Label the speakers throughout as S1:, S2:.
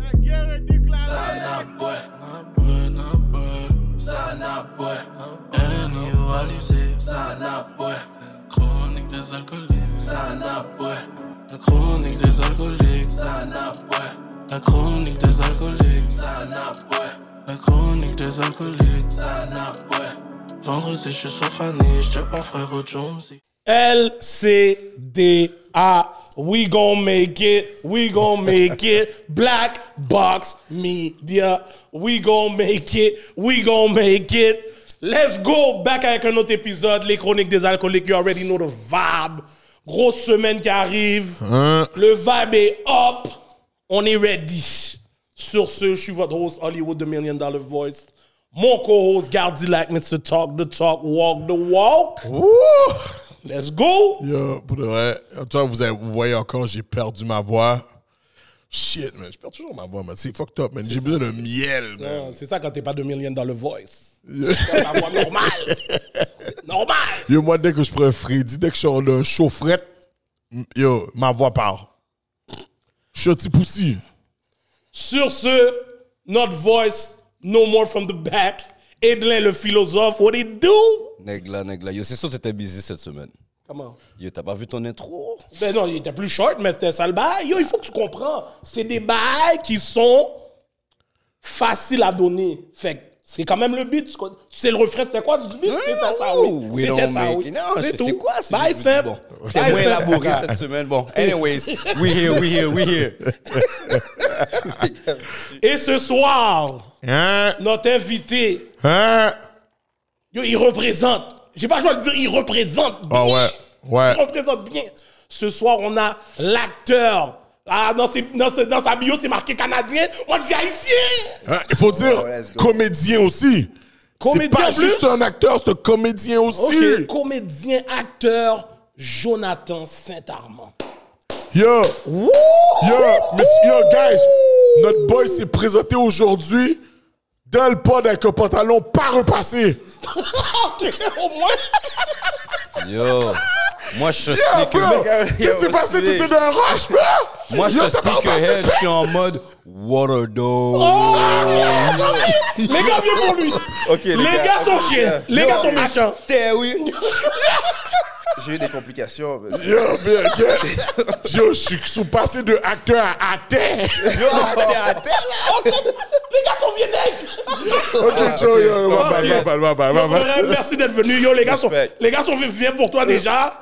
S1: baby clown.
S2: Sana boy, na boy, na boy. Sana boy, annualisé. Sana boy, chronique des alcooliques. Sana boy, la chronique des alcooliques. Sana boy, la chronique des alcooliques. Sana boy, la chronique des alcooliques. Sana boy, vendredi je suis sur Fanny, je pas frère Jonesy.
S3: LCDA. We gon' make it. We gon' make it. Black Box Media. We gon' make it. We gon' make it. Let's go back avec un autre épisode. Les chroniques des alcooliques. You already know the vibe. Grosse semaine qui arrive. Le vibe est up. On est ready. Sur ce, je suis votre host Hollywood The Million Dollar Voice. Mon co-host Gardi Lack needs to talk the talk, walk the walk. Let's go!
S4: Yo, pour de vrai, toi, vous, avez- vous voyez encore, j'ai perdu ma voix. Shit, man, je perds toujours ma voix, man. C'est fucked up, man. J'ai besoin de miel, man.
S3: Ah, C'est ça quand t'es pas 2 millions dans le voice. C'est la voix normale. Normal.
S4: Yo, moi, dès que je prends Freddy, dès que je suis en chaufferette, m- yo, ma voix part. Je suis un petit poussi.
S3: Sur ce, notre voice, no more from the back. Edlin le philosophe, what it do?
S5: Negla, negla. Yo, c'est sûr que t'étais busy cette semaine.
S3: Comment?
S5: Yo, t'as pas vu ton intro?
S3: Ben non, il était plus short, mais c'était ça le bail. Yo, il faut que tu comprends. C'est des bails qui sont faciles à donner. Fait que c'est quand même le beat. Tu con- tu sais le refrain, c'était quoi du beat? C'était ça, oui.
S5: Hein? Ouh, we
S3: C'était
S5: don't
S3: ça,
S5: make
S3: oui.
S5: it. Non, je- c'est
S3: tout.
S5: quoi? c'est
S3: Bail
S5: juste que-
S3: simple.
S5: bon,
S3: Bail
S5: C'était moins
S3: simple.
S5: élaboré cette semaine. Bon, anyways, we here, we here, we here.
S3: Et ce soir,
S4: Hein?
S3: notre invité,
S4: Hein?
S3: Yo, il représente. J'ai pas le droit de dire, il représente bien.
S4: Ah ouais,
S3: Il
S4: ouais.
S3: représente bien. Ce soir, on a l'acteur. Ah, dans, ses- dans ce- dans sa bio, c'est marqué Canadien. Moi, je dis Haïtien.
S4: Hein, Il faut dire
S5: Oh, let's go.
S4: comédien aussi.
S3: Comédien
S4: C'est pas
S3: en plus?
S4: juste un acteur, c'est un comédien aussi.
S3: Ok, Comédien, acteur, Jonathan Saint-Armand.
S4: Yo, yo, miss- yo, guys, notre boy s'est présenté aujourd'hui dans le pod avec un pantalon pas repassé.
S3: Ok, au moins.
S5: Yo, moi je suis
S4: Ah,
S5: sneaker.
S4: bro, Qu'est-ce qui s'est passé? T'étais dans un rush, bro?
S5: Moi je
S4: Yo,
S5: suis
S4: t'as pas repassé,
S5: sneakerhead,
S4: bro.
S5: je suis en mode water dog.
S3: les gars, viens pour lui.
S5: Ok,
S3: les, gars, sont chiens. Les gars sont méchants.
S5: T'es oui.
S6: J'ai eu des complications. parce que-
S4: Yo, bien, bien. Yo, je suis- je suis passé de acteur à acteur.
S5: Yo, t'es à terre.
S3: Ok, les gars sont vieilles.
S4: Ok, yo, yo, va, va, va, va, va, va, va, va.
S3: Ouais, merci d'être venu, yo. Les gars, sont,
S6: Respect.
S3: les gars sont fiers pour toi déjà.
S4: Euh,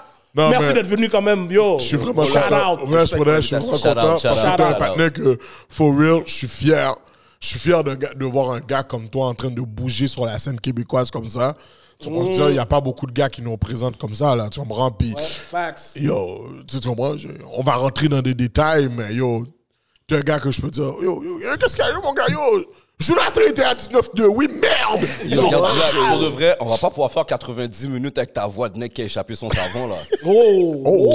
S4: Non,
S3: merci
S4: mais-
S3: d'être venu quand même, yo.
S4: Je suis vraiment
S3: Shout
S4: content.
S3: out.
S4: Ouais, je pourrais, je suis vraiment
S5: Shout out, shout
S4: content.
S5: out,
S4: Parce que t'es un
S5: shout out.
S4: partenaire que, for real, je suis fier. Je suis fier d'un gars- de, voir un gars comme toi en train de bouger sur la scène québécoise comme ça. Tu
S5: Mm.
S4: comprends? Il n'y a pas beaucoup de gars qui nous représentent comme ça, là. Tu comprends? Puis,
S3: Facts.
S4: yo, tu tu comprends? Je- on va rentrer dans des détails, mais yo, t'es un gars que je peux dire, yo, yo, yo, qu'est-ce qu'il y a eu, mon gars? Yo, je l'ai traité à 19-2. Oui, merde!
S5: Yo, Cadillac, pour de vrai, on va pas pouvoir faire 90 minutes avec ta voix de nec qui a échappé son savon là.
S3: Oh. Oh.
S4: Oh.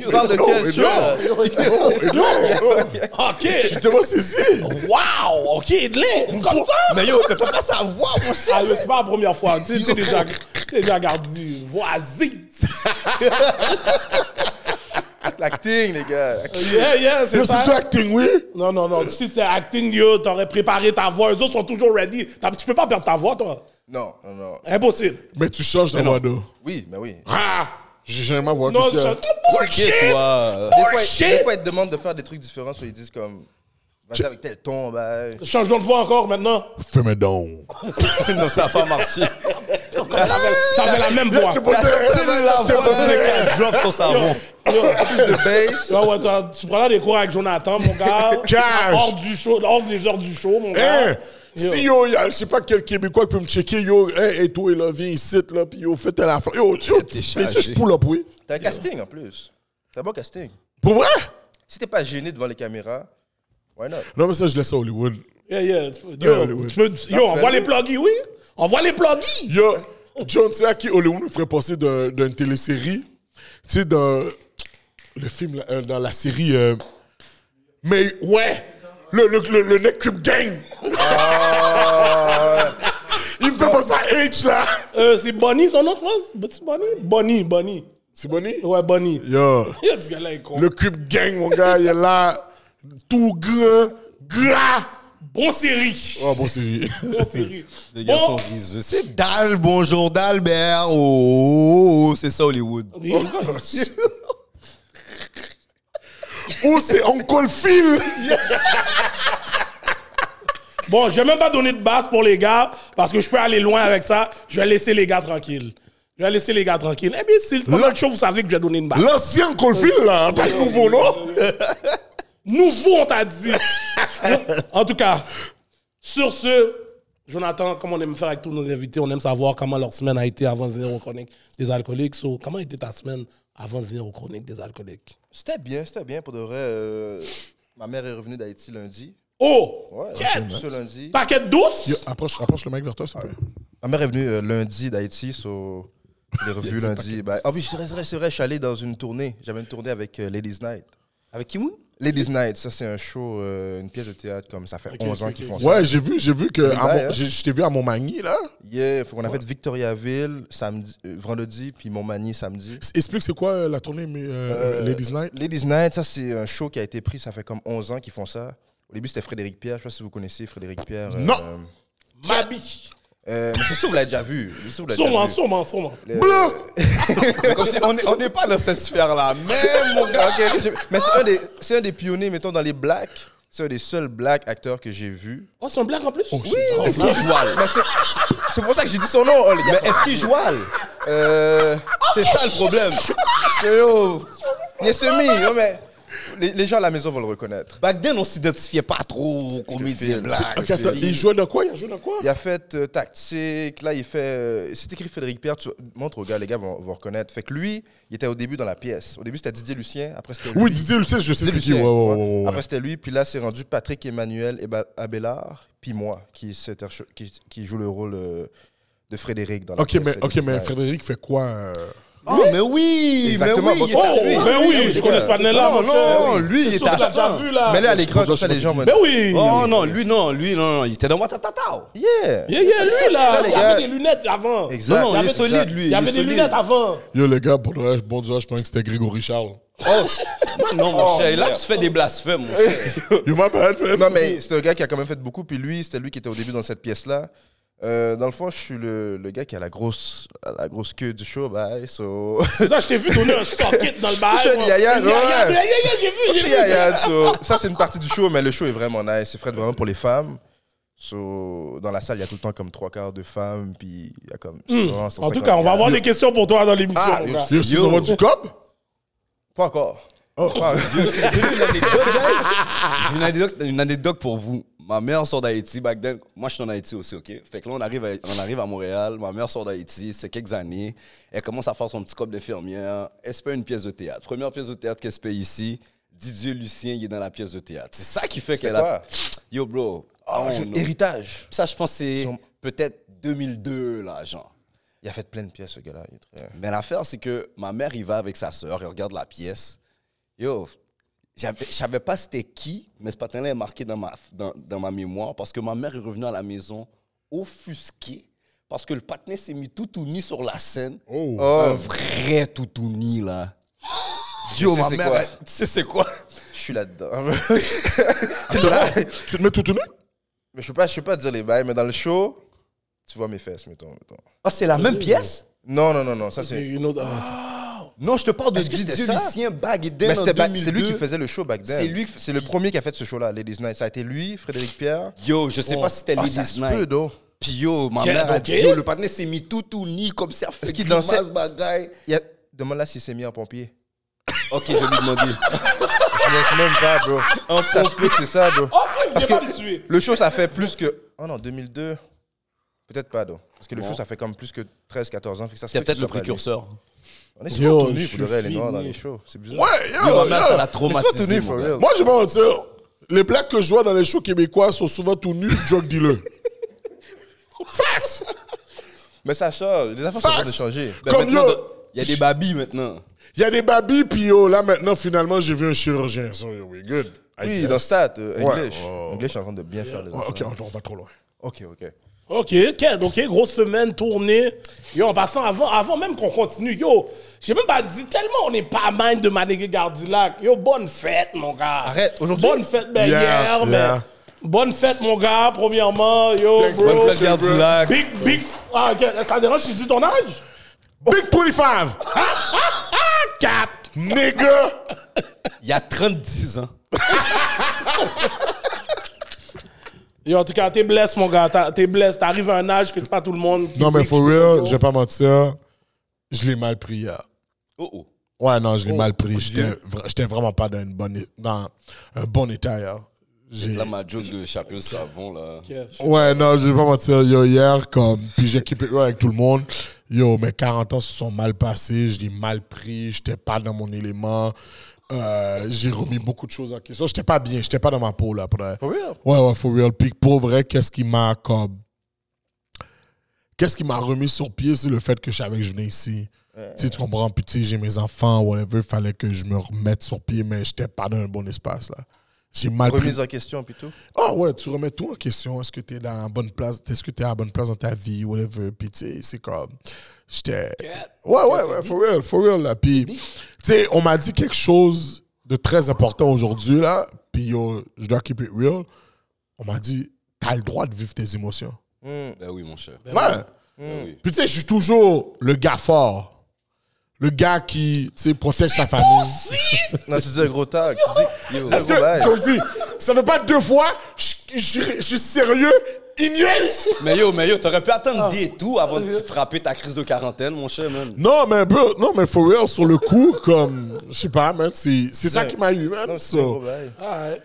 S6: Tu parles de quel show? là?
S3: Ok.
S4: T'es pas saisi?
S3: Wow. Ok, Edlin. Comme ça.
S5: Mais yo, que t'as pas sa voix, mon ch-
S3: Ah, yo, c'est pas la première fois. Tu es déjà, tu es déjà gardé. Vas-y.
S6: L'acting, les gars. L'acting.
S3: Yeah, yeah,
S4: Yo,
S3: c'est
S4: c'est du
S3: ça.
S4: acting, oui?
S3: Non, non, non. Si c'était acting, yo, t'aurais préparé ta voix. Les autres sont toujours ready. T'as- Tu peux pas perdre ta voix, toi.
S6: Non, non, non.
S3: Impossible.
S4: Mais tu changes de Wado.
S6: Oui, mais oui.
S4: Ah! J'ai jamais voir
S3: Non,
S4: qu'est-ce qu'il y a.
S3: ça- bullshit.
S5: Toi,
S6: Des fois,
S3: shit!
S6: des fois, ils te demandent de faire des trucs différents, soit ils disent comme. Vas-y avec tel ton, bah.
S3: Change de voix encore maintenant.
S4: Fais-moi donc.
S5: euh, non, ça a pas marché.
S3: T'avais la même voix.
S4: C'est pour ça
S5: La voix de nec qui a drop son savon.
S6: De bass.
S3: Ah Ouais, ouais, t'as- tu prends là des cours avec Jonathan, mon gars.
S4: Cash.
S3: Hors du show, hors des heures du show, mon gars.
S4: Hein? Si yo, y a, je sais pas quel Québécois qui peut me checker, yo, hey, hey, toi, là, viens ici, là, pis yo, fais la affaire. Yo, yo,
S5: T'es
S4: mais
S5: chargé.
S4: si je pull up, oui.
S6: T'as un casting en plus. T'as un bon casting.
S4: Pour vrai?
S6: Si t'es pas gêné devant les caméras, why not?
S4: Non, mais ça, je laisse à Hollywood.
S3: Yeah, yeah. Tu peux-
S4: Ouais,
S3: Yo,
S4: ouais, ouais.
S3: tu peux- yo, envoie les pluggies, oui. Envoie les pluggies.
S4: Yo, John, c'est à qui Hollywood nous ferait passer d'un- d'une télésérie, tu sais, dans le film, là, euh, dans la série. euh, mais ouais, le, le, le, le Neck Cube Gang. Il me fait penser à H, là.
S3: Euh, c'est Bonnie, son nom, je pense. C'est Bonnie? Bonnie, Bonnie.
S4: C'est Bonnie?
S3: Ouais, Bonnie.
S4: Yo.
S3: Yo, ce gars-là est con.
S4: Le Cube Gang, mon gars, il est là. Tout grand, gras.
S3: Bon série.
S4: Oh, bon, c'est lui.
S3: Bon série.
S5: Les gars sont
S3: Bon.
S5: riseux. C'est Dal, bonjour d'Albert. Oh, oh, oh, c'est ça Hollywood.
S4: Oh, c'est Uncle Phil.
S3: Bon, je vais même pas donner de base pour les gars parce que je peux aller loin avec ça. Je vais laisser les gars tranquilles. Je vais laisser les gars tranquilles. Eh bien, si pendant le show, vous savez que je vais donner une base.
S4: L'ancien Uncle Phil, là. Pas le nouveau, non?
S3: Nouveau, on t'a dit. en tout cas, sur ce, Jonathan, comme on aime faire avec tous nos invités, on aime savoir comment leur semaine a été avant de venir aux chroniques des alcooliques. So, comment était ta semaine avant de venir aux chroniques des alcooliques?
S6: C'était bien, c'était bien. Pour de vrai, euh, ma mère est revenue d'Haïti lundi.
S3: Oh!
S6: Ouais,
S3: Quel
S6: ce lundi.
S3: paquet douce!
S4: Yo, approche, approche le mec vers toi, s'il te plaît.
S6: Ma mère est venue euh, lundi d'Haïti, so... je l'ai revue lundi. bah- Ah oui, c'est vrai, c'est vrai, c'est vrai, je suis allé dans une tournée. J'avais une tournée avec euh, Ladies Night.
S5: Avec Kimoun?
S6: Ladies Night, ça c'est un show, euh, une pièce de théâtre comme ça fait 11 ans qu'ils font ça.
S4: Ouais, j'ai vu, j'ai vu que. à
S6: bails,
S4: Mon-
S6: hein?
S4: j'ai- Je t'ai vu à Montmagny, là.
S6: Yeah, faut qu'on a fait Victoriaville samedi, euh, vendredi, puis Montmagny samedi.
S4: Explique, c'est quoi euh, la tournée, mais, euh,
S6: Euh,
S4: Ladies Night?
S6: Ladies Night, ça c'est un show qui a été pris, ça fait comme 11 ans qu'ils font ça. Au début c'était Frédéric Pierre, je sais pas si vous connaissez Frédéric Pierre. euh,
S4: Non.
S6: euh,
S3: Mabi!
S6: euh, mais c'est sûr, vous l'avez déjà vu. C'est sûr, vous l'avez déjà
S3: Sûrement,
S6: vu.
S3: sûrement, sûrement.
S4: Blanc!
S5: Comme si on est- on n'est pas dans cette sphère-là.
S6: Même mon gars, ok, je- Mais c'est un, des, c'est un des pionniers, mettons, dans les blacks. C'est un des seuls black acteurs que j'ai vu.
S3: Oh, c'est un blague en plus? oui!
S6: Est-ce qu'il joue mal? Mais c'est, c'est pour ça que j'ai dit son nom, oh, les gars. Mais est-ce qu'il joue mal? Euh, c'est ça le problème. Parce que Ah, yo, il est semi, yo, mais les, les gens à la maison vont le reconnaître.
S5: Back then, on s'identifiait pas trop aux comédiens
S6: filme.
S5: blagues.
S4: Ok, attends, il jouait dans quoi? Il a joué dans quoi?
S6: Il a fait euh, tactique, là il fait. euh, c'est écrit Frédéric Pierre, tu montre aux gars, les gars vont, vont reconnaître. Fait que lui, il était au début dans la pièce. Au début c'était Didier Lucien, après c'était
S4: Oui,
S6: lui.
S4: Didier Lucien, je sais
S6: Didier
S4: c'est qui.
S6: Lucien,
S4: Ouais, ouais, ouais,
S6: ouais.
S4: ouais, ouais.
S6: Après, c'était lui, puis là, c'est rendu Patrick Emmanuel et Abélard, puis moi, qui, s'interche- qui, qui joue le rôle euh, de Frédéric dans la
S4: Ok,
S6: pièce
S4: mais,
S6: Ladies
S4: ok, mais
S6: Night.
S4: Frédéric fait quoi? euh?
S5: Oh, mais oui!
S6: Exactement,
S5: mais oui, il
S3: Oh,
S5: est à-
S6: oui,
S3: ben
S6: oui,
S3: oui,
S6: oui,
S3: je connais ce
S6: c'est-
S3: panel-là.
S5: Non,
S3: mon cher.
S5: non, lui, il
S3: C'est
S5: est
S3: sûr que
S5: à
S3: t'as
S5: 100.
S3: vu, là.
S6: Mais là, à l'écran,
S4: Bonjour,
S6: comme ça,
S4: je
S6: les gens vont.
S3: Ben oui!
S5: Oh non, lui, non, lui, non, non, il était dans Watatata.
S6: Yeah!
S3: Yeah, yeah,
S6: Ça,
S3: lui,
S6: ça,
S3: là,
S6: les
S3: il
S6: gars.
S3: avait des lunettes avant.
S6: Exact.
S5: Non,
S3: Il
S5: non,
S3: avait,
S5: est solide,
S3: il
S5: lui,
S3: avait
S5: il
S3: des
S5: est solide.
S3: lunettes avant.
S4: Yo, les gars, bon, ouais, bon Dieu, je pensais que c'était Grégory Charles.
S5: Oh, Non,
S3: Oh,
S5: mon cher, là, tu fais des blasphèmes, mon cher.
S4: You my bad, man.
S6: Non, mais c'est un gars qui a quand même fait beaucoup, puis lui, c'était lui qui était au début dans cette pièce-là. Euh, dans le fond, je suis le, le gars qui a la grosse, la grosse queue du show, bye, so.
S3: C'est ça, je t'ai vu donner un socket dans le bar.
S6: Jeune
S3: moi.
S6: yaya,
S3: Une yaya,
S6: ouais.
S3: une yaya, j'ai vu, j'ai
S6: C'est
S3: vu.
S6: Yaya, so, ça c'est une partie du show, mais le show est vraiment nice. C'est Fred vraiment pour les femmes. So, dans la salle, il y a tout le temps comme trois quarts de femmes, puis il y a comme 100,
S3: Hmm. En
S6: 150
S3: tout cas, on va
S6: gars.
S3: avoir des questions pour toi dans l'émission.
S6: Ah,
S3: mon gars.
S4: Yo, si ça va du cop?
S6: Pas encore.
S3: Oh.
S6: Pas encore.
S5: J'ai une anecdote, une anecdote pour vous. Ma mère sort d'Haïti, back then. Moi, je suis en Haïti aussi, OK? Fait que là, on arrive à, on arrive à Montréal. Ma mère sort d'Haïti, c'est quelques années. Elle commence à faire son petit cop d'infirmière. Elle se paye une pièce de théâtre. Première pièce de théâtre qu'elle se paye ici, Didier Lucien, il est dans la pièce de théâtre. C'est ça qui fait qu'elle a.
S6: quoi?
S5: Yo, bro.
S6: Ah, je-
S5: on-
S6: Héritage.
S5: Ça, je pense que c'est
S6: Son-
S5: peut-être 2002, là, genre.
S6: Il a fait plein de pièces, ce gars-là. Il est très-
S5: Mais l'affaire, c'est que ma mère, il va avec sa sœur, elle regarde la pièce. Yo, j'avais- je savais pas c'était qui, mais ce patin-là est marqué dans ma, dans, dans ma mémoire parce que ma mère est revenue à la maison offusquée parce que le patin s'est mis tout nu sur la scène.
S4: Oh.
S6: Ah,
S5: Un vrai toutouni, là. Yo,
S6: Je sais
S5: ma
S6: c'est
S5: mère,
S6: quoi.
S5: elle- tu sais c'est quoi?
S6: Je suis là-dedans. Là, mais
S4: Tu te mets tout nu?
S6: je peux pas, je peux pas dire les bails, mais dans le show, tu vois mes fesses, mettons. mettons.
S5: Ah, c'est la même pièce?
S6: Non, non, non, non, ça c'est.
S3: Une autre-
S5: Non, je te parle de
S6: Est-ce que c'était
S5: Didier
S6: ça?
S5: Lucien Bag et
S6: Mais
S5: Dan en
S6: c'était back- c'est lui
S5: 2002.
S6: qui faisait le show back then.
S5: C'est lui qui-
S6: C'est le premier qui a fait ce show-là, Ladies Night. Ça a été lui, Frédéric Pierre.
S5: Yo, je sais pas si c'était
S6: Ah,
S5: Ladies
S6: ça se
S5: Night.
S6: peut, donc.
S5: Puis yo, ma
S3: Quel-
S5: mère a
S3: ok.
S5: dit, yo, le partenaire s'est mis tout tout nu comme ça, fait
S6: qu'il
S5: grimace,
S6: dansait?
S5: bagaille.
S6: Il y a- Demande-là s'il s'est mis en pompier.
S5: Ok, je vais lui demander.
S6: Je laisse même pas, bro. ça se peut que c'est ça, bro.
S3: Oh, après, viens
S6: Parce
S3: pas
S6: que-
S3: me tuer.
S6: Le show, ça fait plus que. Oh non, 2002. Peut-être pas, donc. Parce que le show, ça fait comme plus que 13-14 ans. Fait que ça se
S5: C'est
S6: peut
S5: peut-être
S6: que
S5: le
S6: ce soit pas
S5: précurseur.
S6: lui. On est souvent
S3: Yo,
S6: tout
S3: je
S6: nu,
S3: suis
S6: pour de vrai, les noirs dans
S3: fini.
S6: les shows. C'est bizarre.
S4: Ouais, yo,
S5: Yo,
S3: Ah,
S5: ma
S4: yo.
S5: mère, ça l'a
S6: Ils sont tout
S5: traumatisé.
S6: nus,
S5: mon
S6: for
S5: gars.
S6: real.
S4: Moi, je vais mentir. Les plaques que je vois dans les shows québécois sont souvent tout nus, drug dealer. Facts!
S6: Mais ça change. Les affaires sont en train de
S4: Facts.
S6: changer.
S5: Ben,
S4: Comme
S5: maintenant,
S4: yo.
S5: de- Il y a des babis
S3: Oh,
S5: maintenant.
S4: Il y a des babys, puis yo, là, maintenant, finalement, j'ai vu un chirurgien. So, yo, we good. I
S6: Oui,
S4: guess.
S6: dans Stat, euh,
S4: Ouais.
S6: English.
S4: Oh.
S6: English est en train de bien faire les
S4: Ouais, ok,
S6: affaires.
S4: on, on va trop loin.
S6: Ok, ok.
S3: Ok, ok, ok, grosse semaine, tournée. Yo, en passant, avant, avant même qu'on continue, yo, j'ai même pas dit tellement on n'est pas mind de Manégué Gardilac. Yo, bonne fête, mon gars.
S6: Arrête, aujourd'hui?
S3: Bonne fête, ben,
S4: Yeah,
S3: hier, ben,
S4: yeah.
S3: Bonne fête, mon gars, premièrement, yo,
S4: Thanks,
S3: bro.
S4: bonne
S5: Faites
S4: fête,
S5: garde du lac.
S3: Big, big, ah, ok, ça dérange si je dis ton âge?
S4: Big 25!
S3: Cap!
S4: Nigga!
S5: Il y a 30 ans.
S3: Yo, en tout cas, t'es blessé, mon gars, t'as- t'es blessé, t'arrives à un âge que c'est pas tout le monde qui-
S4: Non, mais for
S3: qui-
S4: real, je vais pas mentir, je l'ai mal pris hier.
S5: Oh oh.
S4: Ouais, non, je l'ai mal pris. J'étais vra- j'étais vraiment pas dans, une bonne, é- dans un bon état hier. J'ai-
S5: Là, ma joke de champion savon, là.
S4: Ouais, non, je vais pas mentir. Yo, hier, comme, puis j'ai keep it real avec tout le monde. Yo, mes 40 ans se sont mal passés, je l'ai mal pris, j'étais pas dans mon élément. Euh, j'ai remis beaucoup de choses en question. J'étais pas bien, j'étais pas dans ma peau, là, après.
S6: For real?
S4: Ouais, ouais, for real. Puis pour vrai, qu'est-ce qui m'a comme. Qu'est-ce qui m'a remis sur pied, c'est le fait que je savais que je venais ici. Tu sais, tu comprends? Puis tu sais, j'ai mes enfants, whatever, fallait que je me remette sur pied, mais j'étais pas dans un bon espace, là. J'ai mal pris.
S6: Remise en question, puis tout.
S4: Ah ouais, tu remets tout en question. Est-ce que tu es dans la bonne place? Est-ce que tu es à la bonne place dans ta vie? Whatever. Puis, tu sais, c'est comme. J'étais. Ouais, ouais, ouais, for real, for real, là. Puis, tu sais, on m'a dit quelque chose de très important aujourd'hui, là. Puis, yo, je dois keep it real. On m'a dit, t'as le droit de vivre tes émotions.
S5: Ben oui, mon cher. Ben
S4: Ouais. Puis, tu sais, je suis toujours le gars fort. Le gars qui, tu sais, protège sa famille.
S6: Non, tu dis un gros tag. Tu dis, yo,
S4: Parce que, Jonesy, ça fait pas deux fois, je- je je suis sérieux, il niaise.
S5: Mais yo, mais yo, t'aurais pu attendre
S3: Ah.
S5: des tours avant de frapper ta crise de quarantaine, mon cher, man.
S4: Non, mais bro, non, mais for real, sur le coup, comme, je sais pas, man, c'est c'est ça qui m'a eu, man. so.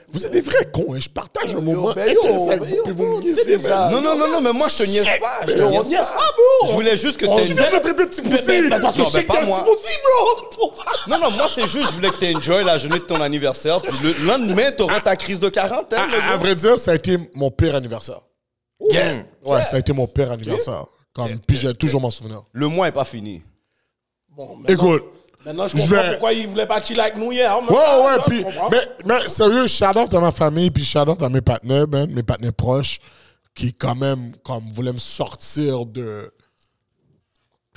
S4: vous êtes des vrais cons, hein, je partage un moment
S3: ben yo,
S4: intéressant avec
S3: ben
S4: vous,
S3: yo,
S4: puis vous
S3: bro,
S4: me
S3: tu sais
S4: niaisez,
S3: déjà.
S4: man.
S5: Non, non, non, non, mais moi, je te niaise pas. Je te
S3: Ah, Yo, on
S5: niaise
S3: n'y est
S5: pas.
S3: pas, bro!
S5: Je voulais juste que
S3: On
S5: t'aies
S3: se
S5: une-
S3: fait
S4: me traiter de petit
S3: Mais- mais-
S4: poussé.
S3: mais parce que
S5: Non,
S3: je sais
S5: ben,
S3: que
S5: pas
S3: t'es un
S5: moi.
S3: petit poussé, bro! C'est pour ça.
S5: Non, non, moi, c'est juste, je voulais que tu enjoy la journée de ton anniversaire. Puis le lendemain, t'auras ta crise de quarantaine.
S6: Ah,
S4: À,
S5: le gars.
S4: à- à vrai dire, ça a été mon pire anniversaire.
S6: Gang.
S4: Ouais, ça a été mon pire anniversaire. Comme, puis j'ai toujours m'en souvenir.
S5: Le mois est pas fini.
S3: Bon, maintenant-
S4: Écoute.
S3: Maintenant, je
S4: je
S3: comprends
S4: vais-
S3: pourquoi il voulait pas chiller avec nous hier. hein,
S4: Ouais, ouais, puis, mais, mais sérieux, shout-out à ma famille, puis shout-out à mes partenaires, man, mes partenaires proches, qui quand même, comme, voulaient me sortir de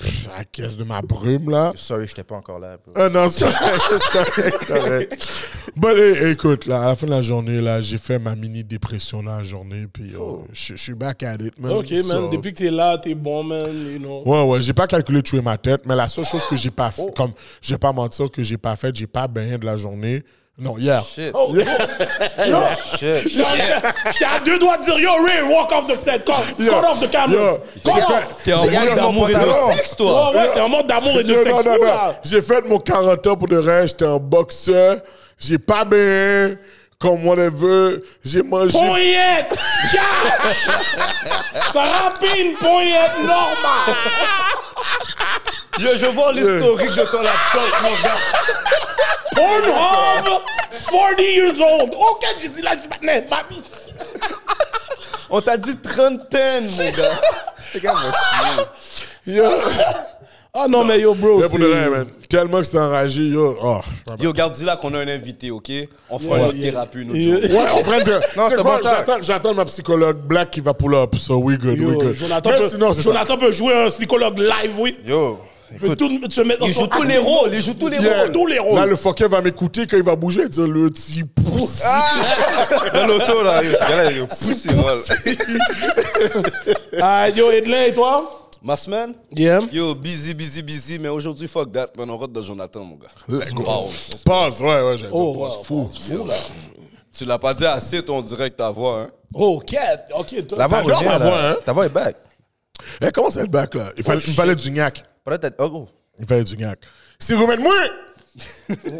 S4: Pff, la caisse de ma brume, là.
S6: Sorry, j'étais pas encore là.
S4: Ah
S6: bro.
S4: non, c'est correct, c'est correct, c'est correct. Bon, é- écoute, là, à la fin de la journée, là, j'ai fait ma mini-dépression dans la journée, puis yo, je je suis back at it, man.
S3: Ok,
S4: So-
S3: man, depuis que t'es là, t'es bon, man, you know.
S4: Ouais, ouais, j'ai pas calculé tuer ma tête, mais la seule chose que j'ai pas fait,
S3: Oh.
S4: comme, je vais pas mentir que j'ai pas fait, j'ai pas baigné de la journée. Non, hier.
S6: Shit.
S3: Oh,
S6: Shit.
S3: J'étais à- j'étais à deux doigts de dire, yo, Ray, walk off the set, come,
S4: Yo,
S3: cut off the camera.
S4: yo,
S3: Cut
S4: j'ai
S3: off. Oh,
S4: fait-
S5: T'es en
S4: j'ai gardé
S5: mode
S4: mon
S5: d'amour et
S4: pantalon.
S5: de sexe, toi.
S3: Ouais, ouais, t'es en mode d'amour et de
S4: Yo,
S3: sexe
S4: non, non,
S3: fou,
S4: non.
S3: là.
S4: J'ai fait mon 40 ans pour de vrai. J'étais un boxeur. J'ai pas bien. Comme whatever. J'ai mangé.
S3: Poignette! Cash! Frappine, poignette normale!
S6: Oh.
S5: Yo, je vois l'historique de ton laptop, mon gars.
S3: Pornhub, 40 years old. Ok, j'ai dit là, je m'en mamie.
S5: On t'a dit trentaine, mon gars.
S4: Yo,
S3: Ah non, mais yo, bro,
S4: Yo, pour de
S3: c'est-
S4: vrai, man. Tellement que c'était enragé. Yo, oh.
S5: Yo, garde dis là qu'on a un invité, OK? On fera notre thérapie une autre
S3: Yeah.
S5: journée.
S4: Ouais, on prend de. Non,
S6: c'est bon tag.
S4: J'attends, j'attends ma psychologue black qui va pull up. So we good, we
S3: Yo,
S4: good.
S3: Jonathan,
S4: Oh Mais
S3: peut,
S4: sinon, c'est ça.
S3: Jonathan peut jouer un psychologue live, oui.
S6: Yo,
S3: Peut
S6: écoute.
S3: tout se mettre
S5: Il joue tous les rôles, il joue tous les
S4: Yeah.
S5: rôles.
S3: tous les rôles.
S4: Là, le fucker va m'écouter quand il va bouger. Il va dire le petit pouce.
S6: Dans l'auto, là, yo, regarde, yo, pousse, il vole.
S3: Ah, yo, Edlin, et toi?
S5: Ma semaine?
S3: Yeah.
S5: Yo, busy, busy, busy, mais aujourd'hui, fuck that, man, on rentre dans Jonathan, mon gars.
S4: Let's go.
S5: Pause.
S4: Pause, ouais, ouais, j'ai dit
S3: Oh,
S4: pause.
S3: wow.
S4: Fou.
S3: Fou, là.
S5: Tu l'as pas dit assez, ton direct, ta voix, hein?
S3: Oh, Kat, ok, toi.
S6: La voix
S4: T'adores
S6: revient,
S4: ma voix,
S6: là.
S4: hein?
S6: Ta voix est back.
S4: Eh, comment c'est le bac, là? Il
S6: Oh,
S4: fallait, il me fallait du gnac.
S6: Peut-être, oh, gros.
S4: Il me fallait du gnac. C'est Romain de moi!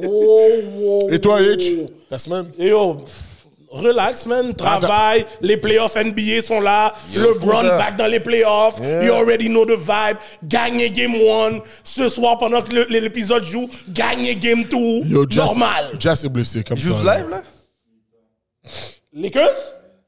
S3: Oh, oh,
S4: Et toi,
S3: oh.
S4: Hitch? La semaine?
S3: Et Yo, pff, relax, man. Travail. Les playoffs NBA sont là. LeBron
S6: c'est ça.
S3: back dans les playoffs.
S6: Yeah.
S3: You already know the vibe. Gagnez game 1. Ce soir, pendant que le- l'épisode joue, gagnez game 2. Normal.
S4: Jazz est blessé, comme
S6: Juste
S4: ça.
S6: live, là?
S3: Les Lakers?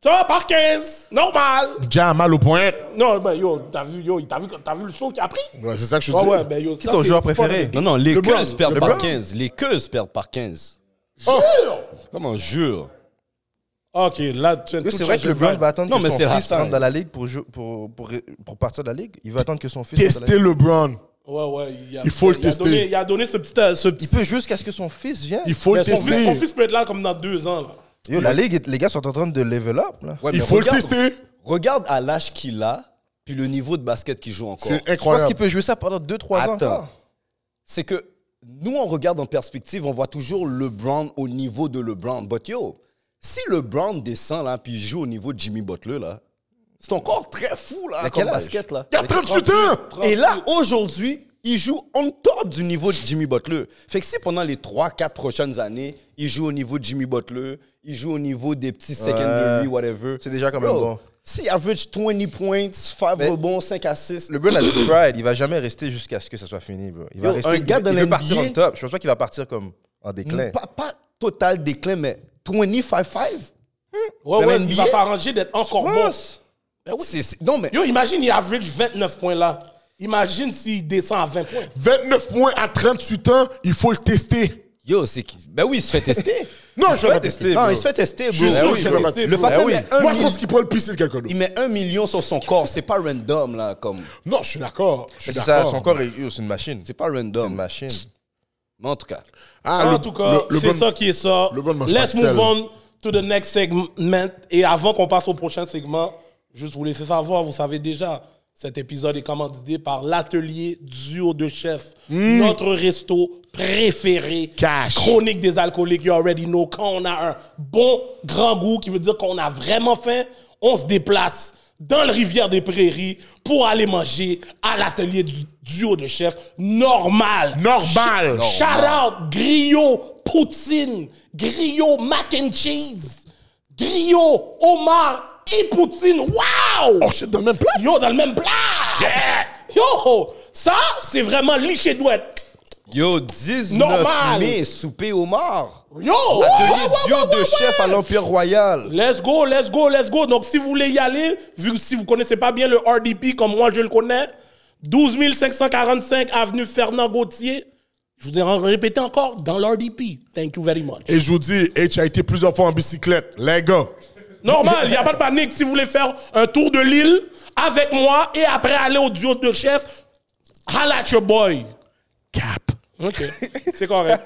S3: Ça, par 15. Normal.
S4: Jazz a mal au point.
S3: Non, ben yo, t'as vu, yo, t'as vu, t'as vu le saut qu'il a pris?
S4: Ouais, c'est ça que je te
S3: Ouais,
S4: dis.
S3: ouais, ben yo. Qui
S6: ton joueur préféré?
S5: Non, non, les
S3: LeBron,
S5: queues perdent
S3: LeBron.
S5: par 15. Les queues perdent par 15.
S3: Jure!
S5: Comment, jure?
S3: Oh. Ok, là, tu as
S6: Yo,
S3: tout
S6: C'est vrai que
S3: changé
S6: le
S3: de
S6: Brown
S3: vibe.
S6: va attendre
S5: Non,
S6: que
S5: mais
S6: son
S5: c'est
S6: fils
S5: raciste.
S6: rentre dans la ligue pour, jou- pour, pour, pour partir de la ligue. Il va attendre que son fils rentre dans la
S4: Tester
S6: ligue.
S4: le brand.
S3: Ouais, ouais. Il, a-
S4: Il faut le
S3: a donné-
S4: tester.
S3: il a donné ce petit. euh, Ce petit
S6: Il peut jusqu'à ce que son fils vienne.
S4: Il faut le
S3: Mais son, fils,
S4: tester.
S3: son fils peut être là comme dans deux ans. Là.
S6: Yo, la ligue, est- les gars sont en train de level up. Là.
S5: Ouais,
S4: Il
S5: mais
S4: faut le
S5: regarde-
S4: tester.
S5: Regarde à l'âge qu'il a, puis le niveau de basket qu'il joue encore.
S4: C'est
S6: Je pense
S4: incroyable.
S6: qu'il peut jouer ça pendant 2-3 ans. Ah.
S5: Attends.
S6: encore.
S5: C'est que nous, on regarde en perspective, on voit toujours LeBron au niveau de LeBron. But yo, si LeBron descend là, puis il joue au niveau de Jimmy Butler là, c'est encore très fou là,
S6: Mais
S5: comme
S6: quel âge
S5: basket là.
S4: Il y a 38 ans.
S5: Et là, aujourd'hui, il joue en top du niveau de Jimmy Butler. Fait que si pendant les 3-4 prochaines années, il joue au niveau de Jimmy Butler, il joue au niveau des petits secondary,
S6: Ouais.
S5: whatever.
S6: C'est déjà quand même
S5: Yo,
S6: bon.
S5: Si average 20 points, 5
S6: Mais-
S5: rebonds, 5 assists,
S6: Le Brown a du pride. Il va jamais rester jusqu'à ce que ça soit fini. bro. Il va
S5: Yo,
S6: rester.
S5: un gars
S6: il,
S5: dans
S6: il
S5: la
S6: veut partir
S5: NBA
S6: en top. Je pense pas qu'il va partir comme en déclin.
S5: pas, pas total déclin, mais 25-5.
S3: Ouais,
S5: Dans
S3: ouais,
S5: la
S3: il
S5: NBA?
S3: va s'arranger d'être encore bon.
S4: Ben
S5: C'est- c'est- Non, mais
S3: Yo, imagine, il average 29 points là. Imagine s'il descend à 20 points.
S4: 29 points à 38 ans, il faut le tester.
S5: yo, c'est qui- Ben oui, il se fait tester.
S4: Non,
S5: il
S4: je
S5: se
S4: vais
S5: fait
S4: pas tester,
S5: tester. Non,
S4: bro.
S5: il se fait tester, bro.
S4: Je suis
S5: Ben
S4: sûr
S5: oui,
S4: qu'il
S5: bro.
S4: va pas tester,
S5: Le
S4: bro.
S5: patin
S4: Ben
S5: met
S4: oui.
S5: un
S4: Moi, je
S5: million-
S4: pense qu'il prend le pisser de quelqu'un
S5: il
S4: d'autre.
S5: met un million sur son corps. C'est pas random, là, comme.
S4: Non, je suis d'accord. Je suis
S6: C'est ça,
S4: d'accord.
S6: son corps, est- yo, c'est une machine.
S5: C'est pas
S6: C'est une
S5: random.
S6: machine.
S5: Mais en tout cas.
S4: Ah,
S3: en
S4: le-
S3: tout cas,
S4: le- le
S3: c'est
S4: bon-
S3: ça qui est ça.
S4: le bon mange
S3: Let's
S4: pas de
S3: move
S4: sel.
S3: on to the next segment. Et avant qu'on passe au prochain segment, juste vous laisser savoir, vous savez déjà, cet épisode est commandité par l'atelier duo de chef, notre resto préféré.
S4: Hmm. Cash.
S3: Chronique des alcooliques, you already know. Quand on a un bon grand goût qui veut dire qu'on a vraiment faim, on se déplace dans le rivière des prairies pour aller manger à l'atelier du duo de chef normal.
S4: Normal.
S3: Ch- Shout out Griot Poutine, Griot Mac and Cheese, Griot Omar et Poutine. Wow!
S4: Oh, shit, dans le même plat.
S3: Yo, dans le même plat! Yo! Ça, c'est vraiment liché douette.
S5: Yo, 19
S3: Normal.
S5: mai, souper au mort. Atelier
S3: Yo! Ouais, ouais,
S5: dieu
S3: ouais,
S5: de
S3: ouais,
S5: chef à l'Empire Royal.
S3: Let's go, let's go, let's go. Donc, si vous voulez y aller, vu que si vous connaissez pas bien le RDP comme moi je le connais, 12 545 avenue Fernand Gauthier. Je vous ai en- répété encore dans l'RDP. Thank you very much.
S4: Et je vous dis, H a été plusieurs fois en bicyclette. Les gars.
S3: Normal, il n'y a pas de panique. Si vous voulez faire un tour de l'île avec moi et après aller au duo de chef, holla at your boy.
S4: Cap.
S3: OK, c'est correct.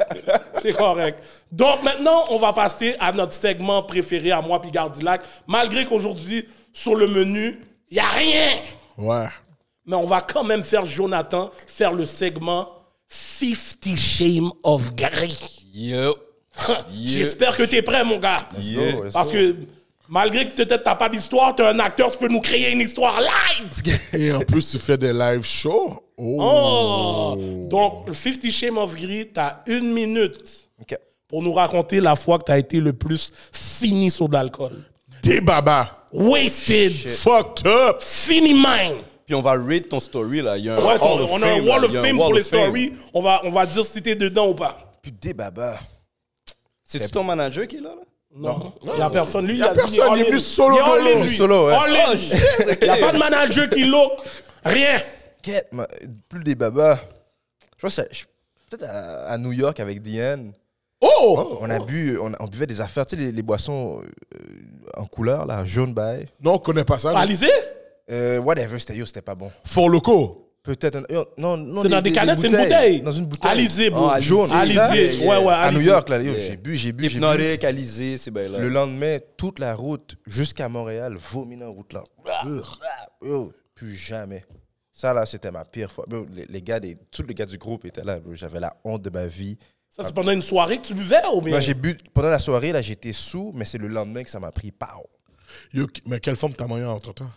S3: c'est correct. Donc maintenant, on va passer à notre segment préféré à moi puis Gardilac. Malgré qu'aujourd'hui, sur le menu, il n'y a rien.
S4: Ouais.
S3: Mais on va quand même faire Jonathan faire le segment 50 Shame of Grey.
S5: Yo.
S3: J'espère que tu es prêt, mon gars.
S5: Yeah.
S6: Yo, Oh, let's
S3: Parce
S6: go.
S3: que malgré que peut-être t'as pas d'histoire, t'es un acteur, tu peux nous créer une histoire live.
S4: Et en plus, tu fais des live shows. Oh.
S3: Oh. Donc, 50 Shame of Grey, t'as une minute
S6: Ok.
S3: pour nous raconter la fois que t'as été le plus fini sur de l'alcool.
S4: Des babas.
S3: Wasted.
S4: Fucked up.
S3: Fini mine.
S5: Puis on va read ton story, là. Il y a un
S3: Ouais,
S5: Hall
S3: ton-
S5: of
S3: on a un
S5: là.
S3: wall
S5: Il
S3: of
S5: y a un
S3: fame
S5: Wall
S3: pour les
S5: of Fame.
S3: stories. On va, on va dire si t'es dedans ou pas.
S6: Puis des babas.
S5: C'est-tu ton manager qui est là, là?
S3: Non, il n'y a personne. Lui, il
S4: a
S3: a dit,
S4: personne,
S3: all
S4: il est
S3: in.
S4: venu solo
S3: Il est all
S4: dolo.
S3: in, lui.
S6: Solo, ouais.
S3: All in.
S5: Oh, shit, ok.
S3: Il n'y a pas de manager qui look. Rien.
S6: Get ma- Plus des babas. Je pense que c'est- je suis peut-être à, à New York avec Diane.
S3: Oh!
S6: On a bu, on, on buvait des affaires, tu sais, les, les boissons euh, en couleur, là, jaune bail.
S4: Non, on connaît pas ça. mais
S3: Alizé?
S6: Euh, whatever, c'était yo, c'était pas bon.
S4: Fort locaux.
S6: Peut-être. un- yo, Non, non,
S3: C'est dans des canettes, c'est une bouteille.
S6: Dans une bouteille.
S3: Alizé, bro.
S5: Oh,
S6: jaune.
S3: Alizé.
S5: Yeah, yeah.
S3: Ouais, ouais,
S6: À New
S3: Alizé.
S6: York, là, yo,
S5: Yeah.
S6: j'ai bu, j'ai bu, j'ai bu.
S5: Hypnotique, Alizé, c'est ben là.
S6: Le lendemain, toute la route jusqu'à Montréal, vomi dans la route là. Ugh. Yo, plus jamais. Ça là, c'était ma pire fois. Yo, Les, les gars, des, tous les gars du groupe étaient là. yo, J'avais la honte de ma vie.
S3: Ça, c'est pendant une soirée que tu buvais ou bien?
S6: Moi, j'ai bu pendant la soirée là, j'étais sous, mais c'est le lendemain que ça m'a pris. Pow.
S4: Yo, mais quelle forme t'as moyen entre temps?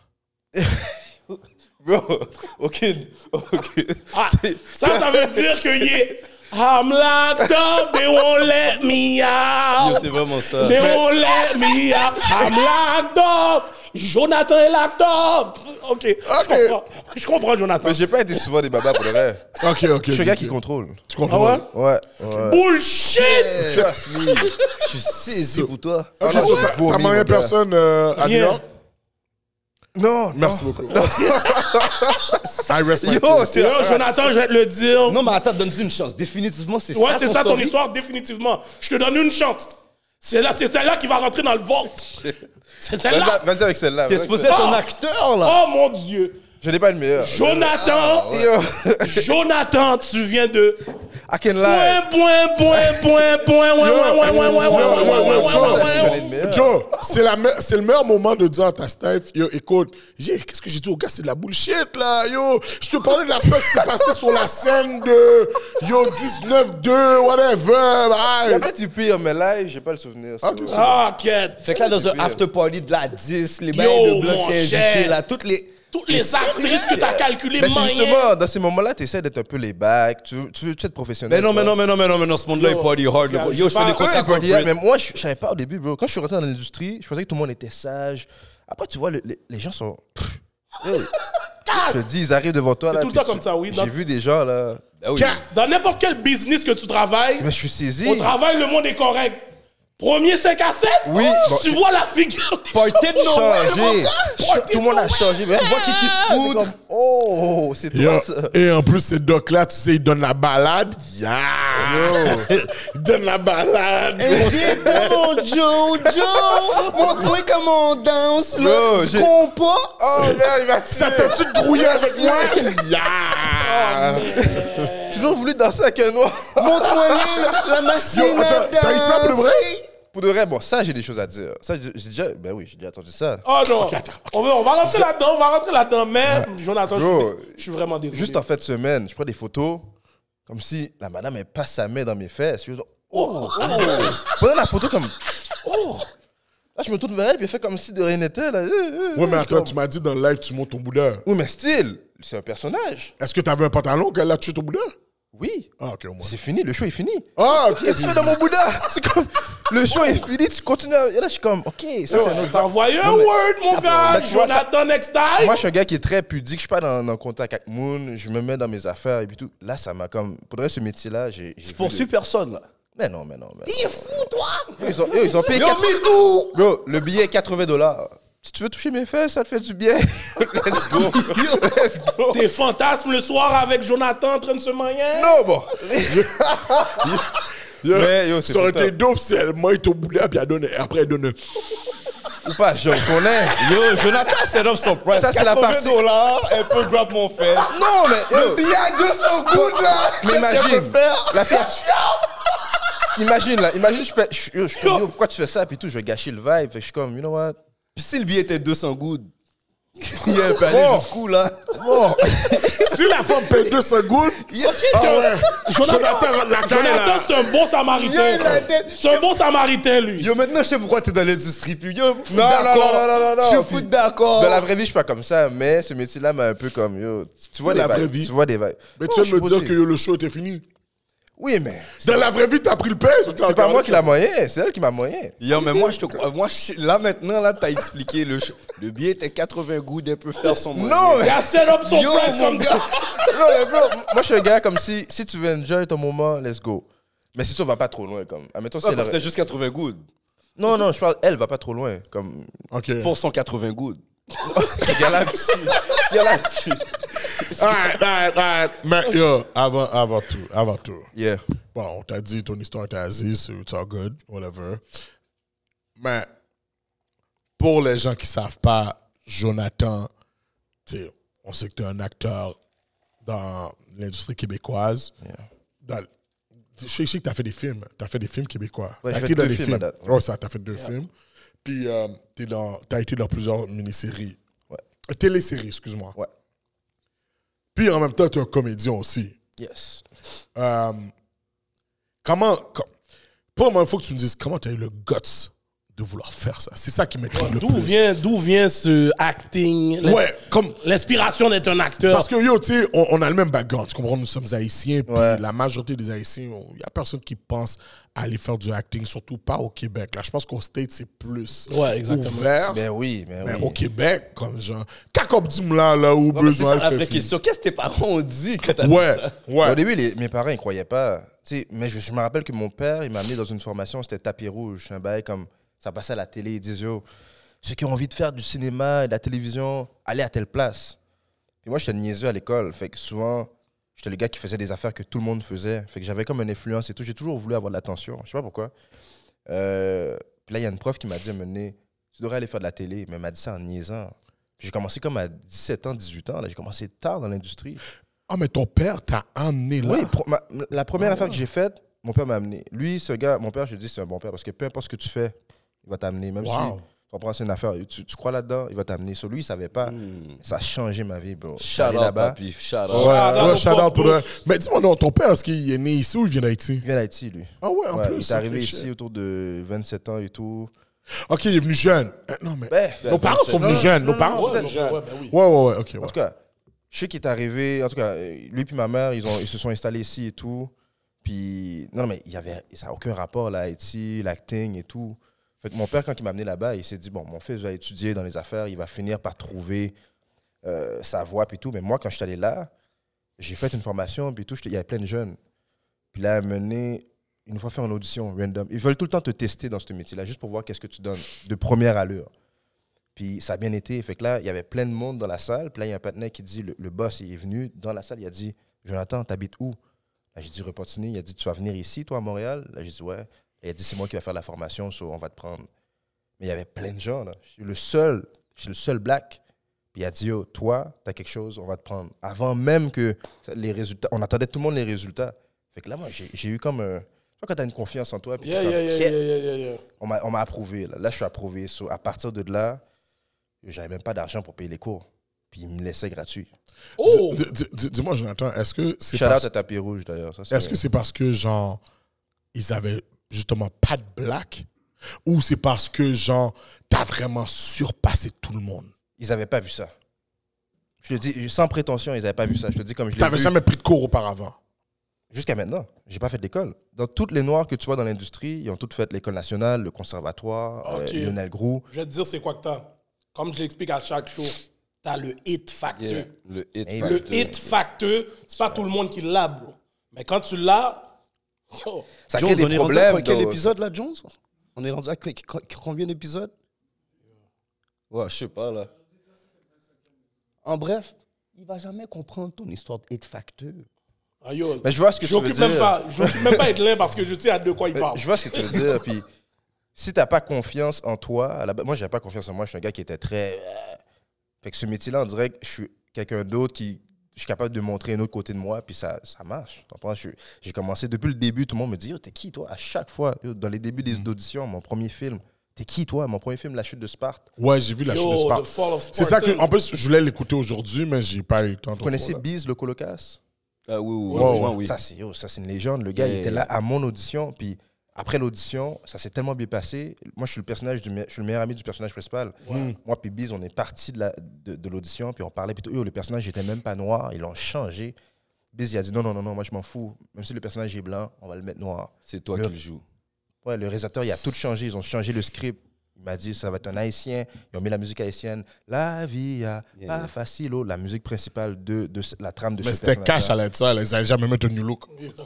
S6: Bro, aucune, aucune.
S3: Ah, ça, ça veut dire que yeah. I'm locked up, they won't let me
S5: Yo,
S3: out.
S5: c'est vraiment ça.
S3: They won't let me out. I'm locked up. Jonathan est locked up. OK. Je comprends. Je comprends, Jonathan.
S6: Mais j'ai pas été souvent des babas pour le reste.
S4: Ok, ok.
S6: Je suis un gars qui
S4: compte.
S6: contrôle.
S4: Tu
S3: Ah ouais?
S4: contrôles.
S6: Ouais. ouais.
S3: Bullshit!
S6: Trust me.
S5: Je suis saisi pour toi.
S4: Ok,
S6: Ah,
S4: so
S6: ouais?
S4: t'as-
S6: Vomi,
S4: T'as
S6: mon
S4: marié
S6: gars.
S4: personne euh, à New
S3: Rien.
S4: York?
S6: Non,
S4: Merci
S6: non.
S4: beaucoup. I respect
S6: Yo,
S4: this.
S6: c'est-
S3: D'ailleurs, Jonathan, je vais te le dire.
S5: Non, mais attends, donne-lui une chance. Définitivement, c'est
S3: ouais,
S5: ça.
S3: c'est ça ton
S5: story.
S3: histoire, définitivement. Je te donne une chance. C'est là, c'est celle-là qui va rentrer dans le ventre. C'est celle-là.
S6: Vas-y vas-y avec celle-là.
S5: T'es
S6: vas-y avec
S5: supposé
S6: celle-là.
S5: être un acteur, là.
S3: Oh mon Dieu.
S6: Je n'ai pas une meilleure. Ah,
S3: Jonathan,
S6: Yo.
S3: Jonathan, tu viens de.
S6: I
S3: Point,
S6: can lie.
S3: point, point, point, point, ouais, ouais, ouais, ouais, ouais, ouais, ouais, ouais, ouais,
S4: Joe,
S3: ouais, ouais,
S6: J'en ai
S3: ouais.
S6: une meilleure.
S4: Joe, c'est la me- c'est le meilleur moment de dire à ta staff, yo, écoute, j'ai- qu'est-ce que j'ai dit au gars, c'est de la bullshit, là, yo. Je te parlais de la fête qui s'est passée sur la scène de, yo, 19-2, whatever,
S6: Il y a
S4: aïe.
S6: peut-être du pire, mais là, j'ai pas le souvenir. so-
S4: Ok, c'est-
S3: Ah, quête.
S5: Fait que là, dans un after-party de la 10, les bains
S3: Yo,
S5: de bloc
S3: mon
S5: t'es
S3: cher.
S5: invité, là, toutes les...
S3: Toutes les actrices que t'as calculées,
S6: Mais c'est
S3: man,
S6: justement, dans ces moments-là, tu essaies d'être un peu les bacs. Tu, veux- tu veux tu veux être professionnel.
S5: Mais non, mais non, mais non, mais non, mais non, ce monde-là,
S3: Yo.
S5: il party hard. le-
S3: Yo,
S5: Yo,
S3: je
S5: je fais
S3: parle-
S5: des contacts
S6: quoi.
S5: corporate.
S6: Mais moi, je je savais pas au début, bro. Quand je suis rentré dans l'industrie, je pensais que tout le monde était sage. Après, tu vois, le- les, les gens sont. Pff, hey. Je te dis, ils arrivent devant toi.
S3: C'est
S6: là,
S3: tout le
S6: puis
S3: temps
S6: tu-
S3: comme ça, oui, dans-
S6: J'ai vu des gens, là.
S5: Ah oui.
S3: Dans n'importe quel business que tu travailles,
S6: Mais je suis saisi.
S3: au travail, le monde est correct. Premier 5 à 7,
S6: Oui, bon,
S3: tu
S6: c'est-
S3: vois la figure.
S5: Party de Noël, mon
S6: Changé.
S5: gars.
S6: Ch- Tout le monde a changé. Mais tu vois qui qui se fout. comme, Oh, c'est
S4: Yo,
S6: toi, ça.
S4: et en plus, ces docs-là, tu sais, ils donnent la balade.
S6: Oh.
S4: Yeah! Ils donnent la balade.
S5: Bon, Joe, Joe, montre-moi comment on danse,
S6: Yo,
S5: là. Tu
S6: j'ai-
S5: comprends?
S6: Oh, merde, il m'a
S4: Ça t'a-tu grouillé avec moi? Oh, Yeah!
S6: toujours voulu danser avec un noir.
S5: Montre-moi la, la machine
S4: Yo, attends, t'as eu ça pour le vrai?
S6: Pour de vrai, bon, ça, j'ai des choses à dire. Ça, j'ai j'ai déjà. Ben oui, j'ai déjà entendu ça.
S3: Oh non. On, va, on va rentrer là-dedans, on va rentrer là-dedans. Mais, Jonathan, je
S6: Bro.
S3: suis, je suis vraiment désolé.
S6: Juste en fin de semaine, je prends des photos comme si la madame, elle passe sa main dans mes fesses. Puis je dis, oh, oh. Pendant la photo, comme. Oh. Là, je me tourne vers elle, puis elle fait comme si de rien n'était. là. Euh, euh,
S4: Ouais, mais
S6: euh,
S4: attends,
S6: je
S4: tu
S6: suis
S4: m'as dit dans le live, tu montes ton boudin.
S6: comme, Oui, mais style, c'est un personnage.
S4: Est-ce que t'avais un pantalon qu'elle a tué ton boudin?
S6: Oui.
S4: Ah, ok, au moins.
S6: C'est fini, le show est fini.
S4: Ah, ok.
S6: Qu'est-ce que tu fais dans mon Bouddha C'est comme. Le show est fini, tu continues. à- Et là, je suis comme, ok, ça, c'est un autre.
S3: T'as envoyé un
S6: Non, mais-
S3: word, mon gars.
S6: mais tu vois, ça-
S3: Jonathan, next time.
S6: Moi, je suis un gars qui est très pudique. Je suis pas dans, dans le contact avec Moon. Je me mets dans mes affaires et puis tout. Là, ça m'a comme. Pour le reste, ce métier-là, j'ai. j'ai
S5: Tu
S6: vu
S5: poursuis
S6: le-
S5: personne, là.
S6: Mais non, mais non. Mais...
S5: T'es fou, toi!
S6: Eux, Ils, ont, eux, ils ont payé.
S5: Yo,
S6: 80
S5: Midou!
S6: Bro, le billet est 80 dollars. Si tu veux toucher mes fesses, ça te fait du bien. Let's go. Let's go.
S3: Tes fantasmes le soir avec Jonathan en train de se marier.
S6: Non, bon.
S4: Yo,
S6: Mais, yo, c'est
S4: ça aurait
S6: tout le
S4: été dope si elle m'a ton boudin, puis elle donne, après elle donne.
S6: Ou pas, je connais.
S5: Yo, Jonathan, c'est up son price.
S6: Ça, c'est la
S5: 80
S6: partie-
S5: dollars, elle peut grab mon fesse.
S6: Non, mais. yo.
S5: billet à 200 gouttes, là!
S6: Mais imagine,
S5: faire?
S6: la fille. imagine là, imagine, je, paie- je, je, je- yo, pourquoi tu fais ça, puis tout, je vais gâcher le vibe. Fait que je suis comme, you know what?
S5: Pis si le billet était 200 gouttes, il peut aller
S6: Oh.
S5: jusqu'où, là?
S4: Si la femme paye 200 gouttes, ah ouais. Jonathan, rentre la canne,
S3: Jonathan,
S4: là.
S3: c'est un bon samaritain.
S5: Yo, la tête-
S3: C'est un bon samaritain, lui.
S5: Yo, maintenant, je sais pourquoi t'es dans l'industrie, puis yo, me fous
S6: Non, non,
S5: d'accord.
S6: non, non, non, non,
S5: Je me
S6: puis-
S5: fous d'accord.
S6: Dans la vraie vie, je suis pas comme ça, mais ce métier-là m'a un peu comme, yo, tu vois
S4: Dans
S6: des
S4: la vraie
S6: vibes.
S4: vie.
S6: Tu vois des vibes.
S4: Mais tu
S6: Oh, je
S4: viens de
S6: suis
S4: me dire
S6: posé.
S4: que yo, le show était fini.
S6: Oui, mais.
S4: Dans la vraie vie, t'as pris le père.
S6: C'est pas moi qui l'a moyen, c'est elle qui m'a moyen.
S5: Yo, mais moi, je te crois. Moi, je- là, maintenant, là, t'as expliqué. Le, ch- le billet était 80 gouttes, elle peut faire son money.
S6: Non,
S3: Il
S6: mais.
S3: a set up son
S5: Yo,
S3: presse
S5: mon
S3: comme
S5: gars.
S3: ça.
S6: non, mais bro, moi, je suis un gars comme si, si tu veux enjoy ton moment, let's go. Mais si ça va pas trop loin, comme. Admettons, si
S5: Ouais,
S6: elle
S5: parce que
S6: aurait-
S5: c'était juste 80 gouttes.
S6: Non, non, je parle, elle va pas trop loin. Comme.
S4: Ok.
S5: Pour 180 gouttes.
S6: Ce gars-là me tue. Ce gars-là me tue.
S4: Alright, alright, alright. Mais yo, avant, avant tout, avant tout.
S6: Yeah.
S4: Bon, on t'a dit ton histoire, t'as dit, so it's all good, whatever. Mais pour les gens qui savent pas, Jonathan, tu sais, on sait que tu es un acteur dans l'industrie québécoise. Dans- je sais je sais que tu as fait des films. Tu as fait des films québécois.
S6: Ouais,
S4: T'as
S6: j'ai
S4: été
S6: fait
S4: dans
S6: deux
S4: des
S6: films à date.
S4: Ouais, ça, tu as fait deux films. Puis tu as été dans plusieurs mini-séries.
S6: Ouais.
S4: Téléséries, excuse-moi.
S6: Ouais.
S4: Puis en même temps, tu es un comédien aussi.
S6: Yes.
S4: Euh, comment. com- Pour moi, il faut que tu me dises comment tu as eu le guts de vouloir faire ça. C'est ça qui m'intrigue le
S3: D'où
S4: plus.
S3: vient, d'où vient ce acting l'ins-
S4: Ouais, comme.
S3: L'inspiration d'être un acteur.
S4: Parce que yo, tu sais, on, on a le même background, tu comprends, nous sommes haïtiens, puis
S6: Ouais.
S4: la majorité des haïtiens, il n'y a personne qui pense à aller faire du acting, surtout pas au Québec. Là, je pense qu'au States, c'est plus
S3: Ouais, exactement.
S4: ouvert,
S6: Ben oui, ben
S4: mais
S6: oui.
S4: au Québec, comme genre, kakop là, là,
S5: Ouais,
S4: où
S5: mais C'est
S4: besoin
S5: ça la
S4: fait
S5: vraie
S4: film.
S5: question. Qu'est-ce que tes parents ont dit quand t'as
S4: Ouais,
S5: dit ça?
S4: ouais.
S6: Au début, les- mes parents, ils croyaient pas. Tu sais, mais je, je me rappelle que mon père, il m'a amené dans une formation, c'était tapis rouge, un bail comme ça passait à la télé, ils disaient, yo, ceux qui ont envie de faire du cinéma et de la télévision, allez à telle place. Et moi, j'étais niaiseux à l'école, fait que souvent, j'étais le gars qui faisait des affaires que tout le monde faisait, fait que j'avais comme une influence et tout, j'ai toujours voulu avoir de l'attention, je sais pas pourquoi. Euh, puis là, il y a une prof qui m'a dit à un moment donné, tu devrais aller faire de la télé, mais elle m'a dit ça en niaisant. Puis j'ai commencé comme à 17 ans, 18 ans. là. J'ai commencé tard dans l'industrie.
S4: Ah, mais ton père t'a emmené là. Ah
S6: Oui, pro- ma- la première affaire que j'ai faite, mon père m'a amené. Lui, ce gars, mon père, je lui dis, c'est un bon père parce que peu importe ce que tu fais, il va t'amener. Même si
S4: Wow.
S6: tu comprends, c'est une affaire, tu, tu crois là-dedans, il va t'amener. Sur lui, il savait pas.
S4: Hmm.
S6: Ça a changé ma vie, bro.
S5: Shout
S6: J'allais
S5: out,
S6: là-bas.
S5: papi. Shout
S6: Ouais.
S5: out.
S4: Ouais, shout out pour
S3: eux.
S4: le- Mais dis-moi, non, ton père, est-ce qu'il est né ici ou il vient d'Haïti?
S6: Il vient d'Haïti, lui.
S4: Ah ouais, en
S6: Ouais,
S4: plus.
S6: il est
S4: ça
S6: arrivé
S4: fait
S6: ici
S4: chier.
S6: autour de 27 ans et tout.
S4: Ok, il est venu jeune. Euh, Non, mais.
S6: Ben,
S3: Nos parents sont venus jeunes. Nos
S6: non,
S3: parents
S6: non,
S3: sont
S6: non,
S3: venus jeunes.
S4: Ouais, ouais, ouais, ok. ouais.
S6: En tout cas, je sais qu'il est arrivé. En tout cas, euh, lui puis ma mère, ils, ont, ils se sont installés ici et tout. Puis, non, mais il y avait, ça n'a aucun rapport, la Haïti, l'acting et tout. Fait que mon père, quand il m'a amené là-bas, il s'est dit Bon, mon fils va étudier dans les affaires, il va finir par trouver euh, sa voie, puis tout. Mais moi, quand je suis allé là, j'ai fait une formation, puis tout. j'étais- Il y avait plein de jeunes. Puis là, il m'a mené, une fois faire une audition random. Ils veulent tout le temps te tester dans ce métier-là, juste pour voir qu'est-ce que tu donnes de première allure. Puis ça a bien été. Fait que là, il y avait plein de monde dans la salle. Puis là, il y a un partenaire qui dit, le, le boss, il est venu dans la salle, il a dit, Jonathan, t'habites où? Là, j'ai dit, Repentigny. Il a dit, tu vas venir ici, toi, à Montréal? Là, j'ai dit, ouais. Il a dit, c'est moi qui vais faire la formation, so on va te prendre. Mais il y avait plein de gens, là. Je suis le seul, je suis le seul black. Puis il a dit, oh, toi, t'as quelque chose, on va te prendre. Avant même que les résultats, on attendait tout le monde les résultats. Fait que là, moi, j'ai j'ai eu comme un. Tu vois, quand t'as une confiance en toi, puis
S3: Yeah,
S6: t'es
S3: yeah,
S6: comme,
S3: yeah,
S6: Yeah.
S3: yeah, yeah, yeah, yeah.
S6: On m'a on m'a approuvé. Là. Là, je suis approuvé. So, à partir de là, j'avais même pas d'argent pour payer les cours. Puis ils me laissaient gratuit.
S3: Oh!
S4: Dis- dis- dis- Dis-moi, Jonathan, est-ce que c'est
S6: Shout out
S4: parce...
S6: à Tapis Rouge, d'ailleurs. Ça, c'est-
S4: est-ce que c'est parce que, genre, ils avaient justement pas de black ou c'est parce que, genre, t'as vraiment surpassé tout le monde?
S6: Ils avaient pas vu ça. Je te dis, sans prétention, ils avaient pas vu ça. Je te dis comme je l'ai
S4: T'avais
S6: vu
S4: jamais pris de cours auparavant?
S6: jusqu'à maintenant. J'ai pas fait d'école. Dans toutes les noirs que tu vois dans l'industrie, ils ont toutes fait l'école nationale, le conservatoire, euh,
S3: Ok.
S6: Lionel Groux.
S3: Je vais te dire c'est quoi que t'as. Comme je l'explique à chaque show, t'as le hit factor.
S5: Yeah. Le hit.
S6: Et
S3: Le
S5: factor.
S3: hit factor, c'est pas tout le monde qui l'a, bro. Mais quand tu l'as, yo,
S6: Ça
S5: Jones,
S6: crée
S5: on
S6: des
S5: est rendu
S6: problèmes.
S5: à quel
S6: dans-
S5: épisode là, Jones On est rendu à que- que- combien d'épisodes Ouais, je sais pas là. En bref, il va jamais comprendre ton histoire de hate facteur.
S3: ah, yo,
S6: Mais je vois ce que tu veux
S3: j'occupe même
S6: dire.
S3: pas, je m'occupe même pas être là parce que je sais à de quoi il
S6: Mais
S3: parle.
S6: Je vois ce que tu veux dire. Puis, si t'as pas confiance en toi, à la base- moi, j'avais pas confiance en moi. Je suis un gars qui était très. euh, Fait que ce métier-là, on dirait que je suis quelqu'un d'autre qui. Je suis capable de montrer un autre côté de moi, puis ça, ça marche. Tu comprends? Je- J'ai commencé depuis le début, tout le monde me dit Yo, T'es qui, toi À chaque fois, yo, dans les débuts des auditions, mon premier film, T'es qui, toi Mon premier film, La chute de Sparte.
S4: Ouais, j'ai vu la
S3: Yo,
S4: chose de
S3: The
S4: Spark.
S3: Fall of
S4: C'est ça que,
S3: Spartan.
S4: en plus, je voulais l'écouter aujourd'hui, mais j'ai pas eu le temps.
S6: Vous connaissez Biz, le colocasse
S5: Ah oui, oui, oui.
S4: Wow.
S5: moi, oui.
S6: Ça, c'est yo, ça, c'est une légende. Le gars,
S5: Yeah.
S6: il était là à mon audition. Puis après l'audition, ça s'est tellement bien passé. Moi, je suis le, personnage du, me- je suis le meilleur ami du personnage principal.
S5: Mm.
S6: Moi, puis Biz, on est parti de la- de de l'audition. puis on parlait plutôt. Yo, le personnage n'était même pas noir. Ils l'ont changé. Biz, il a dit non, non, non, non, moi, je m'en fous. Même si le personnage est blanc, on va le mettre noir.
S5: C'est toi
S6: Le-
S5: qui le joues.
S6: Ouais, le réalisateur, il a tout changé. Ils ont changé le script. Il m'a dit, ça va être un haïtien. Ils ont mis la musique haïtienne. La vie, a pas facile. oh, La musique principale de, de ce- la trame de
S4: Mais
S6: ce
S4: c'était
S6: personnage-là.
S4: cash à l'aide de ça, ils allaient jamais mettre un new look.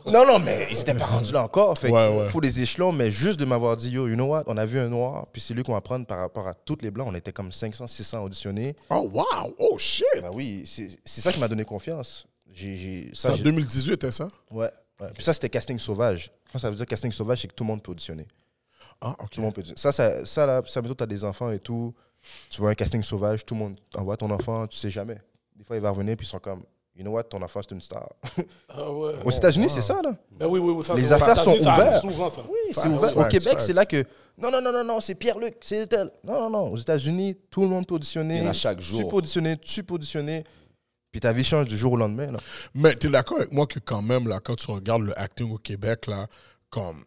S6: Non, non, mais ils n'étaient pas rendus là encore. Fait que
S4: Ouais, ouais.
S6: faut des échelons, mais juste de m'avoir dit, yo, you know what, on a vu un noir, puis c'est lui qu'on va prendre par rapport à toutes les blancs. On était comme 500, 600 auditionnés.
S4: Oh, wow! Oh, shit!
S6: Ben oui, c'est c'est ça qui m'a donné confiance. J'ai- j'ai-
S4: C'est
S6: ça,
S4: en
S6: Ben, j'ai-
S4: 2018, hein, ça?
S6: ouais, ouais. Puis ça, c'était casting sauvage. Quand ça veut dire casting sauvage, c'est que tout le monde peut auditionner.
S4: Ah, ok.
S6: Tout le monde peut auditionner. Ça, ça, ça, là, ça, mettons, t'as des enfants et tout. Tu vois un casting sauvage, tout le monde envoie ton enfant, tu sais jamais. Des fois, il va revenir, puis ils sont comme, you know what, ton enfant, c'est une star.
S3: Ah ouais.
S4: Oh,
S6: Aux États-Unis, c'est ça, là.
S3: Ben oui, oui, oui, ça,
S6: Les
S3: c'est-
S6: affaires
S3: ça,
S6: sont
S3: ça arrive
S6: ouvertes.
S3: souvent, ça.
S6: Oui, c'est
S4: Facts,
S6: ouvert. Au
S4: facts,
S6: Québec,
S4: facts.
S6: c'est là que. Non, non, non, non, non, c'est Pierre-Luc, c'est tel. Non, non, non. Aux États-Unis, tout le monde peut auditionner.
S5: Il y en a chaque
S6: Tu
S5: jour.
S6: peux auditionner, tu peux auditionner. Puis ta vie change du jour au lendemain. là.
S4: Mais t'es d'accord avec moi que quand même, là, quand tu regardes le acting au Québec, là, comme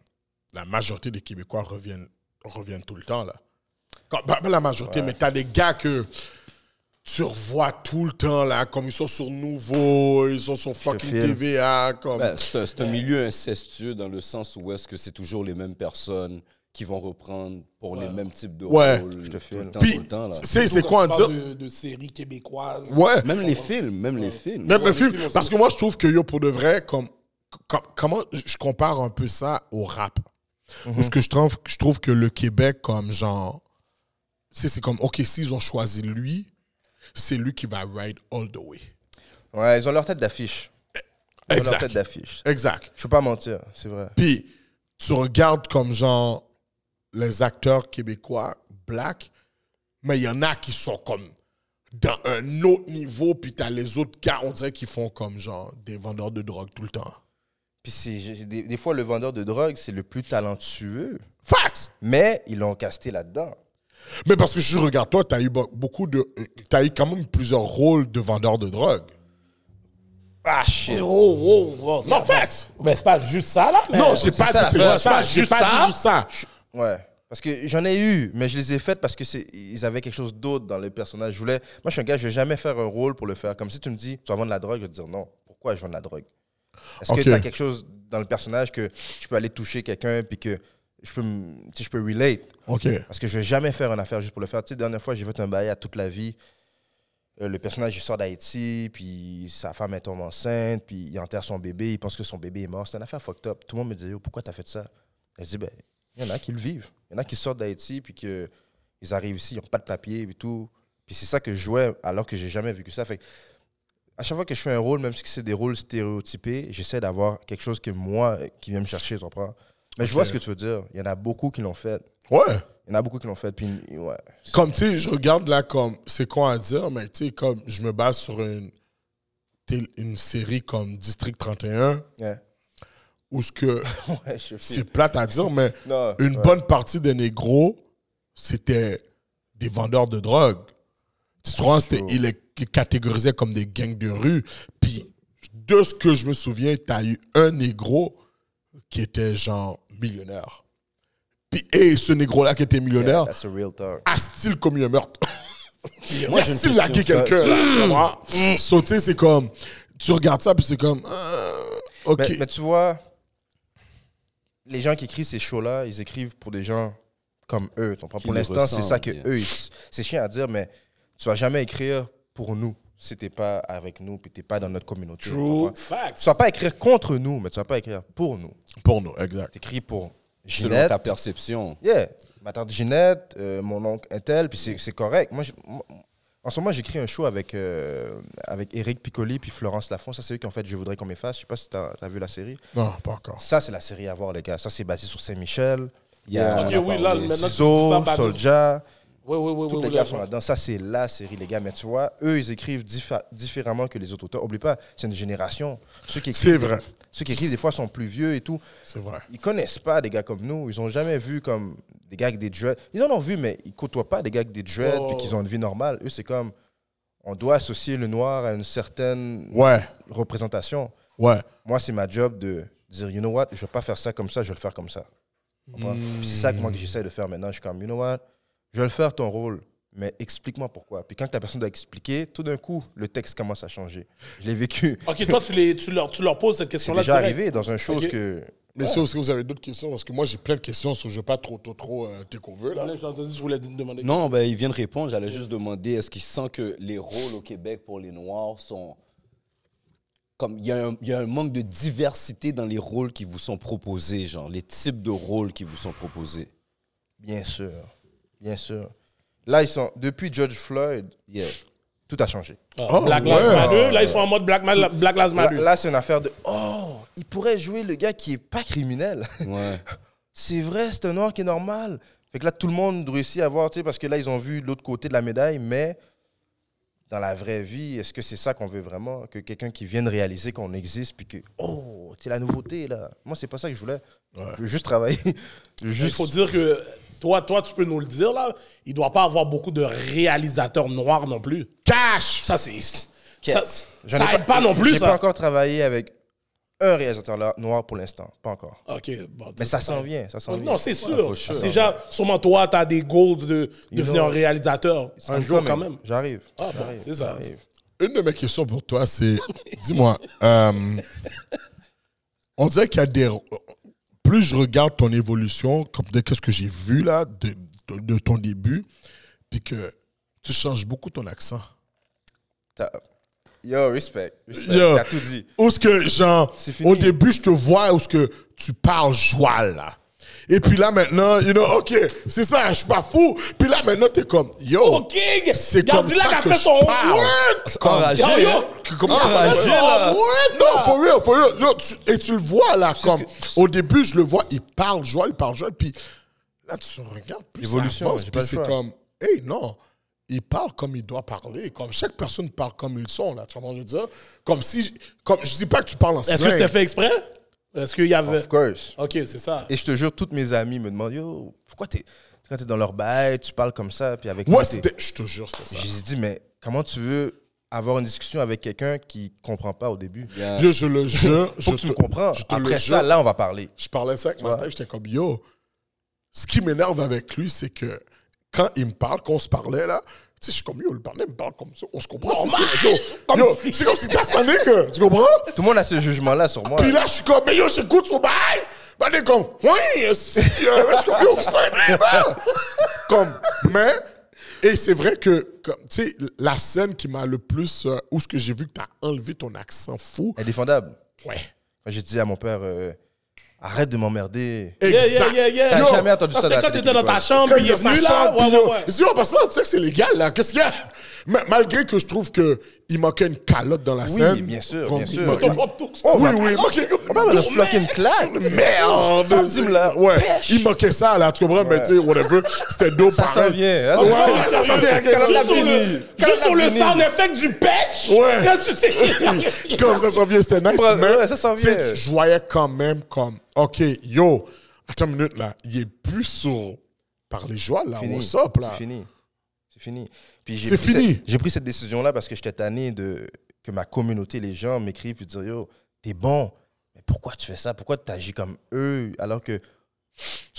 S4: la majorité des Québécois reviennent, reviennent tout le temps, là. Comme- pas, pas la majorité, mais t'as des gars que tu revois tout le temps, là, comme ils sont sur Nouveau, ils sont sur fucking
S6: file.
S4: TVA, comme...
S5: Ben, c'est un, c'est un milieu incestueux dans le sens où est-ce que c'est toujours les mêmes personnes qui vont reprendre pour les mêmes types de
S4: Ouais.
S5: rôles
S6: Je te
S5: tout le
S6: file.
S5: temps,
S4: Puis,
S5: tout le temps, là.
S4: tu sais, c'est
S3: Quand
S4: quoi en
S3: tu parles
S4: dire?
S3: de, de séries québécoises.
S4: Ouais.
S5: Même les films, même les films.
S4: Même le
S3: les
S4: film.
S3: films aussi.
S4: Parce que moi, je trouve que yo, pour de vrai, comme, com- comment je compare un peu ça au rap. Parce que je trouve, je trouve que le Québec, comme genre. tu sais, C'est comme, OK, s'ils ont choisi lui, c'est lui qui va ride all the way.
S6: Ouais, ils ont leur tête d'affiche. Ils ont leur
S4: Exact.
S6: tête d'affiche.
S4: Exact.
S6: Je peux pas mentir, c'est vrai.
S4: Puis, tu regardes comme genre. les acteurs québécois black, mais il y en a qui sont comme dans un autre niveau, puis t'as les autres gars, on dirait qu'ils font comme genre des vendeurs de drogue tout le temps.
S6: Puis c'est- j'ai- des, des fois, le vendeur de drogue, c'est le plus talentueux,
S4: Facts!
S6: mais ils l'ont casté là-dedans.
S4: Mais parce que je regarde toi, t'as eu be- beaucoup de. euh, T'as eu quand même plusieurs rôles de vendeur de drogue.
S6: Ah, shit.
S3: Oh, oh, oh.
S4: Non, facts!
S3: Mais c'est pas juste ça, là. Mais...
S4: Non, j'ai
S6: c'est
S4: pas
S6: ça,
S4: dit c'est
S6: la
S4: juste ça.
S3: phrase.
S4: J'ai
S3: Juste
S4: pas
S3: ça.
S4: dit juste ça.
S6: Ouais. Parce que j'en ai eu, mais je les ai faites parce que c'est ils avaient quelque chose d'autre dans le personnage. Je voulais, moi, je suis un gars, je vais jamais faire un rôle pour le faire. Comme si tu me dis, tu vas vendre de la drogue, je vais te dire non. Pourquoi je vends de la drogue Est-ce
S4: Ok.
S6: que tu as quelque chose dans le personnage que je peux aller toucher quelqu'un puis que je peux, me- tu sais, je peux relate
S4: Ok.
S6: Parce que je vais jamais faire une affaire juste pour le faire. Tu sais, dernière fois, j'ai fait un bail à toute la vie. Euh, le personnage, il sort d'Haïti, puis sa femme, elle tombe enceinte, puis il enterre son bébé, il pense que son bébé est mort. C'est une affaire fucked up. Tout le monde me disait, Yo, pourquoi t'as fait ça? Elle dit, ben, il y en a qui le vivent. Il y en a qui sortent d'Haïti, puis que ils arrivent ici, ils n'ont pas de papier, et tout. Puis c'est ça que je jouais, alors que j'ai jamais vécu ça. Fait que, à chaque fois que je fais un rôle, même si c'est des rôles stéréotypés, j'essaie d'avoir quelque chose que moi, euh, qui vient me chercher, tu comprends? Mais je vois ce que tu veux dire. Il y en a beaucoup qui l'ont fait.
S4: Ouais.
S6: Il y en a beaucoup qui l'ont fait. Puis, ouais.
S4: Comme, tu sais, je regarde là comme, c'est quoi à dire, mais tu sais, comme, je me base sur une, télé- une série comme District 31,
S6: Ouais.
S4: où ce que,
S6: Ouais, je
S4: c'est
S6: suis.
S4: plate à dire, mais
S6: Non,
S4: une
S6: ouais.
S4: bonne partie des négros, c'était des vendeurs de drogue. Souvent, c'était-
S6: chaud.
S4: ils les catégorisaient comme des gangs de rue. Puis, de ce que je me souviens, t'as eu un négro qui était genre millionnaire. Puis, et ce négro-là qui était millionnaire,
S6: That's a real talk.
S4: a style commis un meurtre.
S6: Moi,
S4: Moi,
S6: j'ai une
S4: style
S6: question.
S4: laqué quelqu'un. là, tu
S6: Mm.
S4: vois. Sauter, c'est comme. Tu regardes ça, puis c'est comme. euh, ok.
S6: Mais, mais tu vois, les gens qui écrivent ces shows-là, ils écrivent pour des gens comme eux. tu comprends? Pour
S5: les
S6: l'instant, c'est ça que
S5: ressemblent,
S6: eux, ils- c'est chiant à dire, mais tu vas jamais écrire pour nous si t'es pas avec nous, puis t'es pas dans notre communauté. tu
S3: True
S6: comprends?
S3: facts.
S6: Tu vas pas écrire contre nous, mais tu vas pas écrire pour nous.
S4: Pour nous, exact.
S6: T'écris pour
S5: Selon
S6: Ginette.
S5: ta perception.
S6: Yeah, ma tante Ginette, euh, mon oncle Intel, puis c'est c'est correct. Moi, je- moi, en ce moment, j'écris un show avec, euh, avec Eric Piccoli puis Florence Lafont. Ça, c'est eux qui ont fait Je voudrais qu'on m'efface. Je sais pas si t'as as vu la série.
S4: Non, pas encore.
S6: Ça, c'est la série à voir, les gars. Ça, c'est basé sur Saint-Michel. Il y
S5: Yeah.
S6: a
S3: Ok,
S5: on a parlé.
S3: oui, là, maintenant, tu fais
S6: Ciseaux,
S3: pas-
S6: Soldier.
S3: Oui, oui, oui.
S6: Tous
S3: oui,
S6: les
S3: oui,
S6: gars
S3: là,
S6: sont là-dedans. Ça, c'est la série, les gars. Mais tu vois, eux, ils écrivent diffé- différemment que les autres auteurs. Oublie pas, c'est une génération. Ceux qui écrivent-
S4: C'est vrai.
S6: Ceux qui écrivent, des fois, sont plus vieux et tout
S4: C'est vrai.
S6: ils connaissent pas des gars comme nous. Ils ont jamais vu comme des gars avec des dreads. Ils en ont vu, mais ils côtoient pas des gars avec des dreads
S3: Oh.
S6: puis qu'ils ont une vie normale. Eux, c'est comme on doit associer le noir à une certaine
S4: Ouais,
S6: représentation.
S4: ouais.
S6: Moi, c'est ma job de dire, you know what, je vais pas faire ça comme ça, je vais le faire comme ça. Tu comprends? Puis C'est ça que moi que j'essaie de faire maintenant. Je suis comme, you know what, je vais le faire ton rôle, mais explique-moi pourquoi. Puis quand la personne doit expliquer, tout d'un coup, le texte commence à changer. Je l'ai vécu.
S3: Ok, toi, tu, les, tu, leur, tu leur poses cette
S6: C'est
S3: question-là.
S6: déjà
S3: direct.
S6: arrivé dans un chose
S3: Ok.
S6: que.
S4: Mais si aussi vous avez d'autres questions, parce que moi, j'ai plein de questions, sur je vais pas trop, trop, trop euh, take over, là.
S3: Là, j'ai entendu, Je voulais te demander.
S5: Non, ben, il vient de répondre. J'allais juste demander est-ce qu'il sent que les rôles au Québec pour les Noirs sont. Comme il y, a un- il y a un manque de diversité dans les rôles qui vous sont proposés, genre les types de rôles qui vous sont proposés.
S6: Bien sûr. Bien sûr. Là, ils sont. Depuis George Floyd,
S5: Yeah.
S6: tout a changé.
S3: Ah,
S4: Oh,
S3: Black
S4: ouais.
S3: Lives Matter, là, ils sont en mode Black, Ma- Black Lives
S6: Là,
S3: Matter.
S6: là, c'est une affaire de. Oh, il pourrait jouer le gars qui est pas criminel.
S5: Ouais.
S6: c'est vrai, c'est un noir qui est normal. Fait que là, tout le monde réussit à voir, tu sais, parce que là, ils ont vu l'autre côté de la médaille, mais dans la vraie vie, est-ce que c'est ça qu'on veut vraiment Que quelqu'un qui vienne réaliser qu'on existe, puis que, oh, c'est la nouveauté, là. Moi, c'est pas ça que je voulais. Je veux juste travailler. Je
S3: Il
S6: veux juste.
S3: faut dire que toi, toi, tu peux nous le dire, là. Il doit pas avoir beaucoup de réalisateurs noirs non plus. Cash! Ça, c'est. Ça,
S6: J'en
S3: ça
S6: ai
S3: aide pas non plus,
S6: J'ai pas
S3: ça.
S6: encore travaillé avec un réalisateur là- noir pour l'instant. Pas encore.
S3: Ok, bon,
S6: Mais ça s'en vient, ça s'en vient. Ah,
S3: Non, c'est sûr.
S5: faut sure.
S3: Déjà, sûrement toi, t'as des goals de devenir
S6: know.
S3: un réalisateur un jour quand même.
S6: J'arrive.
S3: Ah, bon,
S6: j'arrive,
S3: c'est ça.
S6: j'arrive.
S4: Une de mes questions pour toi, c'est. Dis-moi, euh, on dirait qu'il y a des. Plus je regarde ton évolution, comme de qu'est-ce que j'ai vu là, de, de- de ton début, puis que tu changes beaucoup ton accent.
S6: T'as- Yo, respect. respect.
S4: Yo.
S6: T'as tout dit.
S4: Où ce que, genre,
S6: C'est fini.
S4: au début, je te vois, où ce que tu parles joual, là. Et puis là, maintenant, you know, OK, c'est ça, je suis pas fou. Puis là, maintenant, t'es comme, yo,
S3: Oh, King!
S4: c'est comme
S3: Gardila
S4: ça
S3: qui a
S4: que
S3: fait
S4: je
S3: son
S4: parle.
S3: work!
S4: Comme-
S5: Enragé,
S3: Yo, Ah, yo!
S5: hein?
S4: Que- Comment ça
S5: Enragé, là.
S4: Non, for real, for real. Non, tu- et tu le vois, là, comme, au début, je le vois, il parle joie, il parle joie, puis Là, tu regardes, plus
S6: Évolution,
S4: ça avance,
S6: j'ai pas
S4: puis
S6: le
S4: c'est
S6: choix.
S4: comme, hey, non, il parle comme il doit parler, comme chaque personne parle comme ils sont, là, tu vois comment je veux dire? Comme si, j- comme, je dis pas que tu parles en
S3: Est-ce que
S4: slang.
S3: c'était fait exprès? Est-ce qu'il y avait.
S6: Of course.
S3: Ok, c'est ça.
S6: Et je te jure, toutes mes amies me demandent Yo, pourquoi t'es. Quand t'es dans leur bail, tu parles comme ça, puis avec
S4: Moi,
S6: t'es-
S4: c'était, je te jure, c'était ça.
S6: J'ai dit, mais comment tu veux avoir une discussion avec quelqu'un qui comprend pas au début
S5: Yeah.
S4: Je, je le jure.
S6: Faut
S4: je
S6: que tu
S4: te-
S6: me comprends.
S4: Je te le
S6: Après
S4: jure.
S6: ça, là, on va parler.
S4: Je parlais ça avec ma staff, j'étais comme, yo, ce qui m'énerve avec lui, c'est que quand il me parle, quand on se parlait, là, tu sais, je suis comme, yo, le partenaire me parle comme ça. On se comprend.
S3: Oh
S4: c'est- c'est- yo, yo, c'est comme si t'as ce manique, tu comprends?
S6: Tout le monde a ce jugement-là sur moi.
S4: Puis là, je suis comme, mais yo, j'écoute son bail. Ben, il est comme, oui, si, euh, je suis comme, yo, c'est pas vrai, ben. Comme, mais, et c'est vrai que, comme, tu sais, la scène qui m'a le plus, euh, où ce que j'ai vu que t'as enlevé ton accent fou,
S6: Indéfendable.
S4: ouais.
S6: J'ai dit à mon père, euh, arrête de m'emmerder.
S3: Yeah,
S4: Exact.
S3: yeah, yeah, yeah.
S6: T'as
S3: Yo,
S6: jamais entendu
S3: parce
S6: ça
S3: que
S6: de la
S3: quand
S6: télé
S3: t'étais dans ta
S6: québécoise.
S3: chambre,
S4: Quand
S3: il est
S4: dans sa
S3: venu là.
S4: chambre,
S6: hein?
S3: Ouais,
S4: puis
S3: ouais,
S4: yo,
S3: ouais.
S4: il se dit, oh, parce que tu sais que c'est légal, là. Qu'est-ce qu'il y a? Mais malgré que je trouve qu'il manquait une calotte dans la
S6: Oui,
S4: scène.
S6: bien sûr,
S4: comme
S6: bien
S4: il
S6: sûr.
S4: manquait-
S3: Ton propre tour.
S4: Oh, oui,
S6: ma-
S4: oui, il manquait.
S6: Comment le fucking claque
S4: Merde!
S6: Samedi, là.
S4: Ouais,
S6: Pêche.
S4: il manquait ça, là, tu comprends? Mais tu sais, whatever, c'était dope.
S6: Ça
S4: pareil.
S6: s'en
S3: Ah
S6: vient. hein.
S4: Ouais, ouais, ça s'en vient.
S6: Quand on a
S3: Juste sur
S6: fini.
S3: le-
S6: Quand on
S3: Juste
S6: a
S3: sur le
S6: fini.
S3: sound effect du patch.
S4: Ouais.
S3: Là, tu sais.
S4: Comme ça s'en vient, c'était nice.
S6: Ouais,
S4: mais,
S6: ouais, ça s'en
S4: tu sais,
S6: vient.
S4: tu- Je voyais quand même comme, OK, yo, attends une minute, là. Il est plus sur par les joies, là.
S6: Fini.
S4: What's up, là?
S6: C'est fini. C'est fini. Puis j'ai
S4: C'est
S6: pris
S4: fini.
S6: cette- J'ai pris cette décision-là parce que j'étais tanné de que ma communauté, les gens m'écrivent et disent Yo, t'es bon, mais pourquoi tu fais ça Pourquoi tu agis comme eux alors que.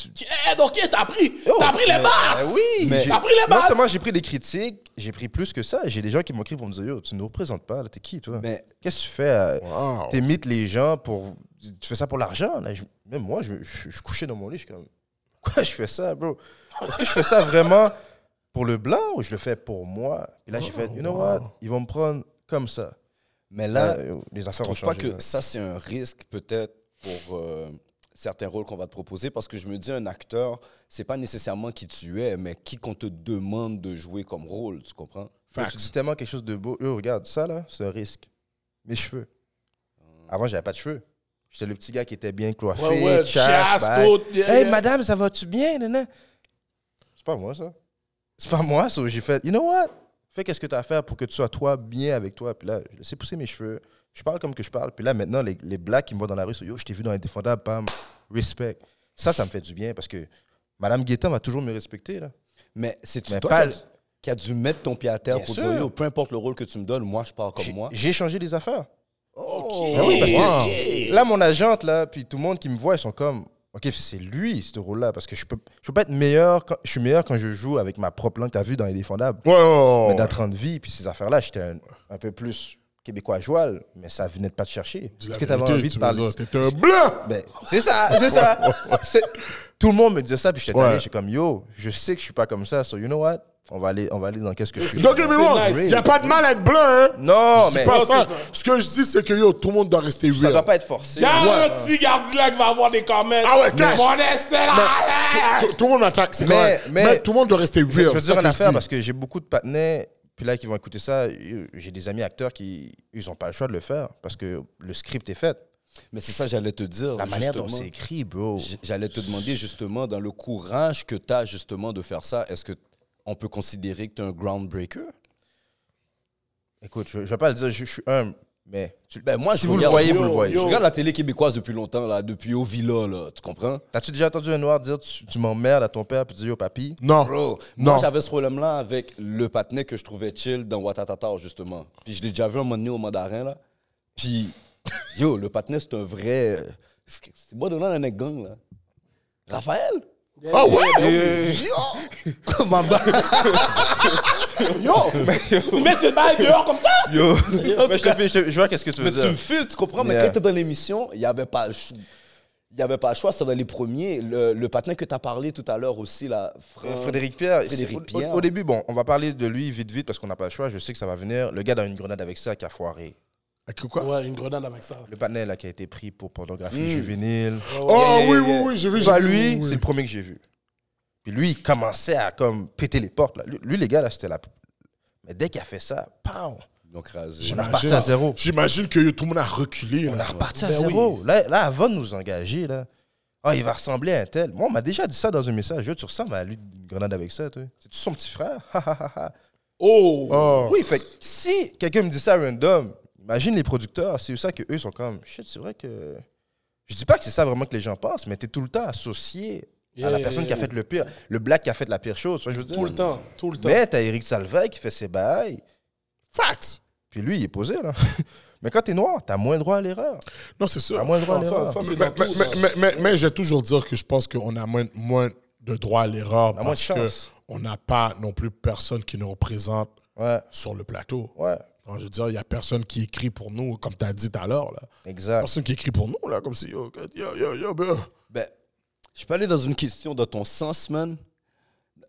S3: Eh, Donc, eh, t'as pris.
S6: Oh,
S3: T'as pris les
S6: mais-
S3: barres.
S6: mais oui, j'ai-
S3: T'as pris les
S6: Non
S3: barres.
S6: seulement j'ai pris des critiques, j'ai pris plus que ça. J'ai des gens qui m'écrivent pour me dire Yo, tu ne nous représentes pas, là, t'es qui toi
S5: Mais-
S6: Qu'est-ce que tu fais euh,
S4: Wow.
S6: T'imites les gens pour. Tu fais ça pour l'argent. là. Je- Même moi, je, je, je couchais dans mon lit, je suis comme. Pourquoi je fais ça, bro? Est-ce que je fais ça vraiment pour le blanc ou je le fais pour moi? Et là, j'ai fait, you know what? Ils vont me prendre comme ça.
S5: Mais
S6: Là,
S5: là,
S6: euh, les
S5: Je
S6: affaires ont
S5: trouve pas
S6: changé.
S5: que
S6: là.
S5: ça, c'est un risque peut-être pour euh, certains rôles qu'on va te proposer parce que je me dis, un acteur, c'est pas nécessairement qui tu es, mais qui qu'on te demande de jouer comme rôle, tu comprends?
S6: Quand Tu dis tellement quelque chose de beau. Yo, regarde, ça là, c'est un risque. Mes cheveux. Avant, j'avais pas de cheveux. J'étais le petit gars qui était bien coiffé,
S3: Ouais, ouais,
S6: chasse,
S3: chasse,
S6: bye.
S3: tout, yeah,
S6: Hey,
S3: yeah.
S6: madame, ça va-tu bien? nana? C'est pas moi, ça. C'est pas moi, ça. J'ai fait, you know what? Fais qu'est-ce que t'as à faire pour que tu sois toi, bien avec toi. Puis là, j'ai laissé pousser mes cheveux. Je parle comme que je parle. Puis là, maintenant, les, les blacks qui me voient dans la rue, sont, yo, je t'ai vu dans Indéfendable, pam, respect. Ça, ça me fait du bien parce que Madame Guettin va toujours me respecter, là.
S5: Mais c'est tu
S6: Mais
S5: toi qui
S6: pas-
S5: a dû- qui a dû mettre ton pied à terre
S6: Bien
S5: pour
S6: sûr.
S5: dire, Yo, peu importe le rôle que tu me donnes, moi, je pars comme
S6: J'ai-
S5: moi.
S6: J'ai changé les affaires.
S3: Ok.
S6: Ah oui, parce
S4: Wow.
S6: que là, mon agente, là, puis tout le monde qui me voit, ils sont comme, OK, c'est lui, ce rôle-là, parce que je peux, je peux pas être meilleur, quand, je suis meilleur quand je joue avec ma propre langue, t'as vu, dans Indéfendable.
S4: Ouais, ouais, ouais,
S6: Mais
S4: Oh, ouais.
S6: dans 30 vies, puis ces affaires-là, j'étais un, un peu plus québécois joual, mais ça venait de pas te chercher.
S4: Dis
S6: Est-ce
S4: la
S6: que t'avais
S4: vérité,
S6: envie
S4: tu veux
S6: de parler
S4: dire, T'es un blanc!
S6: ben, c'est ça, c'est ça. C'est- Tout le monde me disait ça, puis j'étais
S4: Ouais.
S6: allé, j'étais comme, yo, je sais que je suis pas comme ça, so you know what? On va aller, on va aller dans qu'est-ce que je suis.
S4: Don't get me wrong,
S3: nice.
S4: y a pas de mal à être blanc, hein?
S6: Non,
S4: C'est
S6: mais
S4: pas
S3: Ok,
S4: ça.
S3: ça.
S4: Ce que je dis, c'est que yo, tout le monde doit rester
S6: ça
S4: real.
S6: doit pas être forcé.
S3: Garanti, Gardilac va avoir des commentaires.
S4: Ah ouais, cash.
S3: Mon Estelle, ah,
S4: Tout- Tout le monde attaque, c'est
S6: Mais-
S4: correct. Mais,
S6: mais-
S4: tout le monde doit rester
S6: Je,
S4: real.
S6: je veux
S4: c'est ça
S6: dire
S4: que
S6: une affaire
S4: dis.
S6: parce que j'ai beaucoup de partenaires, puis là, qui vont écouter ça. euh, J'ai des amis acteurs qui, ils ont pas le choix de le faire parce que le script est fait.
S5: Mais c'est ça, que j'allais te dire.
S6: La manière dont
S5: justement.
S6: c'est écrit, oh. bro.
S5: J- J'allais te demander justement, dans le courage que tu as justement de faire ça, est-ce que on peut considérer que tu es un groundbreaker?
S6: Écoute, je, je vais pas le dire, je, je suis humble, mais tu-
S5: Ben moi,
S6: si
S5: je
S6: vous le
S5: regarde-
S6: voyez,
S5: Yo,
S6: vous le voyez.
S5: Je regarde la télé québécoise depuis longtemps, là, depuis au Villa, là, tu comprends?
S6: T'as-tu déjà entendu un noir dire tu, tu m'emmerdes à ton père puis dire yo papy
S4: Non.
S5: Bro,
S4: Non.
S5: moi j'avais ce problème-là avec le patinet que je trouvais chill dans Watatata, justement. Puis je l'ai déjà vu un moment donné au mandarin, là. Puis, yo, le patinet, c'est un vrai. C'est c'est moi donnant un nec gang, là. Raphaël?
S4: Ah ouais?
S5: Yo! Ma bague!
S3: yeah. Tu mets ce bail dehors comme ça.
S6: Yo
S5: en
S6: Mais
S5: tout
S6: je, te
S5: cas-
S6: fais- je, te- je vois qu'est-ce que tu veux
S5: Mais tu
S6: dire.
S5: me files, tu comprends? Mais
S6: Yeah.
S5: quand t'es dans l'émission, il n'y avait pas le choix. Il n'y avait pas le choix, c'est dans les premiers. Le, le patinet que t'as parlé tout à l'heure aussi, là, Fran-
S6: Euh, Frédéric Pierre,
S5: Frédéric
S6: c'est- au-
S5: Pierre.
S6: Au, au début, bon, on va parler de lui vite vite parce qu'on n'a pas le choix. Je sais que ça va venir. Le gars dans une grenade avec ça qui a foiré.
S4: Ok, quoi?
S3: Ouais, une grenade avec ça.
S6: Le partenaire là, qui a été pris pour pornographie juvénile.
S4: Oh
S5: Yeah, yeah,
S4: oui,
S5: yeah.
S4: oui, oui, j'ai vu.
S6: Toi,
S4: j'ai vu,
S6: Bah, lui,
S4: oui,
S6: c'est
S4: oui.
S6: le premier que j'ai vu. Puis lui, il commençait à comme péter les portes. Là. Lui, lui, les gars, là, c'était la. Mais dès qu'il a fait ça, pow,
S5: Ils l'ont crasé.
S6: on a reparti à zéro.
S4: J'imagine que yo, tout le monde a reculé.
S6: On
S4: là.
S6: a reparti à zéro. Là, là, avant de nous engager, là. Ah, il va ressembler à un tel. Moi, on m'a déjà dit ça dans un message. Yo, tu ressembles à lui, une grenade avec ça, toi. C'est-tu son petit frère? Ha, ha, ha, ha.
S3: Oh!
S6: Oui, fait que si quelqu'un me dit ça random, imagine les producteurs, c'est ça que eux sont comme shit, c'est vrai que je dis pas que c'est ça vraiment que les gens pensent, mais t'es tout le temps associé à
S3: Yeah,
S6: la personne
S3: yeah,
S6: qui a fait le pire, le black qui a fait la pire chose, tu vois, je veux dire.
S3: Tout le temps, tout le temps.
S6: Mais t'as Eric Salvay qui fait ses bails,
S4: Facts.
S6: puis lui il est posé là. mais quand t'es noir, t'as moins droit à l'erreur.
S4: Non, c'est sûr.
S6: T'as moins droit à
S3: Ah, ça,
S6: l'erreur.
S3: ça, c'est
S4: Mais,
S3: dans
S4: mais,
S3: tout,
S4: mais,
S3: ça.
S4: mais, mais- mais je vais toujours dire que je pense qu'on a moins, moins de droit à l'erreur
S6: a moins de
S4: parce
S6: chance.
S4: qu'on n'a pas non plus personne qui nous représente
S6: Ouais,
S4: sur le plateau.
S6: ouais,
S4: Alors, je veux dire, il n'y a personne qui écrit pour nous, comme tu as dit tout à l'heure. là.
S6: exact.
S4: Personne qui écrit pour nous, là, comme si, yo, yo, yo, yo, bro.
S5: Ben, je peux aller dans une question de ton sens, man.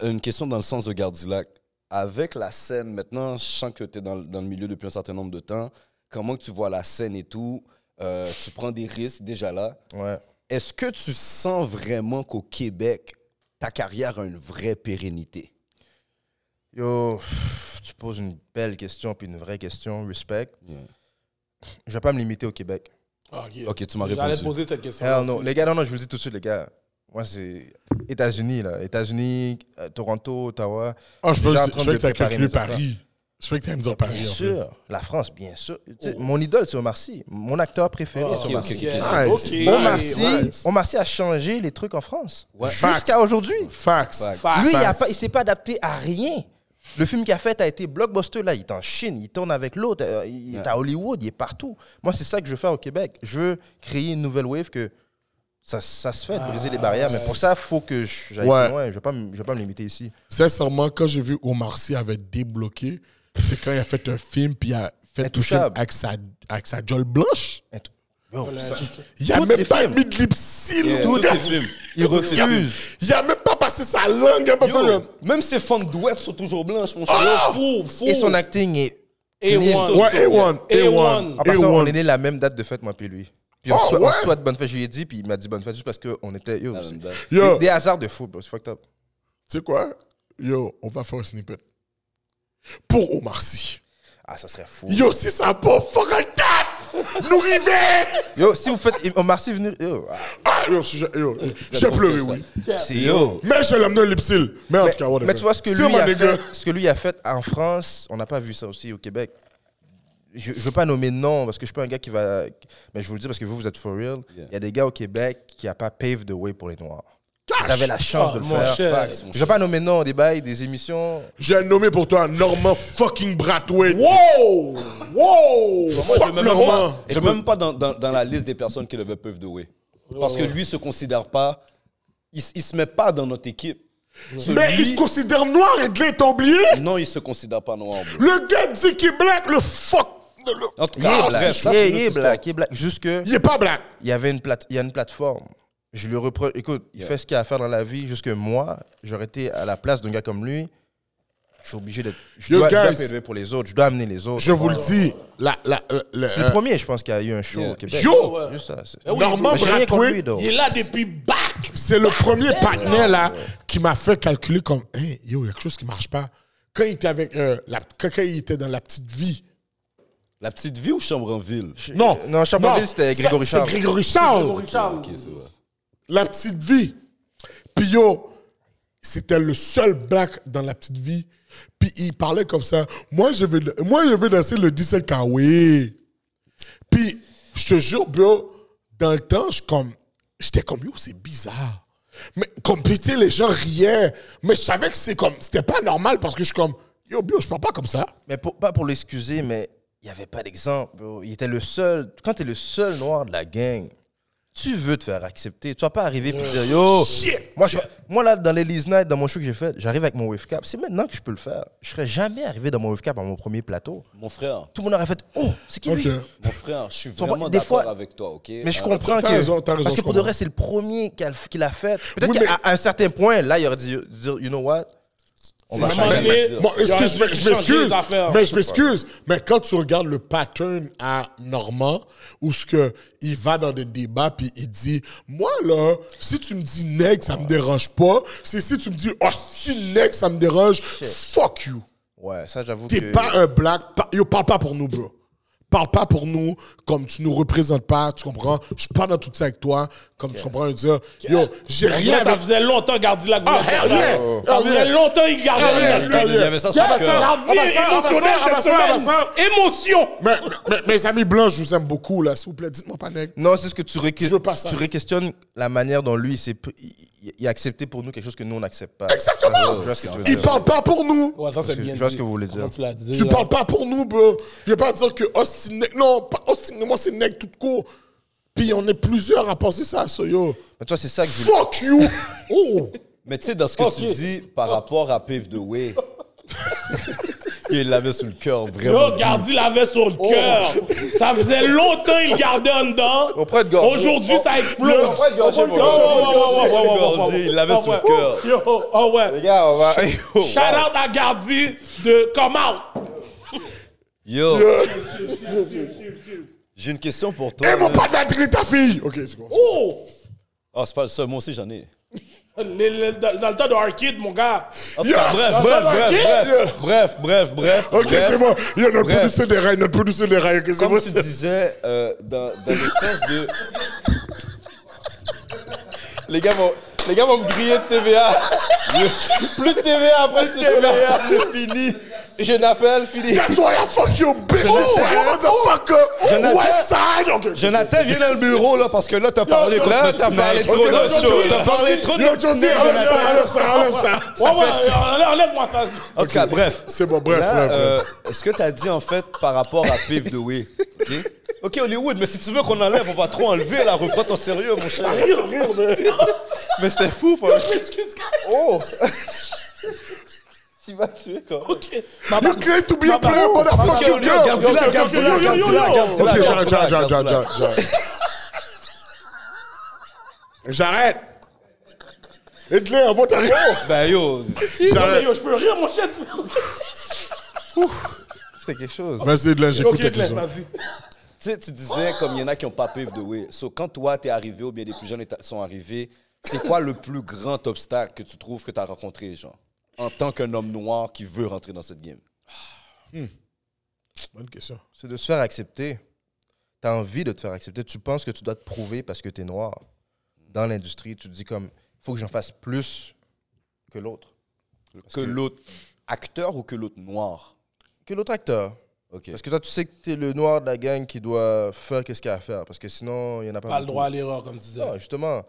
S5: Une question dans le sens de Gardilac. Avec la scène, maintenant, je sens que tu es dans, le- dans le milieu depuis un certain nombre de temps. Comment que tu vois la scène et tout? Euh, tu prends des risques déjà là.
S6: Ouais.
S5: Est-ce que tu sens vraiment qu'au Québec, ta carrière a une vraie pérennité?
S6: Yo, pff, tu poses une belle question puis une vraie question, respect.
S5: Yeah.
S6: Je vais pas me limiter au Québec.
S3: Ah,
S5: Ok, tu m'as
S3: J'allais
S5: répondu.
S3: te poser cette question.
S6: Hell no. Les gars, non, non, je vous le dis tout de suite, les gars. Moi, c'est États-Unis, là. États-Unis, euh, Toronto, Ottawa.
S4: Ah, je
S6: Déjà
S4: peux
S6: en
S4: je
S6: train
S4: peux
S6: de
S4: que tu as
S6: préparer
S4: calculé
S6: mes affaires.
S4: Paris. Je peux que tu aimes dire Paris.
S6: Bien
S4: en Oh.
S6: sûr. La France, bien sûr. Tu sais, Mon idole, c'est Omar Sy. Mon acteur préféré,
S3: Ah,
S6: c'est
S5: ok,
S6: Omar
S5: ok,
S6: Sy.
S5: ok.
S4: Nice.
S3: Ok.
S4: Nice.
S6: Omar Sy-
S4: Nice.
S6: Omar Sy a changé les trucs en France.
S5: Ouais.
S6: Jusqu'à aujourd'hui.
S4: plus. Facts.
S5: Facts.
S6: Lui, il a
S4: Facts.
S6: pas- il s'est pas adapté à rien. Le film qu'il a fait a été blockbuster. Là, il est en Chine, il tourne avec l'autre, euh, il est à Hollywood, il est partout. Moi, c'est ça que je veux faire au Québec. Je veux créer une nouvelle wave que ça, ça se fait de briser les barrières. Mais pour ça, il faut que je- j'aille
S4: Ouais.
S6: plus loin. Je ne vais, pas me- je vais pas me limiter ici.
S4: Sincèrement, quand j'ai vu Omar Sy avait débloqué, c'est quand il a fait un film, puis il a fait tout film
S6: Intouchable.
S4: avec sa, avec sa gueule blanche.
S6: Et tout-
S4: Il a
S6: Tous ses
S4: même pas
S6: films.
S4: mis de lipsil.
S5: Tous
S4: gars.
S5: ces films.
S6: Il refuse.
S4: Il a même pas passé sa langue. hein, parce
S5: Yo,
S4: que-
S5: même ces fans douettes sont toujours blanches, mon cher.
S3: Ah, fou, fou.
S6: Et son acting est.
S3: Et one.
S4: Ouais, A1.
S3: A1.
S6: En passant, on est né la même date de fête, moi puis lui. Puis on,
S4: Oh,
S6: sou- on
S4: ouais.
S6: souhaite bonne fête. Je lui ai dit, puis il m'a dit bonne fête juste parce qu'on était. Yo, c'est-
S5: date.
S6: des-
S4: Yo.
S6: Des, hasards de fou, bro. C'est fucked up.
S4: Tu sais quoi? Yo, on va faire un snippet. Pour Omar Sy.
S6: Ah, ça serait fou.
S4: Yo, si ça pas, fuck un tat! Nous rivez!
S6: Yo, si vous faites. Omar Sy venir. Yo, ah.
S4: Ah, yo, je- yo, j'ai pleuré, oui.
S5: C'est yo.
S4: Mais j'ai l'amené un lipsil. Mais en
S6: Mais,
S4: tout cas, whatever.
S6: mais tu vois ce que,
S4: Still
S6: lui
S4: my
S6: a
S4: nigga.
S6: fait, ce que lui a fait en France, on n'a pas vu ça aussi au Québec. Je ne veux pas nommer de nom parce que je suis pas un gars qui va. Mais je vous le dis parce que vous, vous êtes for real. Il y a des gars au Québec qui n'ont pas paved the way pour les Noirs. Ils avaient la chance
S3: Ah,
S6: de le
S3: mon
S6: faire.
S3: cher.
S6: Facts, mon Je ne vais pas nommer de nom, des bails, des émissions.
S4: J'ai nommé pour toi Norman fucking Bratway.
S3: Wow! Wow!
S4: Fuck Norman.
S5: Je suis même pas dans, dans, dans la liste des personnes qui devaient peuvent douer. Parce que lui se considère pas. Il, s- il se met pas dans notre équipe.
S4: Mais
S5: Celui-
S4: il se considère noir et de l'est oublié.
S5: Non, il se considère pas noir. bro.
S4: Le gars dit qu'il est black, le fuck. le-
S5: En tout
S6: Il est
S5: cas,
S6: black,
S5: bref, Bah, ça,
S6: il est-
S5: c'est
S6: il
S5: notre
S6: est
S5: histoire.
S6: black, il est black. Juste que
S4: Il est pas black.
S6: il y avait une plate, il y a une plateforme. Je lui reproche. Écoute, il fait ce qu'il a à faire dans la vie. Jusque moi, j'aurais été à la place d'un gars comme lui. Je suis obligé d'être. Je
S4: Yo,
S6: dois, je dois
S4: guys.
S6: prélever pour les autres. Je dois amener les autres.
S4: Je vous le
S6: Voilà.
S4: dis. La, la, euh, la- la-
S6: C'est le premier, je pense, qu'il y a eu un show
S5: Yeah.
S6: au Québec.
S4: Yo! Eh
S6: Juste ça, c'est-
S3: oui,
S4: Norman
S6: Mais j'ai rien contre
S4: Bratway,
S6: lui, donc.
S3: Il est là depuis back!
S4: c'est le premier partenaire là qui m'a fait calculer comme, hey, yo, il y a quelque chose qui marche pas. Quand il était avec, euh, la, quand quand il était dans la petite vie.
S5: La petite vie ou chambre en ville?
S4: Non,
S6: Non, Chamberlain, c'était
S4: Ça,
S6: Grégory Charles.
S4: C'est Grégory Charles.
S3: Richard.
S5: Ok, c'est vrai.
S4: La petite vie. Puis yo, c'était le seul black dans la petite vie. Puis il parlait comme ça. Moi, je vais, moi, je vais danser le 17 Kawaii. Puis, je te jure, bro, dans le temps, je comme, j'étais comme, yo, c'est bizarre. Mais comme, puis, tu sais, les gens riaient. Mais je savais que c'est comme, c'était pas normal parce que je suis comme, yo, bro, je parle pas comme ça.
S6: Mais pour- pas pour l'excuser, mais il n'y avait pas d'exemple. bro. Il était le seul. Quand tu es le seul noir de la gang, tu veux te faire accepter. Tu vas pas arriver et dire Yo,
S4: Oh, Shit.
S6: moi, je- moi, là, dans les Lee's Night, dans mon show que j'ai fait, j'arrive avec mon wave cap. C'est maintenant que je peux le faire. Je serais jamais arrivé dans mon wave cap à mon premier plateau.
S5: Mon frère,
S6: Tout le monde aurait fait Oh, c'est qui lui
S4: Ok. Ah,
S5: mon frère, je suis
S6: Son-
S5: vraiment
S6: des
S5: d'accord
S6: fois-
S5: avec toi, ok?
S6: Mais je
S5: Euh,
S6: comprends
S4: t'as
S6: que.
S4: raison, t'as raison,
S6: parce
S4: je
S6: que pour de
S4: comprends.
S6: vrai, c'est le premier qu'il a, qu'il a fait. Peut-être
S4: Oui,
S6: qu'à à un certain point, là, il aurait dû dire You know what On
S5: C'est
S6: va
S5: ça,
S6: changer.
S5: j'allais
S3: mais-
S5: dire.
S3: Il
S4: Bon,
S3: aurait
S4: excuse,
S3: dû
S4: je m'e-
S3: changer
S4: je m'excuse,
S3: les affaires.
S4: mais je m'excuse. Mais quand tu regardes le pattern à Normand, où ce que il va dans des débats puis il dit, moi là, si tu me dis nègre, ça me dérange pas. C'est si tu me dis, oh si nègre, ça me dérange, fuck you.
S6: Ouais, ça, j'avoue
S4: T'es
S6: que.
S4: pas un black. Pa- Yo, parle pas pour nous, bro. Parle pas pour nous comme tu nous représentes pas, tu comprends? Je parle dans tout ça avec toi. Comme tu comprends, dire, yo, j'ai rien
S3: Là, ça
S4: avec
S3: faisait longtemps que Gardilac voulait
S4: Ah,
S3: faire
S4: hell
S3: ça.
S4: yeah!
S3: Ça faisait longtemps qu'il gardait
S4: yeah,
S3: la
S4: hell
S5: Il y avait ça sur
S4: Yeah,
S5: le
S4: ça,
S5: cœur.
S4: Ah, bah ça, ah, bah ça,
S3: émotionnel
S4: ah, bah
S3: cette
S4: ça, ah, bah
S3: semaine.
S4: ça.
S3: Émotion.
S4: Mais, mais- mes amis blancs, je vous aime beaucoup, là. S'il vous plaît, dites-moi pas nègre.
S6: Non, c'est ce que tu, ré-
S4: veux pas ça.
S6: tu réquestionnes la manière dont lui il, s'est pr- il- il a accepté pour nous quelque chose que nous on n'accepte pas.
S4: Exactement!
S6: Je vois ce que tu veux
S4: Il
S6: dire.
S4: parle pas pour nous!
S3: Ouais, ça, c'est
S6: que-
S3: bien
S6: je vois ce
S3: dit.
S6: que vous voulez dire.
S3: Comment tu l'as dit,
S4: Tu
S3: là?
S4: parles pas pour nous, bro. Viens pas dire que Austin Neg- Non, pas Austin, moi, c'est Neg tout court. Puis on est plusieurs à penser ça, so yo.
S6: Mais toi, c'est ça que je voulais.
S4: Fuck you! Oh!
S5: Mais tu sais, dans ce que
S3: Ok.
S5: tu dis par rapport à Pave the Way, il l'avait sous le cœur, vraiment.
S3: Yo, Gardi l'avait sur le cœur. Ça faisait longtemps qu'il gardait en dedans.
S6: Auprès de Gorgé.
S3: Aujourd'hui, ça explose.
S6: Yo, auprès de Gorgé, mon
S3: Oh,
S6: gars.
S3: ouais, ouais, ouais, ouais, ouais, ouais,
S5: Gorgé,
S3: ouais, ouais.
S5: il l'avait
S3: Oh,
S5: sur le
S3: ouais.
S5: cœur.
S3: Yo, oh ouais.
S6: Regarde, on va.
S3: Shout out à Gardi de Come Out.
S5: Yo! J'ai une question pour toi. euh,
S4: Eh, mon
S5: là.
S4: pas de la grille, ta fille! Ok, c'est quoi? ça?
S3: Oh!
S5: Ah, c'est pas le seul, moi aussi j'en ai.
S3: Les- les- dans, dans le temps de Arcade, mon gars.
S4: Yeah.
S5: Bref,
S3: Ah,
S5: bref,
S3: ça va,
S5: bref,
S3: ok?
S5: bref, bref, bref, bref.
S4: Ok,
S5: bref.
S4: c'est bon. Il y a notre
S5: Bref.
S4: producteur des rails, notre producteur des rails. Ok, c'est bon.
S5: Comme tu disais, euh, dans, dans le sens de.
S6: Les gars vont. Les gars vont me griller de TVA. Plus de TVA après ce
S5: TVA, c'est fini!
S6: Je n'appelle, fini.
S4: That's why I fuck you, bitch! Oh, motherfucker!
S5: Jonathan.
S4: West side! Ok.
S5: Jonathan, viens dans le bureau, là, parce que là, t'as parlé
S6: là,
S5: contre
S6: t'as
S5: le petit
S6: parlé
S5: Nike.
S6: trop
S5: Ok,
S6: dans
S5: là,
S6: le show,
S5: T'as
S6: là.
S5: parlé trop de
S4: Yo,
S5: notre petit
S4: Johnny,
S5: Nike,
S4: enlève
S5: Jonathan.
S4: ça, enlève ça, enlève ça.
S3: Ouais, ouais, enlève- enlève-moi ça.
S5: En tout cas, bref.
S4: C'est bon, bref,
S5: Là,
S4: bref, bref.
S5: euh, Est-ce que t'as dit, en fait, par rapport à Piff de Way? OK? OK, Hollywood, mais si tu veux qu'on enlève, on va trop enlever, là. Reprends ton sérieux, mon cher.
S6: Mais c'était fou, faut-
S3: Excuse-
S6: Oh! tu vas tuer,
S4: Ah,
S6: quoi.
S3: Ok.
S4: You claim to be a
S3: Papa-
S4: player, motherfucker,
S5: Yo,
S4: you
S5: yo,
S4: girl!
S3: yo,
S5: garde-la,
S3: yo, yo,
S5: garde-la,
S3: yo, yo,
S5: garde-la,
S3: yo.
S5: garde-la.
S4: Ok,
S5: garde-la,
S4: j'arrête, j'arrête, j'arrête,
S5: garde-la.
S4: j'arrête, j'arrête. J'arrête. Hitler, avant ta
S5: Ben, yo,
S3: Non, mais
S4: J'arrête.
S3: yo, je peux rire, mon chien.
S6: C'est quelque chose.
S4: Vas-y, Hitler,
S3: Ok,
S4: j'écoute ta
S3: Glenn,
S4: question.
S3: vas-y.
S5: Tu sais, tu disais comme il y en a qui n'ont pas pave de way. So, quand toi, t'es arrivé ou bien des plus jeunes éta- sont arrivés, c'est quoi le plus grand obstacle que tu trouves que tu as rencontré, genre, en tant qu'un homme noir qui veut rentrer dans cette game?
S4: Bonne question.
S6: C'est de se faire accepter. T'as envie de te faire accepter. Tu penses que tu dois te prouver parce que t'es noir. Dans l'industrie, tu te dis comme, faut que j'en fasse plus que l'autre.
S5: Que l'autre acteur ou que l'autre noir?
S6: Que l'autre acteur.
S5: OK.
S6: Parce que toi, tu sais que t'es le noir de la gang qui doit faire qu'est-ce qu'il y a à faire. Parce que sinon, il n'y en a pas
S3: Pas le
S6: beaucoup.
S3: droit à l'erreur, comme tu disais.
S4: Ah,
S6: Non, Ah, justement.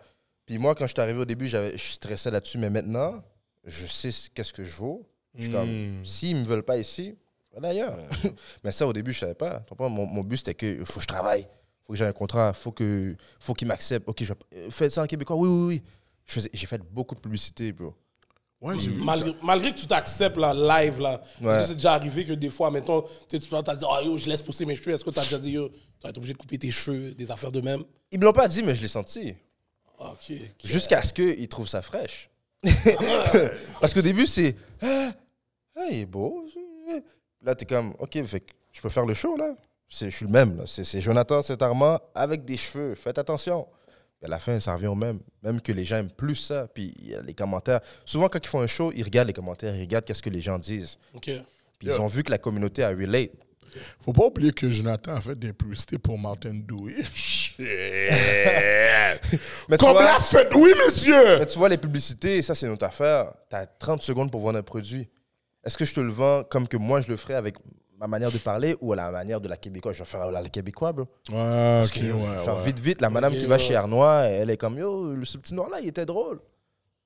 S6: Puis moi, quand je suis arrivé au début, j'avais- je stressais là-dessus, mais maintenant, je sais ce- qu'est-ce que je vaux. Je suis comme, s'ils me veulent pas ici, je vais ailleurs. mais ça, au début, je savais pas. Tu comprends? Mon, mon but, c'était que faut que je travaille, faut que j'ai un contrat, faut que faut qu'ils m'acceptent. Ok, je vais- euh, fais ça en québécois. Oui, oui, oui. Je faisais- J'ai fait beaucoup de publicité, bro.
S4: Ouais, j'ai vu.
S3: Malgré, malgré que tu t'acceptes là, live là, parce
S6: Ouais.
S3: que c'est déjà arrivé que des fois, mettons, tu sais, tu t'as dit, oh yo, je laisse pousser mes cheveux, est-ce que t'as déjà dit, yo, tu vas être obligé de couper tes cheveux, des affaires de même?
S6: Ils me l'ont pas dit, mais je l'ai senti.
S3: Ok.
S6: Jusqu'à ce qu'ils trouvent ça fraîche. Parce qu'au début, c'est Ah, ah, il est beau. Là, t'es comme Ok, fait que je peux faire le show, là. C'est- Je suis le même, là. C'est c'est Jonathan, c'est Armand avec des cheveux. Faites attention. Puis à la fin, ça revient au même. Même que les gens aiment plus ça. Puis il y a les commentaires. Souvent, quand ils font un show, ils regardent les commentaires, ils regardent qu'est-ce que les gens disent.
S3: Ok.
S6: Puis ils ont vu que la communauté a relate.
S4: Faut pas oublier que Jonathan a fait des publicités pour Martin Douy.
S6: Mais tu
S4: Comme
S6: vois-
S4: la fête, oui, monsieur!
S6: Mais tu vois, les publicités, ça, c'est notre affaire. Tu as 30 secondes pour vendre un produit. Est-ce que je te le vends comme que moi, je le ferais avec ma manière de parler ou à la manière de la Québécois Je vais faire la la Québécois, bro.
S4: Ouais, ok,
S6: Je vais faire
S4: ouais, ouais.
S6: vite, vite. La madame
S3: Ok,
S6: qui va
S3: ouais.
S6: chez Arnois, elle est comme Yo, le- ce petit noir-là, il était drôle.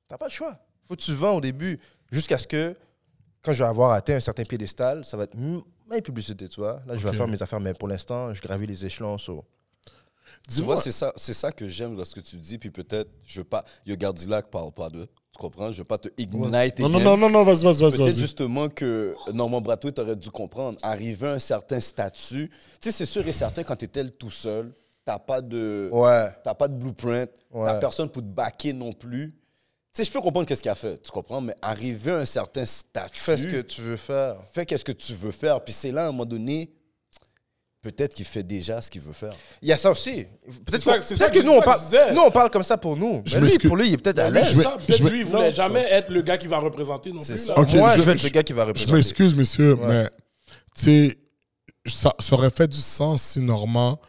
S6: T'as pas le choix. Faut que tu vends au début jusqu'à ce que, quand je vais avoir atteint un certain piédestal, ça va être Hmm, ma publicité, tu vois. Là, je vais faire mes affaires, mais pour l'instant, je gravis les échelons. so.
S5: Tu vois, c'est ça, c'est ça que j'aime dans ce que tu dis, puis peut-être, je veux pas... Yo, Gardilac parle pas de... Tu comprends? Je veux pas te ignite
S4: Non, non,
S5: again.
S4: non, non, non, vas-y, vas-y, vas-y.
S5: Peut-être
S4: vas-y.
S5: justement que Norman Brathwaite aurait dû comprendre. Arriver à un certain statut, tu sais, c'est sûr et certain, quand t'es tel tout seul, t'as pas de...
S6: Ouais.
S5: T'as pas de blueprint, t'as
S6: Ouais.
S5: personne pour te backer non plus. Tu sais, je peux comprendre qu'est-ce qu'il a fait, tu comprends, mais arriver à un certain statut,
S6: Fais ce que tu veux faire.
S5: fais qu'est-ce que tu veux faire, puis c'est là, à un moment donné, peut-être qu'il fait déjà ce qu'il veut faire.
S6: Il y a ça aussi. Peut-être
S3: ça-
S6: qu'on-
S3: c'est
S6: peut-être
S3: ça
S6: que
S3: que-
S6: nous,
S3: c'est
S6: on
S3: ça que je disais.
S6: parle, nous, on parle comme ça pour nous.
S4: Je
S6: Mais lui,
S4: m'excuse.
S6: pour lui, il est peut-être à
S3: Lui,
S6: l'aise.
S4: vais-
S3: ça,
S4: je
S3: peut-être
S4: vais-
S3: lui, il voulait jamais être le gars qui va représenter non
S6: C'est
S3: plus.
S6: ça.
S3: Là.
S4: Ok,
S6: Moi,
S4: je-
S6: je vais être
S4: je-
S6: le gars qui va
S4: Je
S6: représenter.
S4: m'excuse, monsieur, mais tu sais, ça, ça aurait fait du sens si Normand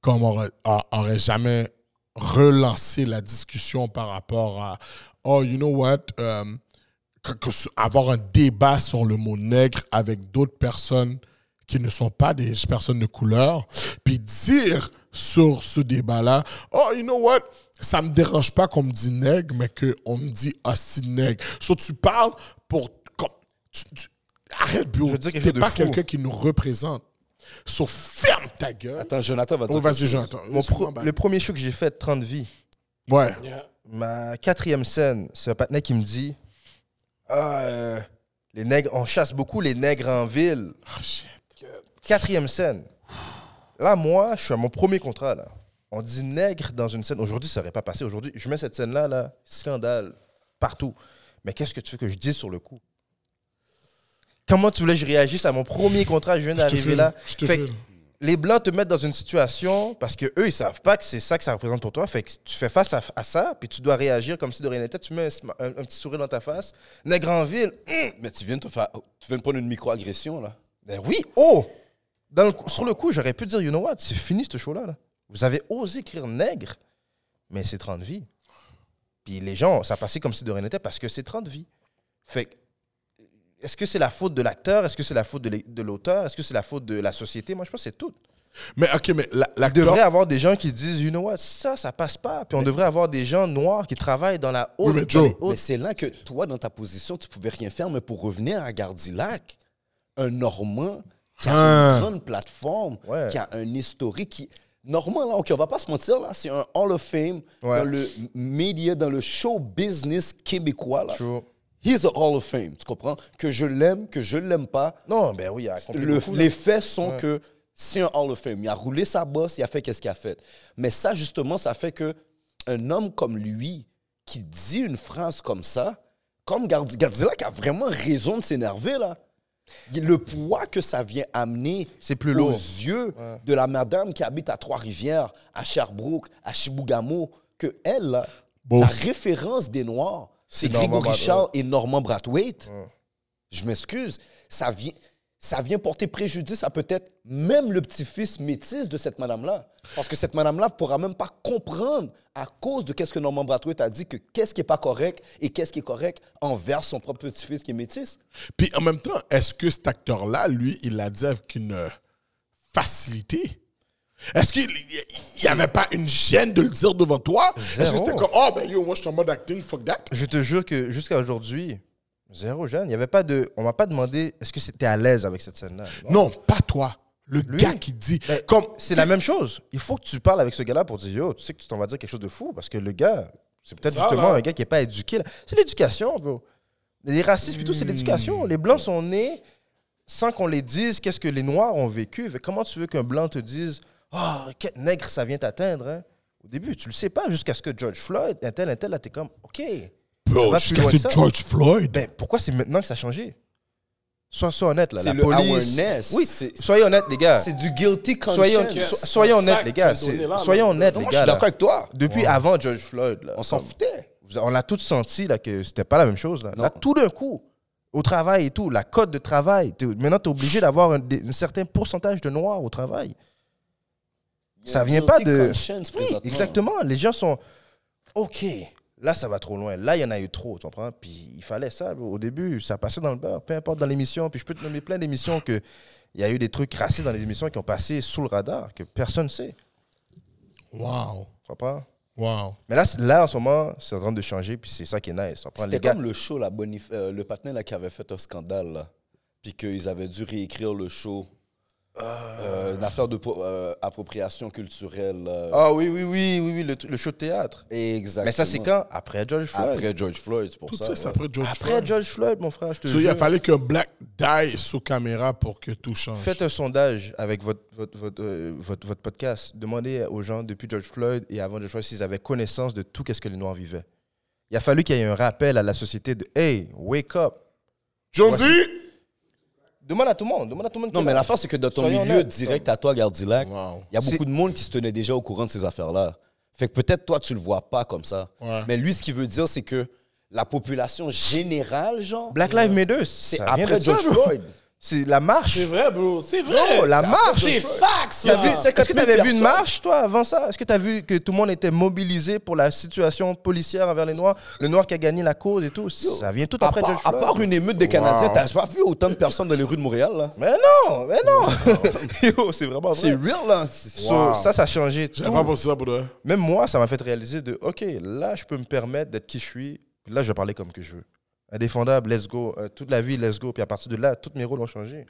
S4: comme aurait, a- aurait jamais relancer la discussion par rapport à oh you know what euh, que- que ce- avoir un débat sur le mot nègre avec d'autres personnes qui ne sont pas des personnes de couleur puis dire sur ce débat là oh you know what ça me dérange pas qu'on me dise nègre mais que on me dit hostie nègre soit tu parles pour comme, tu- tu- arrête bro
S6: Je veux dire quelque
S4: t'es
S6: chose de
S4: pas
S6: fou.
S4: quelqu'un qui nous représente sauf ferme ta gueule
S5: Attends, Jonathan va
S4: Oh,
S5: dire.
S4: vas-y, j'entends.
S6: Mon pro- le premier show que j'ai fait, 30 vies,
S4: Ouais.
S6: ma quatrième scène, c'est un patinet qui me dit Ah, euh, les nègres, on chasse beaucoup les nègres en ville.
S4: Ah, shit.
S6: Quatrième scène. Là, moi, je suis à mon premier contrat. Là. On dit nègre dans une scène. Aujourd'hui, ça n'aurait pas passé. Aujourd'hui, je mets cette scène-là, là, scandale, partout. Mais qu'est-ce que tu veux que je dise sur le coup? Comment tu voulais que je réagisse à mon premier contrat? Je viens
S4: Je te
S6: d'arriver
S4: file,
S6: là.
S4: je te
S6: Fait
S4: file.
S6: que les Blancs te mettent dans une situation parce que eux ils savent pas que c'est ça que ça représente pour toi. Fait que tu fais face à, à ça, puis tu dois réagir comme si de rien n'était. Tu mets un, sma- un- un petit sourire dans ta face. Nègre en ville, hum,
S5: Mais tu viens de te faire. Tu viens de prendre une micro-agression, là.
S6: ben oui, oh! Dans le coup- sur le coup, j'aurais pu dire, you know what, c'est fini ce show-là. là. Vous avez osé écrire nègre, mais c'est 30 vies. Puis les gens, ça passait comme si de rien n'était parce que c'est 30 vies. Fait que, est-ce que c'est la faute de l'acteur? Est-ce que c'est la faute de l'é- de l'auteur? Est-ce que c'est la faute de la société? Moi, je pense que c'est tout.
S4: Mais ok, mais la-
S6: Il devrait
S4: l'acteur.
S6: avoir des gens qui disent, you know what, ça, ça passe pas. Puis on devrait avoir des gens noirs qui travaillent dans la
S4: Oui,
S6: haute.
S4: mais
S6: dans les
S4: Joe,
S6: hautes-
S5: Mais c'est là que toi, dans ta position, tu pouvais rien faire, mais pour revenir à Gardilac, un Normand qui a
S4: Ah.
S5: une grande plateforme,
S6: Ouais.
S5: qui a un historique qui. Normand, là, OK, on va pas se mentir, là, c'est un Hall of Fame
S6: Ouais.
S5: dans le média, dans le show business québécois, là.
S6: True.
S5: He's a Hall of Fame, tu comprends? Que je l'aime, que je l'aime pas,
S6: Non, ben oui, il y a accompli
S5: le-
S6: beaucoup, là.
S5: les faits sont que c'est un Hall of Fame. Il a roulé sa bosse, il a fait qu'est-ce qu'il a fait. Mais ça, justement, ça fait que un homme comme lui, qui dit une phrase comme ça, comme Gard- Gardilac a vraiment raison de s'énerver, là. Il- Le poids que ça vient amener
S6: C'est plus
S5: aux
S6: lourd.
S5: yeux de la madame qui habite à Trois-Rivières, à Sherbrooke, à Chibougamau, que elle, là,
S4: Bon.
S5: sa référence des Noirs, c'est
S6: Normand
S5: Grégory
S6: Brathwaite.
S5: Charles et Normand Brathwaite. Je m'excuse, ça vient, ça vient porter préjudice à peut-être même le petit-fils métis de cette madame-là. Parce que cette madame-là ne pourra même pas comprendre à cause de qu'est-ce que Norman Brathwaite a dit que qu'est-ce qui n'est pas correct et qu'est-ce qui est correct envers son propre petit-fils qui est métis.
S4: Puis en même temps, est-ce que cet acteur-là, lui, il l'a dit avec une euh, facilité? Est-ce qu'il n'y avait pas une gêne de le dire devant toi? Est-ce que
S6: Zéro.
S4: c'était comme, oh ben yo, moi je suis en mode acting, fuck that?
S6: Je te jure que jusqu'à aujourd'hui, zéro jeune, il y avait pas de. On m'a pas demandé est-ce que c'était à l'aise avec cette scène-là.
S4: Non, pas toi. Le gars qui dit,
S6: Ben,
S4: comme,
S6: C'est la même chose. Il faut que tu parles avec ce gars-là pour dire yo, tu sais que tu t'en vas dire quelque chose de fou parce que le gars, c'est peut-être
S3: Ça,
S6: justement
S3: là.
S6: un gars qui est pas éduqué. là. C'est l'éducation, bro. Les racistes, plutôt, c'est l'éducation. Les blancs sont nés sans qu'on les dise qu'est-ce que les noirs ont vécu. Fait que comment tu veux qu'un blanc te dise ah, quel nègre ça vient t'atteindre, hein? Au début, tu le sais pas jusqu'à ce que George Floyd, un tel, un tel, là, t'es comme OK. ça
S4: bro,
S6: va plus
S4: jusqu'à
S6: loin
S4: ce
S6: que ça.
S4: George Floyd.
S6: Ben, pourquoi c'est maintenant que ça a changé? Sois, sois honnête, là.
S5: C'est
S6: La
S5: le
S6: police.
S5: awareness.
S6: Oui,
S5: C'est-
S6: soyez honnête, les gars.
S5: C'est du guilty conscience.
S6: Soyez, hon-
S3: Yes.
S6: so- soyez honnête,
S3: Fact
S6: les gars.
S3: que tu as
S6: C'est-
S3: donné là,
S6: soyez
S3: mais-
S6: honnête,
S5: Non,
S6: les
S5: moi, je
S6: gars.
S5: suis d'accord
S6: là.
S5: avec toi.
S6: Depuis avant George Floyd, là,
S5: On s'en
S6: comme-
S5: foutait.
S6: vous- On a tous senti là, que c'était pas la même chose. Là,
S5: Non.
S6: Là, tout d'un coup, au travail et tout, la cote de travail. t'es- maintenant, tu es obligé d'avoir un, des- un certain pourcentage de noirs au travail.
S5: Il y a
S6: Ça
S5: un
S6: vient pas
S5: guilty
S6: de-
S5: conscience
S6: Oui,
S5: présentement.
S6: exactement. Les gens sont OK. Là, ça va trop loin. Là, il y en a eu trop, tu comprends? Puis il fallait ça. Au début, ça passait dans le beurre, peu importe dans l'émission. Puis je peux te nommer plein d'émissions que il y a eu des trucs racistes dans les émissions qui ont passé sous le radar, que personne ne sait, tu Ben,
S4: Wow,
S6: comprends?
S4: wow.
S6: Mais là, c'est- là, en ce moment, c'est en train de changer, puis c'est ça qui est nice, tu comprends? Les
S5: C'était
S6: gars,
S5: comme le show, la Bonif- euh, le partenaire là, qui avait fait un scandale, là. Puis qu'ils avaient dû réécrire le show. Euh, une affaire de pro- euh, appropriation culturelle. là.
S6: Ah oui, oui, oui, oui, oui, le, tr- le show de théâtre.
S5: Exactement.
S6: Mais ça, c'est quand? Après George Floyd.
S5: Après George Floyd, c'est pour
S4: Tout
S5: ça.
S4: ça,
S5: ouais.
S4: c'est après George
S6: Après
S4: Floyd.
S6: George Floyd, mon frère, je te
S4: So, il
S6: jure.
S4: a fallu qu'un black die sous caméra pour que tout change.
S6: Faites un sondage avec votre, votre, votre, euh, votre, votre podcast. Demandez aux gens depuis George Floyd et avant George Floyd s'ils avaient connaissance de tout quest ce que les Noirs vivaient. Il a fallu qu'il y ait un rappel à la société de Hey, wake up.
S4: Jonesy!
S6: Demande à tout le monde. Demande à tout le monde.
S5: Non,
S6: qui-
S5: mais l'affaire, c'est que dans ton
S6: Soyons
S5: milieu
S6: honnêtes.
S5: direct à toi, Gardilac, il
S4: Wow.
S5: y a beaucoup
S6: C'est-
S5: de monde qui se tenait déjà au courant de ces affaires-là. Fait que peut-être toi, tu le vois pas comme ça.
S4: Ouais.
S5: Mais lui, ce qu'il veut dire, c'est que la population générale, genre,
S6: Black Lives Matter,
S5: c'est
S6: ça vient
S5: après
S6: de ça,
S5: George
S6: bro.
S5: Floyd.
S6: C'est la marche.
S3: C'est vrai, bro. C'est vrai.
S6: Non, la marche.
S3: C'est fax,
S6: T'as vu-
S3: là.
S6: Est-ce que tu avais vu une marche, toi, avant ça Est-ce que tu as vu que tout le monde était mobilisé pour la situation policière envers les Noirs Le Noir qui a gagné la cause et tout Ça vient tout
S5: À
S6: après George
S5: part, à
S6: Floyd.
S5: part une émeute des Canadiens, t'as pas vu autant de personnes dans les rues de Montréal, là?
S6: Mais non, mais non Yo, c'est vraiment
S5: C'est
S6: vrai.
S5: real, là.
S6: So, Ça, ça a changé tout.
S4: J'avais pas pensé ça pour de vrai.
S6: Même moi, ça m'a fait réaliser de, OK, là, je peux me permettre d'être qui je suis. Là, je vais parler comme que je veux. Indéfendable, let's go. Euh, toute la vie, let's go. Puis à partir de là, tous mes rôles ont changé.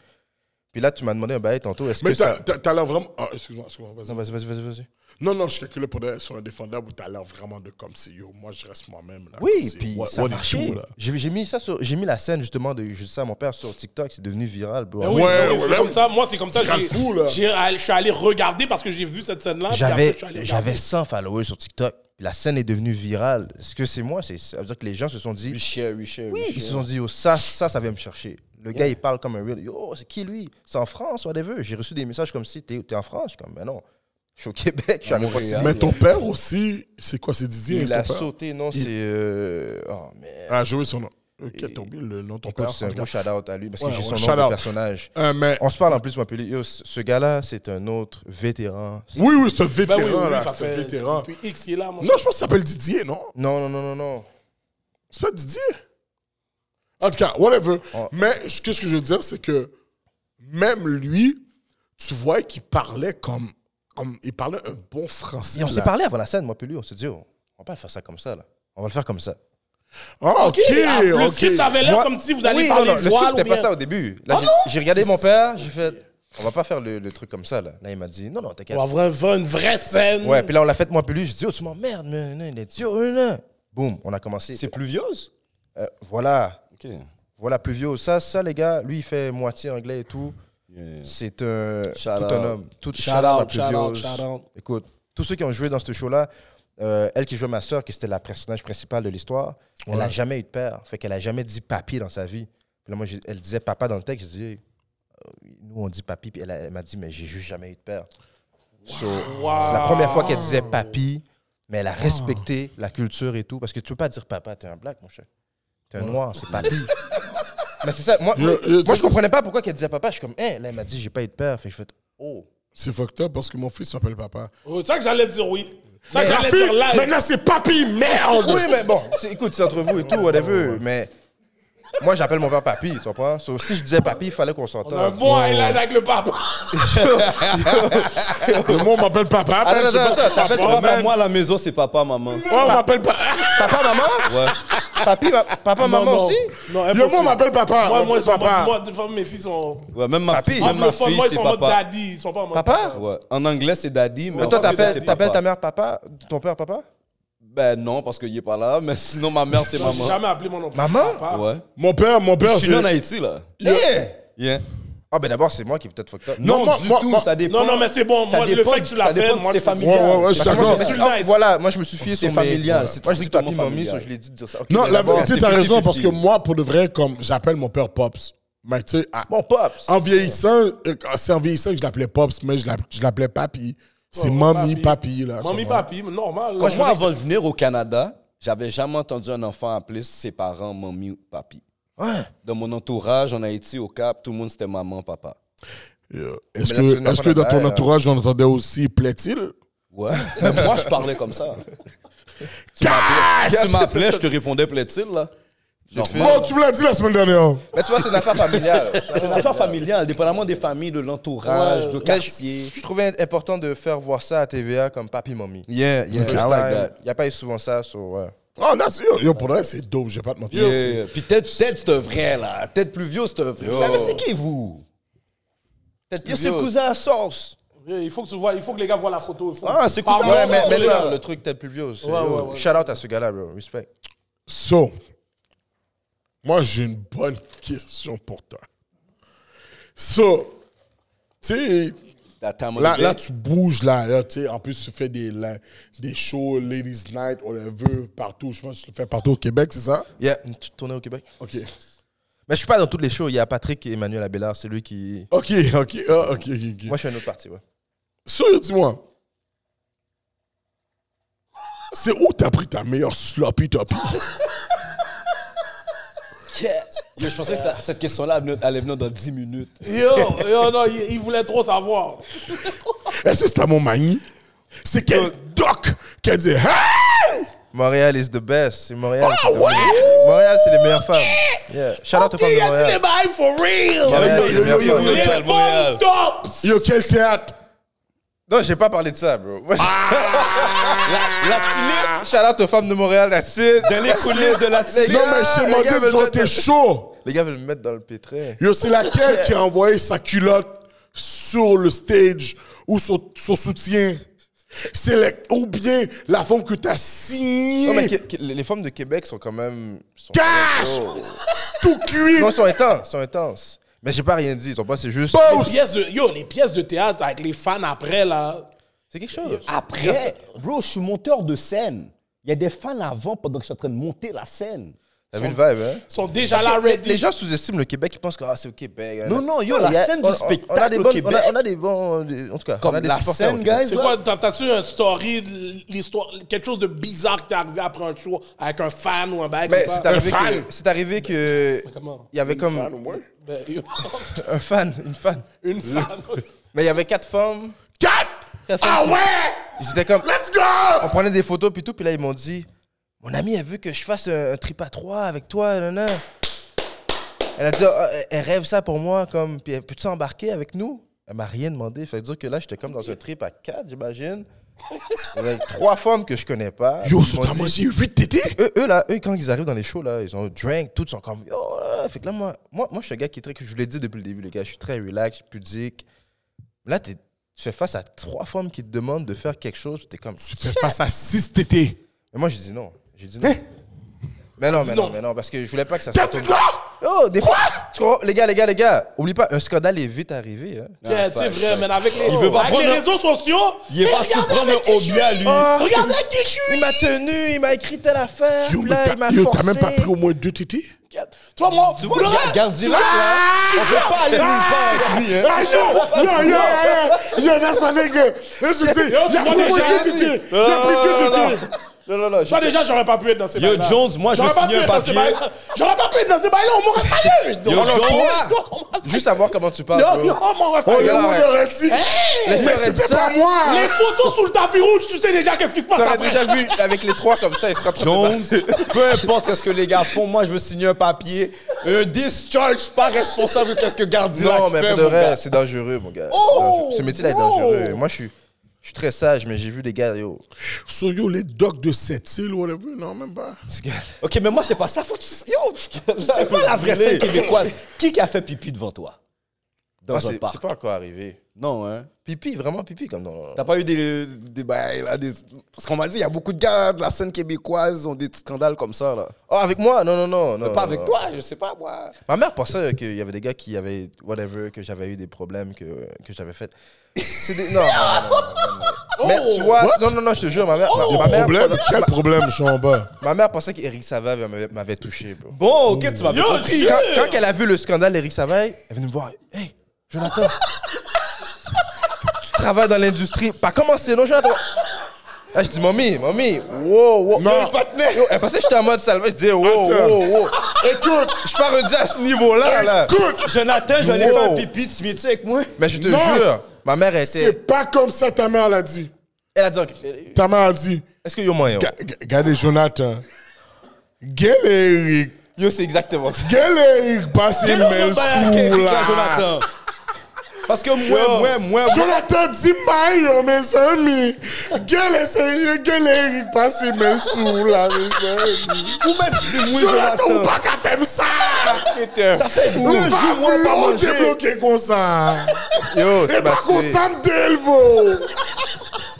S6: Puis là, tu m'as demandé un bail tantôt. Est-ce que
S4: Mais
S6: ça...
S4: t'as t'as- t'as l'air vraiment. Ah, excuse-moi, excuse-moi, vas-y.
S6: Non, vas-y, vas-y, vas-y. vas-y.
S4: Non, non, je calculais pour des sur indéfendable où t'as l'air vraiment de comme si yo, moi je reste moi-même là.
S6: Oui,
S4: C'est
S6: puis
S4: what-
S6: ça
S4: what it
S6: marchait.
S4: do, là.
S6: J'ai j'ai mis ça sur, j'ai mis la scène justement de juste ça à mon père sur TikTok, c'est devenu viral. bro.
S3: Ben oui,
S4: Ouais,
S3: ben oui,
S4: ouais,
S3: c'est
S4: ouais.
S3: comme ça. Moi, c'est comme ça.
S4: C'est
S3: j'ai-
S4: fou, là.
S3: j'ai- Je suis allé regarder parce que j'ai vu cette scène-là. puis après,
S6: J'avais,
S3: je suis allé regarder.
S6: j'avais 100 followers sur TikTok. La scène est devenue virale. Ce que c'est moi, c'est ça veut dire que les gens se sont
S5: We
S6: dit,
S5: share, we share,
S6: oui,
S5: we
S6: ils se
S5: share.
S6: sont dit, oh, ça, ça, ça vient me chercher. Le gars, il parle comme un real. Yo, c'est qui lui C'est en France, whatever. J'ai reçu des messages comme si t'es, t'es en France, Je suis comme, mais non, je suis au Québec, je suis à
S5: Montréal.
S6: Montréal.
S4: Mais ton père aussi, c'est quoi, c'est Didier
S6: Il
S4: hein,
S6: a
S4: ton père?
S6: sauté, non, c'est, euh, oh mais.
S4: Ah, joué son nom. Ok, t'as oublié le nom de ton
S6: Écoute,
S4: père.
S6: c'est
S4: c'est
S6: un
S4: un
S6: gros
S4: gars.
S6: shout out à lui parce
S4: Ouais,
S6: que j'ai
S4: ouais,
S6: son
S4: shout
S6: nom de
S4: out.
S6: personnage.
S4: Euh, mais
S6: On se parle en plus, moi, puis lui, yo, ce ce gars-là, c'est un autre vétéran. C'est-
S4: oui, oui, c'est un
S3: Ben oui, oui,
S4: vétéran
S3: oui,
S4: là.
S3: ça
S4: C'est un
S3: fait
S4: vétéran.
S3: depuis X, il est là, moi.
S4: Non, je pense qu'il s'appelle Didier, non
S6: Non, non, non, non, non.
S4: C'est pas Didier. En tout cas, whatever.
S6: Oh.
S4: Mais je- qu'est-ce que je veux dire, c'est que même lui, tu vois qu'il parlait comme, comme. Il parlait un bon français.
S6: Et on s'est
S4: là.
S6: parlé avant la scène, moi, puis lui, on s'est dit, oh, on va pas le faire ça comme ça, là. On va le faire comme ça.
S4: Ah, ok,
S3: Ah,
S4: ok.
S3: Le script, ça avait l'air
S6: Moi-
S3: comme si vous alliez
S6: Oui,
S3: parler
S6: non, non,
S3: de
S6: le
S3: voile
S6: script,
S3: ou
S6: c'était pas
S3: bien-
S6: ça au début. Là, j'ai- j'ai regardé mon père, j'ai fait, on va pas faire le, le truc comme ça, là. Là, il m'a dit, non, non, t'inquiète.
S3: On va avoir une vraie scène.
S6: Ouais, puis là, on l'a fait, moi, puis lui, j'ai dit, oh, tu m'emmerdes, mais non, il est dit, oh, non. Boum, on a commencé.
S5: C'est pluvieuse?
S6: Euh, voilà,
S5: OK. Yeah,
S6: voilà, plus vieux. Ça, ça, les gars, lui, il fait moitié anglais et tout.
S5: yeah.
S6: C'est un tout
S5: Shout out.
S6: un homme. Tout,
S3: Shout
S6: shout out à
S3: out, shout
S6: Pluvios.
S3: out, shout out.
S6: Écoute, tous ceux qui ont joué dans ce show-là, euh, elle qui jouait ma soeur, qui c'était la personnage principale de l'histoire, elle n'a jamais eu de père. Fait qu'elle n'a jamais dit papi dans sa vie. Puis là, moi, j'ai- elle disait papa dans le texte. Je dis, euh, nous, on dit papi. Puis elle, a- elle m'a dit, mais j'ai juste jamais eu de père. So, C'est la première fois qu'elle disait papi, mais elle a respecté la culture et tout. Parce que tu peux pas dire papa, t'es un black, mon cher. T'es un noir, c'est papi. Mais c'est ça, moi,
S4: Le- le-
S6: moi je comprenais pas pourquoi qu'elle disait papa. Je suis comme, hein, là, elle m'a dit, j'ai pas eu de père. Fait que je fais, oh.
S4: C'est fucked up parce que mon fils s'appelle papa.
S3: Oh, C'est ça que j'allais dire, oui. C'est ça que Ah, j'allais
S4: Rafi,
S3: dire live.
S4: maintenant c'est papy, merde!
S6: Oui, mais bon, c'est- écoute, c'est entre vous et tout, whatever. Mais moi, j'appelle mon père papi, tu comprends? So, si je disais papi, il fallait qu'on
S3: Un
S6: s'entende.
S3: bon highlight avec le papa.
S4: Le mot m'appelle papa. ben,
S6: Attends,
S4: je sais
S6: attends,
S4: pas si
S6: attends,
S4: papa,
S6: t'appelles
S5: Papa,
S4: ben.
S5: moi, à la maison, c'est papa, maman.
S4: Ouais, on m'appelle papa.
S6: Papa, maman?
S5: Ouais.
S6: Papi, ma- papa, maman
S3: Non, non.
S6: aussi?
S3: Non,
S4: Le
S3: impossible.
S4: mot m'appelle papa.
S3: Moi, moi, ils
S4: m'appelle
S3: sont
S4: papa.
S3: pas- moi, de fois, mes filles sont.
S5: Ouais, même ma,
S6: Papi.
S5: même ma
S3: Anglophones,
S5: fille,
S3: moi, ils
S5: c'est
S3: sont en mode
S5: papa.
S3: daddy. Ils sont pas en mode.
S6: Papa?
S5: Ouais. En anglais, c'est daddy, mais
S6: Mais toi,
S5: en français, c'est
S6: t'appelles t'appelles
S5: papa.
S6: ta mère papa? Ton père papa?
S5: Ben non, parce qu'il est pas là, mais sinon, ma mère, c'est
S3: Non, J'ai
S5: maman.
S3: jamais appelé mon nom.
S6: Maman?
S3: Papa.
S5: Ouais.
S4: Mon père, mon père.
S5: Je suis né en
S4: c'est-
S5: Haïti, là.
S6: Eh!
S5: Yeah.
S6: Ah, ben d'abord, c'est moi qui est peut-être fucked up.
S5: Non,
S4: moi-
S5: du
S4: moi-
S5: tout,
S4: moi-
S5: ça dépend.
S3: Non, non, mais c'est bon.
S5: Ça
S3: Moi, le
S5: dépend-
S3: fait que tu
S5: ça dépend
S3: l'appelles,
S5: de
S3: moi,
S5: ses
S3: je-
S5: familles.
S4: Ouais, ouais, ouais, je suis
S6: Parce que moi,
S4: d'accord.
S6: je me suis-
S3: C'est
S6: ah,
S3: nice.
S6: Voilà, moi je me suis fié
S5: C'est
S6: sur mes-
S5: familial, c'est
S6: Moi je dis
S5: strictement
S6: papi, mamie,
S5: familial.
S6: so je l'ai dit de dire ça. Ok,
S4: Non,
S6: mais
S4: la
S6: d'abord,
S4: vérité,
S5: c'est
S4: t'as raison
S5: 50-50.
S4: parce que moi, pour de vrai, comme j'appelle mon père Pops. Mais tu sais, à-
S6: Bon, pops.
S4: en vieillissant, euh, c'est en vieillissant que je l'appelais Pops, mais je l'app- je l'appelais Papi. C'est
S6: Oh,
S3: Ouais, ouais,
S4: Mamie,
S3: papi.
S4: Papi, là.
S3: Mamie,
S4: tu vois.
S3: papi, normal.
S5: Quand moi, avant de venir au Canada, j'avais jamais entendu un enfant appeler ses parents mamie ou papi.
S6: Ouais.
S5: Dans mon entourage, en Haïti, au Cap, tout le monde, c'était maman, papa.
S4: Euh, Est-ce
S6: Mais là, tu
S4: que,
S6: n'as
S4: est-ce
S6: pas
S4: que dans
S6: la
S4: ton
S6: balle, hein.
S4: entourage, on entendait aussi plaît-il?
S5: Ouais. Mais moi, je parlais comme ça.
S4: Cash!
S5: Tu m'appelais, je te répondais, plaît-il, là?
S4: Bon, tu me l'as dit la semaine dernière.
S6: Mais tu vois, c'est une affaire familiale.
S5: C'est une affaire familiale, dépendamment des familles, de l'entourage,
S3: Ouais.
S5: de
S6: Mais je-
S5: quartier.
S6: Je trouvais important de faire voir ça à TVA comme papi, mamie.
S5: Yeah, yeah.
S6: Il
S5: Just like that.
S6: n'y a pas eu souvent ça, so, ouais.
S4: Oh, là, c'est- yo, yo, pour vrai, c'est dope, je vais pas te mentir.
S5: Yeah,
S4: c'est-
S5: yeah. Puis Ted, Ted, c'est un vrai, là. Ted plus vieux, c'est un vrai. Vous savez, c'est qui, vous? Yo, c'est le cousin à sauce.
S3: Il faut que tu vois, il faut que les gars voient la photo. il faut-
S5: Ah, c'est cool,
S3: Par
S5: ça,
S3: moi,
S5: ouais,
S6: Ouais,
S3: c'est
S6: mais, mais
S3: sûr.
S6: là, le truc tel plus vieux. c'est-
S3: Ouais,
S6: yo,
S3: ouais, ouais.
S6: Shout out à ce gars-là, bro. Respect.
S4: So, moi, j'ai une bonne question pour toi. So, tu sais,
S5: That time of
S4: là,
S5: the
S4: là,
S5: day.
S4: tu bouges, là, là, tu sais, en plus, tu fais des, la- des shows, Ladies Night, on les veut partout. Je pense que tu le fais partout au Québec, c'est ça?
S6: Yeah, une petite tournée au Québec.
S4: OK.
S6: Mais je suis pas dans toutes les shows. Il y a Patrick et Emmanuel Abelard, c'est lui qui.
S4: OK, OK, ah, OK, OK, OK.
S6: Moi, je suis à une autre partie, ouais.
S4: So, yo, dis-moi, c'est où t'as pris ta meilleure sloppy toppy?
S5: Yo, je pensais que c'était- cette question-là elle venait- allait venir dans 10 minutes.
S3: Yo, yo, non, il, il voulait trop savoir.
S4: Est-ce que c'est à mon mani? C'est quel doc qui a dit Hey!
S6: Montréal is the best. C'est Montréal. qui est
S4: ouais?
S6: devenu- Montréal, c'est les meilleures femmes. Yeah. Shout out aux femmes de
S3: Il a dit les
S6: Montréal.
S3: bails for real.
S6: Montréal, c'est les meilleures femmes.
S3: Les
S5: Montréal, Montréal.
S3: bons tops.
S4: Yo, quel théâtre!
S6: Non, j'ai pas parlé de ça, bro. Moi,
S5: La, la Tunis,
S6: Shout out aux femmes de Montréal, that's it.
S5: dans les coulisses de la Tunis.
S4: Non, mais je t'ai
S6: les gars
S4: demandé
S6: veulent
S4: durant
S6: mettre-
S4: tes shows.
S6: Les gars veulent me mettre dans le pétrin.
S4: Yo, c'est laquelle qui a envoyé sa culotte sur le stage ou son, son soutien? C'est la- ou bien la femme que t'as signée.
S6: Non, mais que- que- les femmes de Québec sont quand même. sont-
S4: Cash!
S6: Oh.
S4: Tout cuit!
S6: Non, sont intenses, sont intenses. Mais j'ai pas rien dit, ils sont pas, c'est juste.
S3: Les pièces de, yo, les pièces de théâtre avec les fans après, là.
S6: C'est quelque chose.
S5: Après, bro, je suis monteur de scène. Il y a des fans avant pendant que je suis en train de monter la scène.
S6: T'as vu le vibe, hein?
S3: sont déjà là ready.
S6: Les gens sous-estiment le Québec, ils pensent que ah, c'est au Québec.
S5: Non, non, yo, la
S6: il y a-
S5: scène
S6: on-
S5: du
S6: on-
S5: spectacle
S6: On a des
S5: au
S6: bonnes.
S5: Québec.
S6: On a, on a des bons. En tout cas,
S5: Comme
S6: on a des
S5: la
S6: supporters au
S5: scène,
S6: Québec.
S5: guys,
S3: C'est
S5: là.
S3: quoi, t'as- t'as-tu un story, de l'histoire, quelque chose de bizarre qui t'est arrivé après un show avec un fan ou un bail
S6: Mais
S3: comme ça?
S6: Ben, c'est arrivé
S4: fan.
S6: que. C'est arrivé que.
S3: Comment?
S6: Il y avait comme.
S3: Ben, yo,
S6: Un fan, une fan.
S3: Une fan.
S6: Mais il y avait quatre femmes.
S4: Quatre! Ah ouais!
S6: Ils étaient comme.
S4: Let's go!
S6: On prenait des photos, puis tout, puis là, ils m'ont dit Mon ami a vu que je fasse un, un trip à trois avec toi, nanana. Elle a dit Ah, elle- Elle rêve ça pour moi, comme, puis peux-tu embarquer avec nous Elle m'a rien demandé. Fait dire que là, j'étais comme dans un trip à quatre, j'imagine, avec trois femmes que je connais pas.
S4: Yo,
S6: Ils
S4: ça
S6: m'ont
S4: t'as
S6: dit-
S4: mangé huit tétés?
S6: eux, eux, là, eux, quand ils arrivent dans les shows, là, ils ont drink, tout, ils sont comme. Oh, là, là. Fait que là, moi, moi, moi, je suis un gars qui est très. Je vous l'ai dit depuis le début, les gars, je suis très relax, pudique. Là, t'es- tu fais face à trois femmes qui te demandent de faire quelque chose, puis t'es comme.
S4: Tu fais face à six tétés.
S6: Mais moi, j'ai dit non. J'ai dit non. Mais non, mais Eh non,
S3: non.
S6: mais non, parce que je voulais pas que ça
S4: T'as
S6: soit.
S4: dit
S6: comme-
S4: quoi?
S6: Oh, des fois. Tu comprends? Les gars, les gars, les gars, oublie pas, un scandale est vite arrivé. Hein.
S4: Ah.
S3: Yeah, c'est vrai, mais avec les,
S5: Il veut pas
S3: avec
S5: prendre
S3: les
S5: un-
S3: réseaux sociaux,
S5: Il est pas se prendre un hobby à lui.
S6: Oh,
S3: regardez qui je suis.
S6: il m'a tenu, il m'a écrit telle affaire,
S4: Yo,
S6: puis
S4: mais
S6: là,
S4: t'as-
S6: il m'a
S4: yo,
S6: forcé.
S4: t'as même pas pris au moins deux tétés?
S3: Tu vois, moi, tu vois,
S5: Garde direct, là. On peut pas aller nulle part avec lui, hein.
S4: Ah, yo! Yo, yo, yo! Yo, that's my nigga! That's what I'm saying.
S3: Yo, tu
S4: Il a
S3: m'as
S4: pris au moins
S3: déjà
S4: deux
S3: dit.
S4: tétés! Il a pris deux tétés!
S6: Non, non, non, j'ai-
S3: Toi, déjà, j'aurais pas pu être dans ces
S5: Yo,
S3: bails-là.
S5: Jones, moi, Ah, je vais
S3: J'aurais pas
S5: signer
S3: pu
S5: un
S3: être dans
S5: papier.
S3: ces bails-là. J'aurais pas pu être dans ces bails-là, on m'aurait fallu.
S5: Yo, Jones.
S6: Juste savoir comment tu parles.
S3: Non,
S6: bro.
S3: yo, on m'aurait
S4: Oh,
S3: fallu.
S4: le
S6: là,
S4: monde
S6: ouais.
S4: aurait dit!
S6: Les
S4: Mais
S6: filles auraient dit
S4: c'était
S6: ça.
S4: pas moi!
S3: Les photos sous le tapis rouge, tu sais déjà qu'est-ce qui se passe
S6: T'aurais
S3: après.
S6: déjà vu avec les trois comme ça, ils se rattrapent.
S5: Jones, peu importe ce que les gars font, moi je veux signer un papier, un discharge pas responsable de ce que Gardilac
S6: Non, mais
S5: fait,
S6: pour de
S5: mon
S6: vrai,
S5: gars.
S6: c'est dangereux, mon gars. C'est
S3: Oh,
S6: dangereux. Ce métier-là est
S3: wow.
S6: dangereux. Moi, je suis, je suis très sage, mais j'ai vu les gars, yo.
S4: So, yo, les docs de cette île, whatever, non, même pas.
S6: ce gars-
S5: Ok, mais moi c'est pas ça, faut que tu... Yo, c'est pas la vraie scène québécoise. Qui qui a fait pipi devant toi? Dans
S6: Ah,
S5: un
S6: C'est
S5: parc.
S6: c'est pas encore arrivé.
S5: Non, hein.
S6: Pipi, vraiment pipi, comme dans.
S5: T'as pas eu des, des bails, là, des... Parce qu'on m'a dit, il y a beaucoup de gars de la scène québécoise ils ont des petits scandales comme ça, là. Euh.
S6: Oh, avec moi Non, non, non. non
S5: Pas
S6: non,
S5: avec
S6: non.
S5: toi, je sais pas, moi.
S6: Ma mère pensait qu'il y avait des gars qui avaient. Whatever, que j'avais eu des problèmes, que, que j'avais fait. C'est des. Non, non, non, non, non, non. Mais tu vois, non, non, non, je te jure, ma mère. ma- ma, mère
S4: Problème? Quel problème, je suis en bas?
S6: ma mère pensait qu'Éric Savard m'avait- m'avait touché, bro.
S5: Bon, ok, tu m'avais
S3: Yo,
S5: compris.
S3: shit.
S6: Quand, quand elle a vu le scandale d'Éric Savaille, elle est venue me voir. Hey, Jonathan, tu travailles dans l'industrie. Pas commencé, non, Jonathan? Là, je dis, mamie, mamie, wow, wow.
S4: Non.
S6: Yo, yo, elle pensait que j'étais en mode salvage. Je oh, disais, wow,
S4: Attends.
S6: wow, wow. oh. Écoute, je suis pas rendu à ce niveau-là, là.
S5: Jonathan, j'en ai fait
S6: Wow.
S5: un pipi, tu viens-tu avec moi?
S6: Mais je te
S4: Non.
S6: jure, ma mère, elle était.
S4: C'est pas comme ça ta mère l'a dit.
S6: Elle a dit, ok,
S4: Ta mère a dit,
S6: est-ce que yo moyen?
S4: Ga- ga- regardez Jonathan, Gel Eric,
S6: Yo, c'est exactement ça.
S4: Gel Eric passe une
S5: Non, non,
S4: mail
S5: ben,
S4: sous
S5: ok,
S4: là.
S5: là, Jonathan. Parce que moi, moi, moi,
S4: Jonathan dit maille, mes amis. Gel Eric, Gel Eric passe une mail sous là, mes amis.
S5: ou même dis-moi,
S4: Jonathan, ou
S5: Jonathan.
S4: pas qu'à faire ça?
S5: Ça fait deux
S4: Ou pas
S5: jours, on n'a pas
S4: voulu
S5: mangé.
S4: débloquer comme ça.
S6: Yo,
S4: Et
S6: tu
S4: pas
S6: m'as
S4: comme
S6: tué.
S4: ça, Delvo.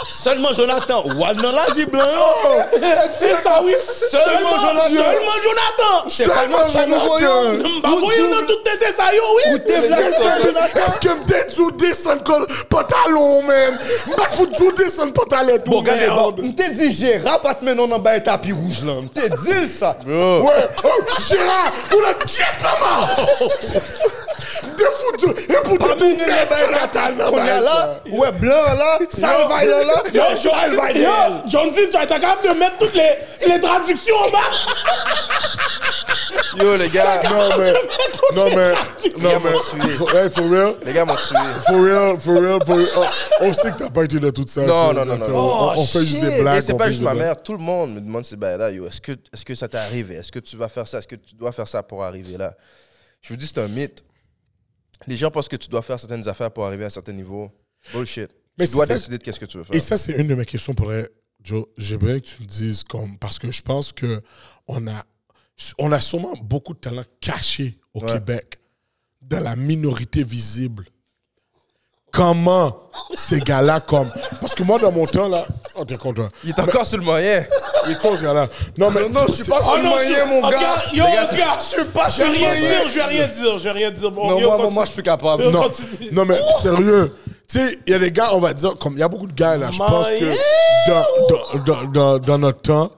S5: Seulement Jonathan. Walnut l'a dit blanc.
S3: C'est ça, oui.
S5: Seulement Jonathan.
S3: Seulement Jonathan.
S5: C'est pas moi, ça nous voyons.
S3: Bah, voyons dans toute tête, ça y est, oui.
S5: t'es là,
S4: Mes amis, Est-ce que m'dé dû descendre comme pantalon, man? M'pas vous dû descendre pantalon, tout,
S5: Bon, regardez,
S4: merde.
S5: bon, m't'ai dit, j'ai rapat maintenant dans un tapis rouge, là. M't'ai dit ça.
S6: Bro.
S4: Ouais, oh, Gérard, vous la guette, maman! De foutre, et pour de
S5: Parmi nous,
S4: tout, merde,
S5: les
S4: Jonathan, non,
S5: On est
S4: bah,
S5: là, ouais, blanc là, salvaille là, là.
S3: Yo,
S5: Yo,
S3: John,
S5: salvaille
S3: yo,
S5: là.
S3: John Z, tu vas être capable de mettre toutes les, les traductions en bas.
S6: Yo, les gars,
S4: Non, mais. Non, mais. Non,
S6: gars
S4: mais.
S6: m'ont tué.
S4: for- Hey, for real.
S6: les gars m'ont tué.
S4: For real, for real, for real. Oh, On sait que t'as pas été dans tout ça.
S6: Non,
S4: ça,
S6: non, non,
S4: donc,
S6: non.
S4: On,
S6: non.
S4: on fait juste des
S6: Shit.
S4: blagues.
S6: Et c'est
S4: on
S6: pas
S4: fait
S6: juste
S4: des
S6: ma
S4: blagues.
S6: mère. Tout le monde me demande ces bails-là. Yo, est-ce que, est-ce que ça t'est arrivé? Est-ce que tu vas faire ça? Est-ce que tu dois faire ça pour arriver là? Je vous dis, c'est un mythe. Les gens pensent que tu dois faire certaines affaires pour arriver à un certain niveau. Bullshit.
S4: Mais
S6: tu dois
S4: c'est ça-
S6: décider de qu'est-ce que tu veux faire.
S4: Et ça, c'est une de mes questions pour elle. Joe. J'aimerais que tu me dises comme. Parce que je pense que on a, on a sûrement beaucoup de talents cachés au
S6: Ouais.
S4: Québec, dans la minorité visible. Comment ces gars-là, comme. Parce que moi, dans mon temps, là. Oh, t'es content.
S6: Il est encore sur le moyen.
S4: Il est con, ce gars-là. Ah Non, mais.
S6: Non, je suis pas
S4: c'est-
S6: sur
S3: Oh
S6: le
S3: non, je-
S6: moyen, mon
S3: ok,
S6: gars.
S3: yo,
S6: Les gars,
S3: les gars,
S6: je suis pas
S3: Je
S6: sur
S3: vais
S6: le
S3: rien
S6: moyen.
S3: dire, je vais rien dire, je vais rien dire. Bon,
S6: Non,
S3: yo,
S6: moi, moi,
S3: continue.
S6: moi, je suis capable.
S4: Non,
S3: Quand tu dis-
S4: non, mais sérieux. Tu sais, il y a des gars, on va dire, comme il y a beaucoup de gars là, je pense
S3: My-
S4: que dans, dans, dans, dans- dans notre temps,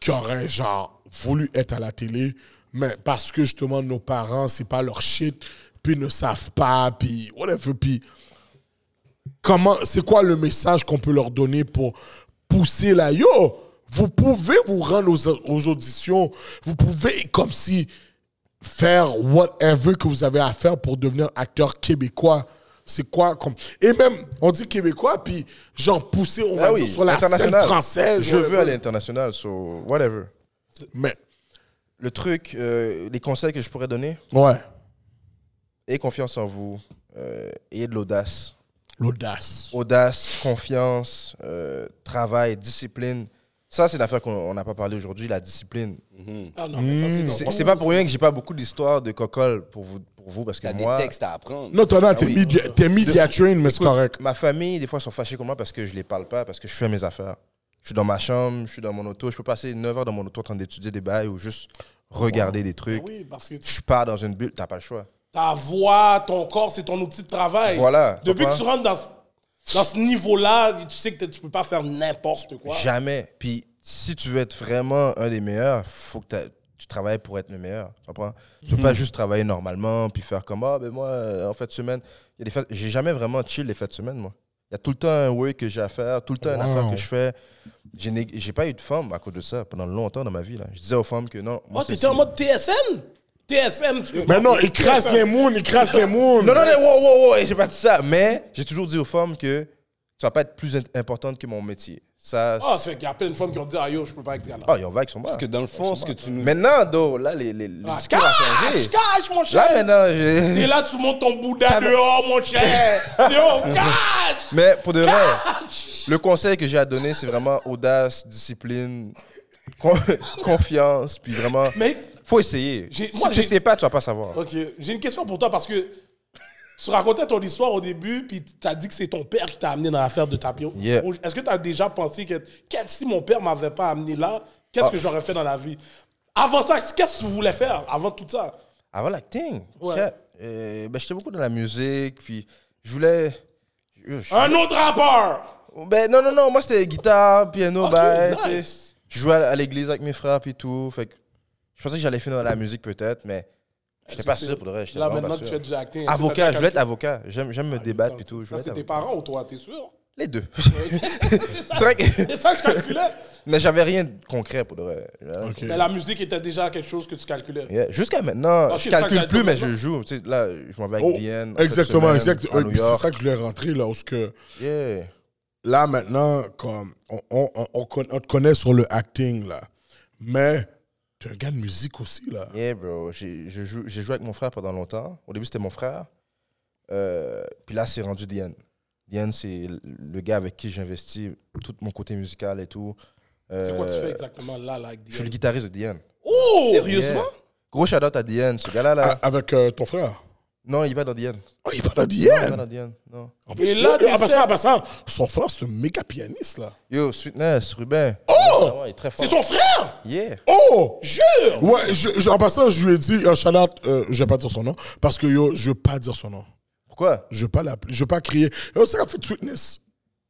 S4: qui auraient genre voulu être à la télé, mais parce que justement nos parents, c'est pas leur shit, puis ils ne savent pas, puis whatever, puis comment, c'est quoi le message qu'on peut leur donner pour pousser la yo? Vous pouvez vous rendre aux, aux auditions, vous pouvez comme si faire whatever que vous avez à faire pour devenir acteur québécois. C'est quoi comme et même on dit québécois puis genre pousser on
S6: Ah
S4: va
S6: oui,
S4: dire sur la scène
S6: international.
S4: française.
S6: Je veux
S4: whatever.
S6: aller international, so whatever.
S4: Mais
S6: Le truc, euh, les conseils que je pourrais donner,
S4: ouais,
S6: ayez confiance en vous, euh, ayez de l'audace.
S4: l'audace.
S6: Audace, confiance, euh, travail, discipline. Ça, c'est l'affaire qu'on on n'a pas parlé aujourd'hui, la discipline.
S3: Ah non, mais ça, c'est
S6: C'est
S3: normal.
S6: c'est pas pour rien que j'ai pas beaucoup d'histoires de cocole pour vous, pour vous parce que
S5: T'as
S6: moi,
S5: des textes à apprendre.
S4: Non, t'en as, t'es
S6: Ah oui.
S4: media- t'es media train, mais c'est
S6: Écoute,
S4: correct.
S6: Ma famille, des fois, sont fâchés contre moi parce que je les parle pas, parce que je fais mes affaires. Je suis dans ma chambre, je suis dans mon auto. Je peux passer 9 heures dans mon auto en train d'étudier des bails ou juste regarder des trucs.
S3: Ah Oui, parce que
S6: Je pars dans une bulle, t'as pas le choix.
S3: ta voix, ton corps, c'est ton outil de travail.
S6: Voilà,
S3: Depuis
S6: papa.
S3: que tu rentres dans, ce- dans ce niveau-là, tu sais que t'es- tu peux pas faire n'importe quoi.
S6: Jamais. Puis si tu veux être vraiment un des meilleurs, faut que t'a- tu travailles pour être le meilleur. Tu comprends? Tu
S3: Mhm.
S6: peux pas juste travailler normalement puis faire comme ah ben moi euh, en fait semaine, il y a des fêtes- j'ai jamais vraiment chill les fêtes de semaine moi. Il y a tout le temps un work que j'ai à faire, tout le temps une
S4: Wow.
S6: affaire que je fais. J'ai nég- j'ai pas eu de femme à cause de ça pendant longtemps dans ma vie là. Je disais aux femmes que non, moi
S3: Moi,
S6: c'est-
S3: Oh, t'étais en mode TSN TSN, tu
S4: Mais non, écrase les moons, écrase les moons.
S6: Non non non, wow wow wow, j'ai pas dit ça, mais j'ai toujours dit aux femmes que tu vas pas être plus in- importante que mon métier. Ça
S3: Ah, c'est qu'il y a plein de femmes qui ont dit Ah yo, je peux pas être là.
S6: Ah, ils ont vague, ils sont bas.
S5: Parce que dans le fond, ce que tu nous.
S6: Maintenant, do, là, les, les, le
S3: Ah,
S6: discours a changé.
S3: cache, cache, mon cher.
S6: Là, maintenant, j'ai-
S3: T'es là, tu montes ton Bouddha dehors, mon cher. Yo, cache
S6: Mais pour de vrai, le conseil que j'ai à donner, c'est vraiment audace, discipline, con- confiance, puis vraiment.
S3: Mais-
S6: Faut essayer.
S3: J'ai-
S6: si
S3: moi,
S6: tu
S3: j'ai-
S6: sais pas, tu vas pas savoir.
S3: Ok, j'ai une question pour toi parce que tu racontais ton histoire au début, puis t'as dit que c'est ton père qui t'a amené dans l'affaire de Tapio.
S6: Yeah.
S3: Ou- Est-ce que t'as déjà pensé que qu'est-ce si mon père m'avait pas amené là, qu'est-ce
S6: Ah.
S3: que j'aurais fait dans la vie Avant ça, qu'est-ce que tu voulais faire avant tout ça
S6: Avant l'acting,
S3: Ouais.
S6: tiens, euh, ben, j'étais beaucoup dans la musique, puis je voulais. je- je-
S3: Un autre rappeur
S6: Ben, non, non, non, moi c'était guitare, piano,
S3: Ok,
S6: ben, tu sais.
S3: nice.
S6: Je jouais à à l'église avec mes frères, puis tout. Fait que je pensais que j'allais finir dans la musique peut-être, mais
S4: Ah,
S6: j'étais pas sûr pour de vrai. j'étais
S3: Là,
S6: vraiment pas
S3: maintenant que tu
S6: sûr.
S3: fais du acting. est-ce que t'as
S6: Avocat,
S3: déjà
S6: je voulais être avocat. J'aime, j'aime
S4: Ah,
S6: me débattre et tout. Je
S3: Ça,
S6: voulais être
S3: c'est tes
S6: avocat.
S3: parents ou toi, t'es sûr
S6: Les deux. c'est vrai que.
S3: C'est ça que je calculais.
S6: Mais j'avais rien de concret pour de vrai.
S4: Ok.
S3: Mais la musique était déjà quelque chose que tu calculais.
S6: Yeah. Jusqu'à maintenant,
S4: Ah,
S3: Ok,
S6: je
S3: ça, ça
S6: calcule
S3: a
S6: plus,
S3: été
S6: mais
S3: maintenant.
S6: je joue. Tu sais, là, je m'en vais avec
S4: Oh,
S6: Liane en fin de
S4: exactement,
S6: semaine,
S4: exact.
S6: À
S4: Euh,
S6: New
S4: puis C'est
S6: York.
S4: ça que je l'ai rentré là, parce que
S6: Yeah.
S4: là maintenant, comme on, on, on, on con- on te connaît sur le acting là, mais t'es un gars de musique aussi là.
S6: Yeah, bro. J'ai, je joue, j'ai joué avec mon frère pendant longtemps. Au début, c'était mon frère. Euh, puis là, c'est rendu Diane. Diane, c'est le gars avec qui j'investis tout mon côté musical et tout.
S3: C'est quoi tu
S6: Euh,
S3: fais exactement là, là, avec
S6: Je suis le
S3: Diane
S6: guitariste de Diane.
S3: Oh
S6: Yeah. Gros shout out à Diane. Ce gars-là, là.
S4: Ah, Avec euh, ton frère.
S6: Non, il va dans Diane.
S4: Oh, il parle
S6: Il va
S4: d'hier.
S6: dans Diane. Non.
S3: Et là, t'es
S4: ah, bah
S3: seul.
S4: ça, ah, bah ça. Son frère, c'est un méga pianiste, là.
S6: Yo, Sweetness, Ruben. Ah
S4: Oh!
S6: il est très fort.
S3: C'est son frère
S6: Yeah.
S4: Oh!
S3: Jure
S4: Ouais, je, je- en passant, je lui ai dit, euh, shout out, euh, je vais pas dire son nom, parce que yo, je veux pas dire son nom.
S6: Pourquoi
S4: Je veux pas l'appeler, je veux pas crier. Yo, ça a fait de sweetness.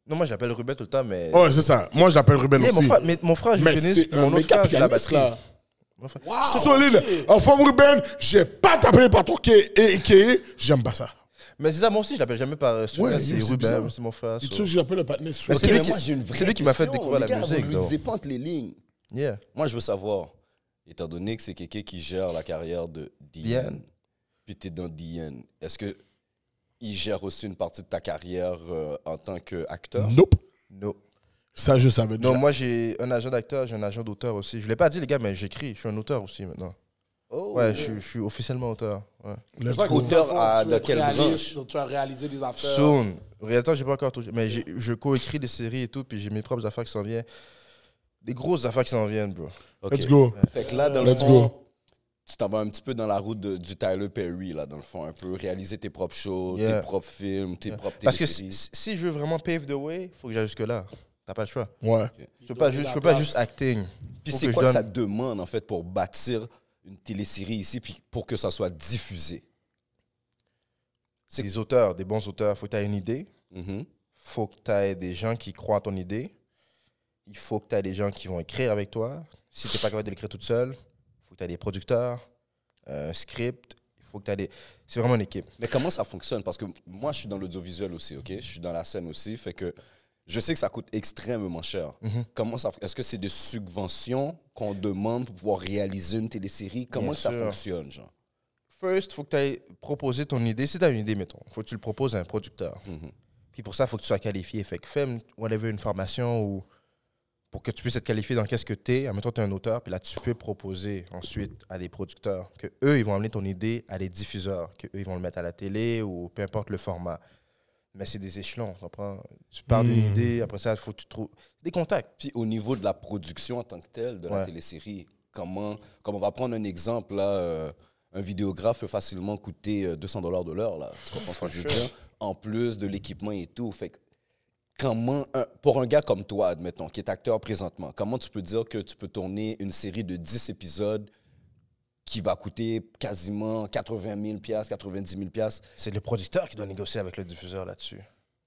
S6: Non, moi j'appelle Ruben tout le temps, mais.
S4: Ouais, c'est ça. Moi, je l'appelle Ruben
S6: Yeah, mon
S4: aussi.
S6: frère, mais mon frère joue au
S4: Mais
S6: tennis,
S4: c'est un
S6: mon autre
S4: méga
S6: frère joue à la
S4: pianiste,
S6: batterie.
S4: là.
S6: Mon frère-
S3: Wow
S4: Solide. En forme Ruben, j'ai pas tapé par ton quai et quai. J'aime pas ça.
S6: Mais c'est ça, moi aussi je l'appelle jamais par euh,
S4: Ouais,
S6: Sweetness,
S4: c'est
S6: c'est
S4: bizarre.
S6: Ruben, c'est mon frère.
S4: Tu
S6: so-
S4: sais, j'appelle le patinet
S6: Mais
S5: Ok,
S6: lui
S5: mais
S6: qui-
S5: moi, j'ai une vraie
S6: c'est lui qui m'a fait
S5: question.
S6: découvrir
S5: Les
S6: la
S5: gars,
S6: musique,
S5: Vous lisez pas entre les lignes.
S6: Yeah.
S5: Moi, je veux savoir, Étant donné que c'est quelqu'un qui gère la carrière de Diane, puis t'es dans Diane, est-ce que il gère aussi une partie de ta carrière euh, en tant qu'acteur?
S6: Mm.
S4: Nope.
S6: No.
S4: Ça, je savais déjà.
S6: Non, moi j'ai un agent d'acteur, j'ai un agent d'auteur aussi. Je ne l'ai pas dit, les gars, mais j'écris. Je suis un auteur aussi maintenant.
S5: Oh.
S6: Ouais, je, suis- je suis officiellement auteur. Ouais.
S4: Let's
S3: C'est vrai
S4: go.
S3: que
S5: Auteur
S3: dans le fond,
S5: à-
S4: ah,
S3: tu
S5: de quelle
S3: réalises- Tu as réalisé des affaires.
S6: Soon. Réalisateur, j'ai pas encore touché. Mais j'ai- je co-écris des séries et tout, puis j'ai mes propres affaires qui s'en viennent. Des grosses affaires qui s'en viennent, bro.
S5: Ok.
S4: Let's go.
S5: Fait que là, dans le
S4: Let's
S5: fond,
S4: go.
S5: tu t'en vas un petit peu dans la route de- du Tyler Perry, là, dans le fond, un peu réaliser tes propres shows,
S6: Yeah.
S5: tes propres films, tes propres
S6: Parce que si,
S5: téléséries.
S6: si je veux vraiment pave the way, faut que j'aille jusque-là. T'as pas le choix.
S4: Ouais.
S6: Je peux pas,
S3: Donner
S6: juste,
S3: la
S6: je peux pas
S3: place.
S6: juste acting.
S5: Puis
S6: Faut
S5: c'est
S6: que
S5: quoi
S6: je
S5: que ça
S6: donne-
S5: te demande, en fait, pour bâtir une télésérie ici, puis pour que ça soit diffusé?
S6: Des auteurs, des bons auteurs. Faut que t'aies une idée. Mm-hmm.
S5: Mhm.
S6: Faut que t'aies des gens qui croient à ton idée. Il faut que t'aies des gens qui vont écrire avec toi. Si t'es pas capable de l'écrire toute seule, faut que t'aies des producteurs, un script. Il faut que t'aies des. C'est vraiment une équipe.
S5: Mais comment ça fonctionne? Parce que moi, je suis dans l'audiovisuel aussi, OK? Je suis dans la scène aussi, fait que je sais que ça coûte extrêmement cher.
S6: Mhm.
S5: Comment ça... Est-ce que c'est des subventions qu'on demande pour pouvoir réaliser une télésérie? Comment
S6: Bien
S5: que ça
S6: sûr.
S5: fonctionne, genre?
S6: First, faut que tu ailles proposer ton idée. Si tu as une idée, mettons, faut que tu le proposes à un producteur.
S5: Mhm.
S6: Puis pour ça, faut que tu sois qualifié. Fait que fais une- whatever, une formation ou pour que tu puisses être qualifié dans qu'est-ce que tu es. Admettons, tu es un auteur, puis là, tu peux proposer ensuite à des producteurs que eux, ils vont amener ton idée à des diffuseurs, que eux, ils vont le mettre à la télé ou peu importe le format. Mais c'est des échelons, tu comprends? Tu pars d'une
S4: Mhm.
S6: idée, après ça, faut que tu trouves des contacts.
S5: Puis au niveau de la production en tant que telle de la
S6: Ouais.
S5: télésérie, comment, comme on va prendre un exemple là, euh, un vidéographe peut facilement coûter euh, 200 dollars de l'heure là, tu comprends ce que je veux dire En plus de l'équipement et tout, fait que comment un- pour un gars comme toi, admettons, qui est acteur présentement, comment tu peux dire que tu peux tourner une série de 10 épisodes qui va coûter quasiment 80 000 pièces, 90 000 pièces
S6: C'est le producteur qui doit négocier avec le diffuseur là-dessus.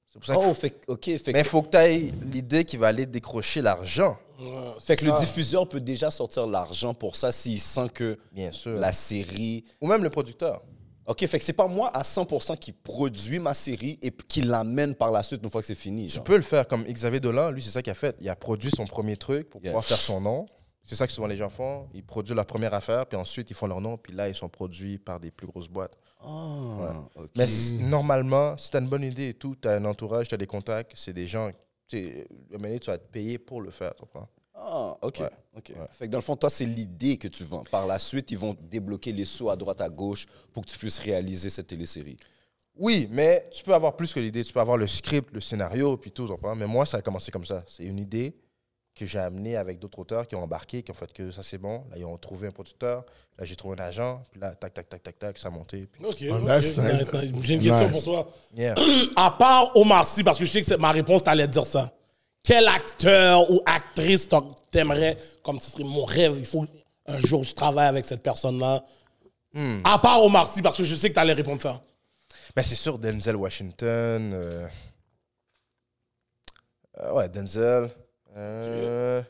S6: C'est pour ça que-
S5: Oh, fait que- ok, fait que
S6: Mais il faut que tu ailles l'idée qui va aller décrocher l'argent.
S3: Ouais, euh, c'est
S5: fait que le
S3: ça.
S5: diffuseur peut déjà sortir l'argent pour ça s'il sent que
S6: Bien sûr.
S5: la série
S6: Ou même le producteur.
S5: OK, fait que c'est pas moi à 100% qui produit ma série et p- qui l'amène par la suite une fois que c'est fini.
S6: Tu
S5: genre.
S6: peux le faire comme Xavier Dolan, lui, c'est ça qu'il a fait. Il a produit son premier truc pour
S5: Yeah.
S6: pouvoir faire son nom. C'est ça que souvent les gens font. Ils produisent leur première affaire, puis ensuite ils font leur nom, puis là ils sont produits par des plus grosses boîtes.
S5: Ah, OK.
S6: Mais c- normalement, si tu as une bonne idée et tout, tu as un entourage, tu as des contacts, c'est des gens. Tu sais, à un moment donné, tu vas te payer pour le faire. tu comprends?
S5: Ah, OK.
S6: Ouais,
S5: ok.
S6: ouais.
S5: Fait que dans le fond, toi, c'est l'idée que tu vends. Par la suite, ils vont débloquer les sous à droite, à gauche pour que tu puisses réaliser cette télésérie.
S6: Oui, mais tu peux avoir plus que l'idée. Tu peux avoir le script, le scénario, puis tout. tu comprends? Mais moi, ça a commencé comme ça. C'est une idée que j'ai amenée avec d'autres auteurs qui ont embarqué, qui ont fait que ça c'est bon. Là, ils ont trouvé un producteur. Là, j'ai trouvé un agent. Puis là, tac, tac, tac, tac, tac, ça a monté. Puis...
S3: Ok,
S4: Oh,
S3: ok,
S4: nice, nice,
S3: nice,
S4: nice.
S3: nice. J'ai une question
S4: Nice.
S3: pour toi.
S6: Yeah.
S3: À part Omar Sy, parce que je sais que c'est- ma réponse, t'allais dire ça. Quel acteur ou actrice t'en- t'aimerais, comme ce serait mon rêve, il faut un jour je travaille avec cette personne-là. À part Omar Sy, parce que je sais que t'allais répondre ça.
S6: Mais c'est sûr, Denzel Washington. euh, euh, ouais, Denzel. euh,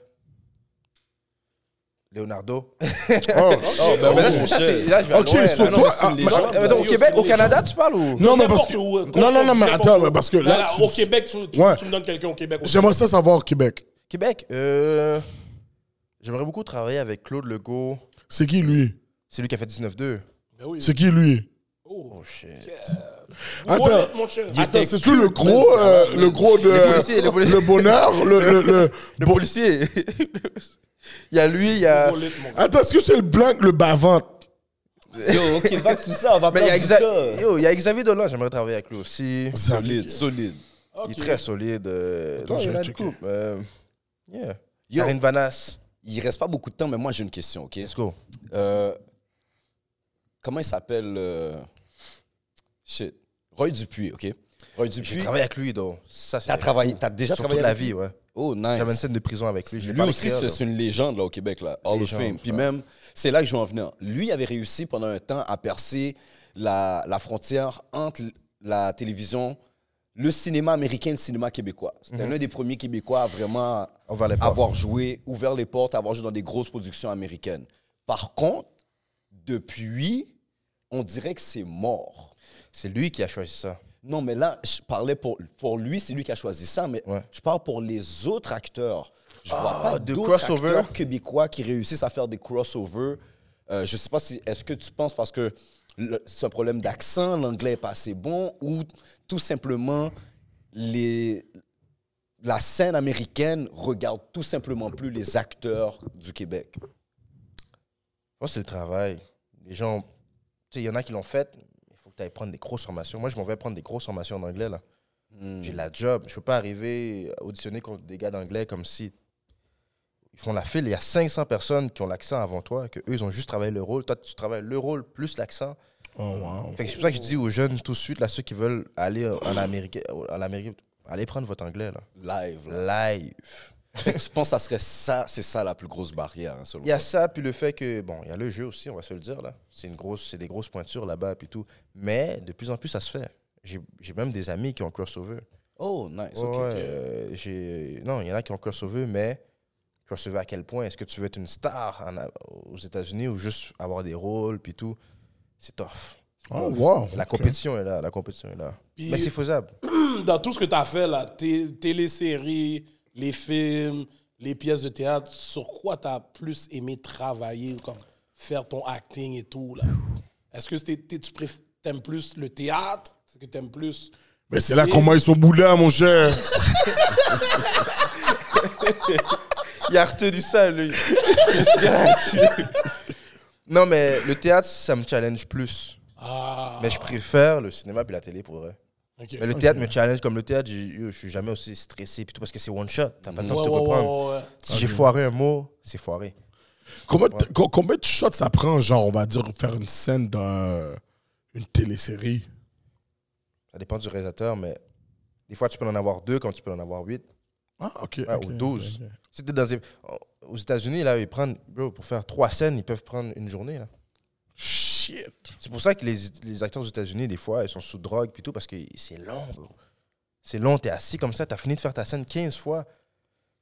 S6: Leonardo.
S4: Oh,
S6: Oh, ben,
S5: mais là,
S6: c'est-
S5: c'est-
S6: c'est- là, je vais
S4: Ok,
S6: loin,
S4: sur
S6: là. Non,
S4: toi,
S6: mais c'est
S4: ah,
S6: une
S4: bah,
S6: légende. Attends, au
S3: oui,
S6: Québec,
S3: c'est
S6: au
S3: une
S6: Canada, tu parles ou
S4: Non, mais parce
S3: N'importe
S4: que.
S3: où, euh,
S4: Non, non, non, mais
S3: n'importe
S4: attends,
S3: où.
S4: mais parce que
S3: Là,
S4: là.
S3: là,
S4: tu-
S3: au Québec, tu, tu-
S4: Ouais.
S3: tu me donnes quelqu'un au Québec. au-
S4: J'aimerais ça savoir au Québec.
S6: Québec, euh, j'aimerais beaucoup travailler avec Claude Legault.
S4: C'est qui lui
S6: C'est lui qui a fait 19-2.
S3: Ben oui.
S4: C'est qui lui
S3: Oh.
S6: shit.
S4: Attends.
S3: mon cher.
S4: Attends, c'est tout le gros, euh, le gros de
S6: Les policiers, les policiers.
S4: le bonheur, le, le, le-
S6: Le policier. il y a lui, il y a.
S3: Attends, mon gars.
S4: Attends, est-ce que c'est le blanc, le bavant
S5: Yo, OK, va tout ça, on va
S6: Mais il y a,
S5: du
S6: Xa-
S5: temps.
S6: Yo, il y a Xavier Dolan, j'aimerais travailler avec lui aussi.
S5: Solide, solide.
S6: Il est très solide. euh,
S4: Attends,
S6: dans
S4: je vais
S6: Gérard
S4: checker.
S6: Coupe. Euh, yeah.
S5: Yo.
S6: Karine Vanas.
S5: Il reste pas beaucoup de temps, mais moi, j'ai une question, OK?
S6: Let's go.
S5: Euh, comment il s'appelle? euh, Shit. Roy Dupuis, OK? Roy
S6: J'ai
S5: Dupuis,
S6: travaillé avec lui, donc. Ça, c'est.
S5: t'as travaillé, t'as déjà
S6: Sur
S5: travaillé
S6: toute la
S5: avec lui?
S6: vie, ouais.
S5: Oh, nice.
S6: J'avais une scène de prison avec lui. Je l'ai
S5: Lui
S6: pas
S5: aussi,
S6: écrit,
S5: c'est
S6: donc.
S5: c'est une légende là, au Québec, là. Hall of
S6: Légende,
S5: Fame. Puis
S6: frère.
S5: même, c'est là que je veux en venir. Lui avait réussi pendant un temps à percer la, la frontière entre l- la télévision, le cinéma américain et le cinéma québécois.
S6: Mhm.
S5: C'était l'un des premiers Québécois à vraiment
S6: On va aller voir.
S5: avoir joué, ouvert les portes, avoir joué dans des grosses productions américaines. Par contre, depuis, on dirait que c'est mort.
S6: C'est lui qui a choisi ça.
S5: Non, mais là, je parlais pour, pour lui, c'est lui qui a choisi ça, mais
S6: Ouais. Ah,
S5: je parle pour les autres acteurs. Je vois pas
S6: de
S5: de
S6: crossover.
S5: crossover québécois qui réussissent à faire des crossovers. Euh, je sais pas si est-ce que tu penses parce que le- c'est un problème d'accent, l'anglais est pas assez bon ou tout simplement les la scène américaine regarde tout simplement plus les acteurs du Québec.
S6: Moi, c'est le travail. Les gens, tu sais, il y en a qui l'ont fait. Il faut que tu ailles prendre des grosses formations. Moi, je m'en vais prendre des grosses formations en anglais, là. J'ai la job. Je peux pas arriver à auditionner contre des gars d'anglais comme si. Ils font la file. Il y a 500 personnes qui ont l'accent avant toi, que eux, ils ont juste travaillé le rôle. Toi, tu travailles le rôle plus l'accent. Fait que c'est pour ça que je dis aux jeunes tout de suite, là, ceux qui veulent aller en Amérique, à l'Amérique, allez prendre votre anglais, là.
S5: Live. là.
S6: Live.
S5: Fait que tu penses que ça serait ça, c'est ça la plus grosse barrière hein, selon
S6: Il y a
S5: toi?
S6: ça, puis le fait que, bon, il y a le jeu aussi, on va se le dire, là. C'est une grosse, c'est des grosses pointures là-bas, puis tout. Mais de plus en plus, ça se fait. J'ai j'ai même des amis qui ont crossover.
S5: Oh nice.
S6: Ouais,
S5: ok, ok.
S6: ouais, euh, j'ai- non, il y en a qui ont crossover, mais crossover à quel point Est-ce que tu veux être une star en A- aux États-Unis ou juste avoir des rôles, puis tout C'est tough.
S4: Oh, wow.
S6: La compétition est là, la compétition est là.
S3: Puis-
S6: mais c'est faisable.
S3: Dans tout ce que tu as fait, là, té- téléséries, les films, les pièces de théâtre, sur quoi tu as plus aimé travailler, comme faire ton acting et tout, là? Est-ce que c'était- t'es- tu préf- t'aimes plus le théâtre? Est-ce que t'aimes plus...
S4: Mais c'est là comment ils sont boulins, mon cher.
S6: Il a retenu ça, lui. non, mais le théâtre, ça me challenge plus.
S3: Ah,
S6: Mais je préfère le cinéma puis la télé pour vrai.
S3: ok.
S6: Mais le théâtre me challenge comme le théâtre, j'ai- yo, je suis jamais aussi stressé puis tout parce que c'est one shot, t'as pas le temps
S3: Ouais,
S6: de te
S3: ouais,
S6: reprendre.
S3: ouais, ouais, ouais.
S6: Si j'ai foiré un mot, c'est foiré.
S4: Combien, de- co- combien de shots ça prend, genre, on va dire, faire une scène d'une télésérie
S6: Ça dépend du réalisateur, mais des fois tu peux en avoir deux comme tu peux en avoir huit
S4: Ah, ok.
S6: ouais,
S4: ok,
S6: ou douze.
S4: ok, ok.
S6: Si t'es dans des- aux États-Unis là, ils prennent bro, pour faire trois scènes, ils peuvent prendre une journée là.
S4: Shit.
S6: C'est pour ça que les, les acteurs aux États-Unis, des fois, ils sont sous drogue puis tout, parce que c'est long, bro. C'est long, t'es assis comme ça, t'as fini de faire ta scène 15 fois.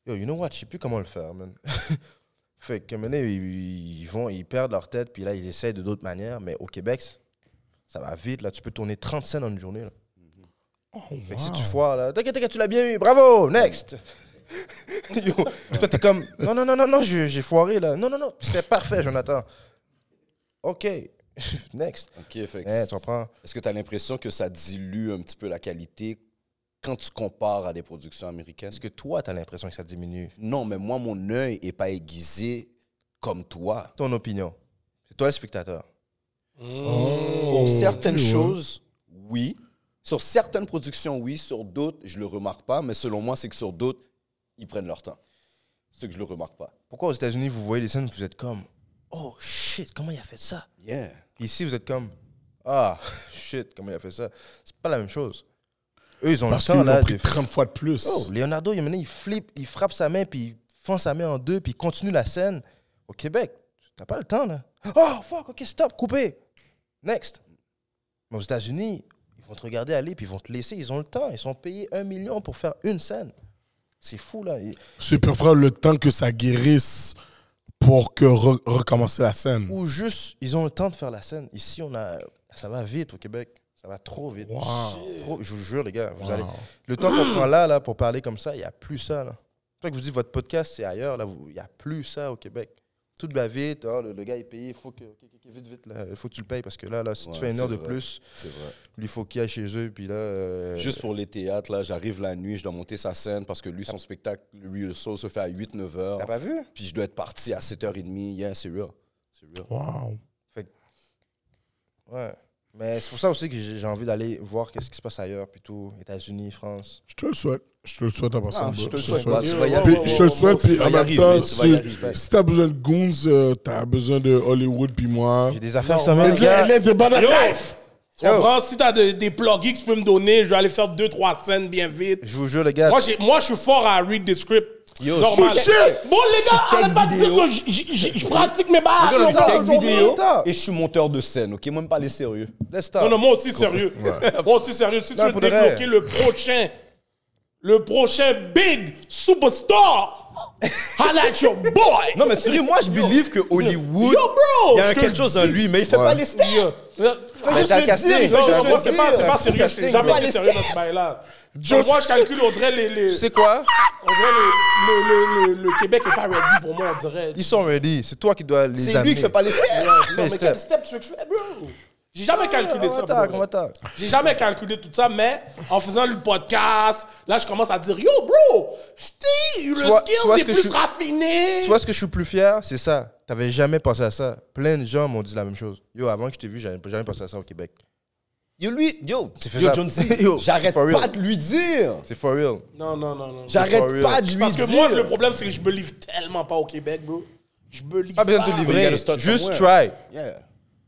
S6: Yo, you know what, je sais plus comment le faire, man. fait que, maintenant, ils, ils vont, ils perdent leur tête, puis là, ils essayent de d'autres manières, mais au Québec, c- ça va vite, là. Tu peux tourner 30 scènes en une journée, là.
S4: Oh,
S6: Fait que si tu foires, là, t'inquiète, t'inquiète, tu l'as bien eu, bravo, next! Yo, toi, t'es comme, non, non, non, non, non, j'ai j'ai foiré, là. Non, non, non, c'était parfait, Jonathan. OK, next.
S5: Ok, fait que
S6: Eh, tu comprends?
S5: Est-ce que tu as l'impression que ça dilue un petit peu la qualité quand tu compares à des productions américaines?
S6: Est-ce que toi, tu as l'impression que ça diminue
S5: Non, mais moi, mon œil n'est pas aiguisé comme toi.
S6: Ton opinion. C'est toi le spectateur.
S5: Pour certaines choses, oui. Sur certaines productions, oui. Sur d'autres, je le remarque pas. Mais selon moi, c'est que sur d'autres, ils prennent leur temps. C'est que je le remarque pas.
S6: Pourquoi aux États-Unis, vous voyez les scènes, vous êtes comme Oh shit, comment il a fait ça
S5: Yeah.
S6: Ici, vous êtes comme Ah shit, comment il a fait ça C'est pas la même chose. Eux, ils ont
S4: Parce
S6: le
S4: qu'ils
S6: temps là
S4: l'ont
S6: de.
S4: pris 30 fois de plus.
S6: Oh, Leonardo, il, maintenant, il flippe, il frappe sa main, puis il fend sa main en deux, puis il continue la scène. Au Québec, t'as pas le temps là. Oh fuck, ok, stop, coupé. Next. Mais aux États-Unis, ils vont te regarder aller, puis ils vont te laisser. Ils ont le temps. Ils sont payés un million pour faire une scène. C'est fou, là. Et-
S4: C'est pour faire le temps que ça guérisse pour que re- recommencer la scène.
S6: Ou juste, ils ont le temps de faire la scène. Ici, on a. Ça va vite au Québec. Ça va trop vite.
S4: Wow.
S6: Trop- je vous jure, les gars. Vous
S4: Wow.
S6: allez... Le temps qu'on prend là, là, pour parler comme ça, il n'y a plus ça. là. C'est pour ça que vous dites votre podcast, c'est ailleurs. là, vous- Il n'y a plus ça au Québec. Tout va vite. oh, le, le gars est payé. Il faut que. ok, ok, vite, vite. là, Il faut que tu le payes parce que là, là si
S5: Ouais,
S6: tu fais une
S5: c'est
S6: heure de
S5: vrai.
S6: plus,
S5: C'est vrai.
S6: lui, il faut qu'il aille chez eux. Puis là. euh,
S5: Juste pour les théâtres, là, j'arrive la nuit, je dois monter sa scène parce que lui, son spectacle, le rehearsal se fait à 8-9
S6: T'as
S5: heures.
S6: pas vu?
S5: Puis je dois être parti à 7h30. Yeah, c'est real. C'est real.
S4: Wow.
S6: Ouais. Mais c'est pour ça aussi que j'ai j'ai envie d'aller voir qu'est-ce qui se passe ailleurs, plutôt États-Unis, France.
S4: Je te le souhaite. Je te le souhaite à
S5: Ah,
S4: passant.
S5: je
S4: bro.
S5: te le souhaite.
S3: souhaite.
S5: bah, tu vas y
S3: Puis-
S5: arriver.
S4: Je te le souhaite,
S5: Tu
S4: puis
S5: vas
S4: en
S5: y
S4: même
S5: arriver,
S4: temps,
S5: tu vas y
S4: si-
S5: arriver.
S4: si t'as besoin de Goons, euh, t'as besoin de Hollywood, puis moi.
S6: J'ai des affaires
S3: Non,
S6: qui s'en viennent,
S4: Elle
S6: les gars.
S4: est- elle est de bonne
S3: Yo!
S4: life!
S3: Tu comprends? Si t'as de- des plugins que tu peux me donner, je vais aller faire deux, trois scènes bien vite.
S6: Je vous jure, les gars.
S3: Moi, j'ai- moi, je suis fort à read des scripts.
S5: Yo,
S3: Normal.
S5: je suis
S3: Bon, les gars,
S5: tech
S3: arrête pas de dire
S5: vidéo.
S3: que j- j- j- je pratique mes barres.
S5: Je suis
S3: mon gars,
S5: tech
S3: aujourd'hui.
S5: vidéo
S6: Attends.
S5: et je suis monteur de scène, ok? Même pas les sérieux.
S6: Let's start.
S3: Non, non, moi aussi, sérieux. Moi aussi, sérieux. Si
S6: Non,
S3: tu veux
S6: pour de vrai.
S3: débloquer le prochain, le prochain big superstar, highlight your boy.
S5: Non, mais tu ris, moi je believe que Hollywood,
S3: Yo, bro,
S5: il y a
S3: je
S5: un
S3: te
S5: quelque
S3: le
S5: chose dans
S3: dis.
S5: lui, mais il fait
S6: Ouais.
S5: pas les stars.
S3: Yeah. Fais
S6: juste t'as le casté. dire, fais
S3: Non,
S6: juste
S3: je
S6: le
S3: vois que c'est pas,
S6: dire.
S3: c'est pas sérieux. Je suis
S6: Casting,
S3: jamais
S6: bro.
S3: été sérieux dans ce bail-là.
S4: Just-
S3: Moi, je calcule, on dirait les, les,
S6: Tu sais quoi
S3: on dirait le, le, le, le, le Québec est pas ready pour moi, on dirait.
S6: Ils sont ready. C'est toi qui dois les
S5: C'est lui qui fait pas les steps.
S3: Non, mais quel
S6: steps.
S3: step tu veux que je fais, bro? J'ai
S6: Ah,
S3: jamais calculé ça.
S6: Comment
S3: pour
S6: t'as
S3: vrai.
S6: Comment t'as
S3: J'ai jamais calculé tout ça, mais en faisant le podcast, là, je commence à dire Yo, bro, j't'ai- le
S6: Tu vois- tu vois
S3: skill,
S6: ce
S3: c'est
S6: que
S3: plus
S6: je-
S3: raffiné.
S6: Tu vois ce que je suis plus fier C'est ça. T'avais jamais pensé à ça. Plein de gens m'ont dit la même chose. Yo, avant que je t'ai vu, j'avais jamais pensé à ça au Québec.
S5: Yo, lui, yo,
S6: fais
S5: yo,
S6: ça.
S5: John C.
S6: Yo,
S5: J'arrête
S6: for real.
S5: pas de lui dire.
S6: C'est for real.
S3: Non, non, non, non.
S6: for
S5: J'arrête
S6: real.
S5: pas de lui
S3: Parce que
S5: dire.
S3: moi,
S6: euh,
S3: le problème, c'est que je me livre tellement pas au Québec, bro. Je me livre.
S6: Pas besoin de te
S5: you
S6: livrer.
S5: gotta start
S6: Juste
S5: somewhere.
S6: try.
S5: Yeah.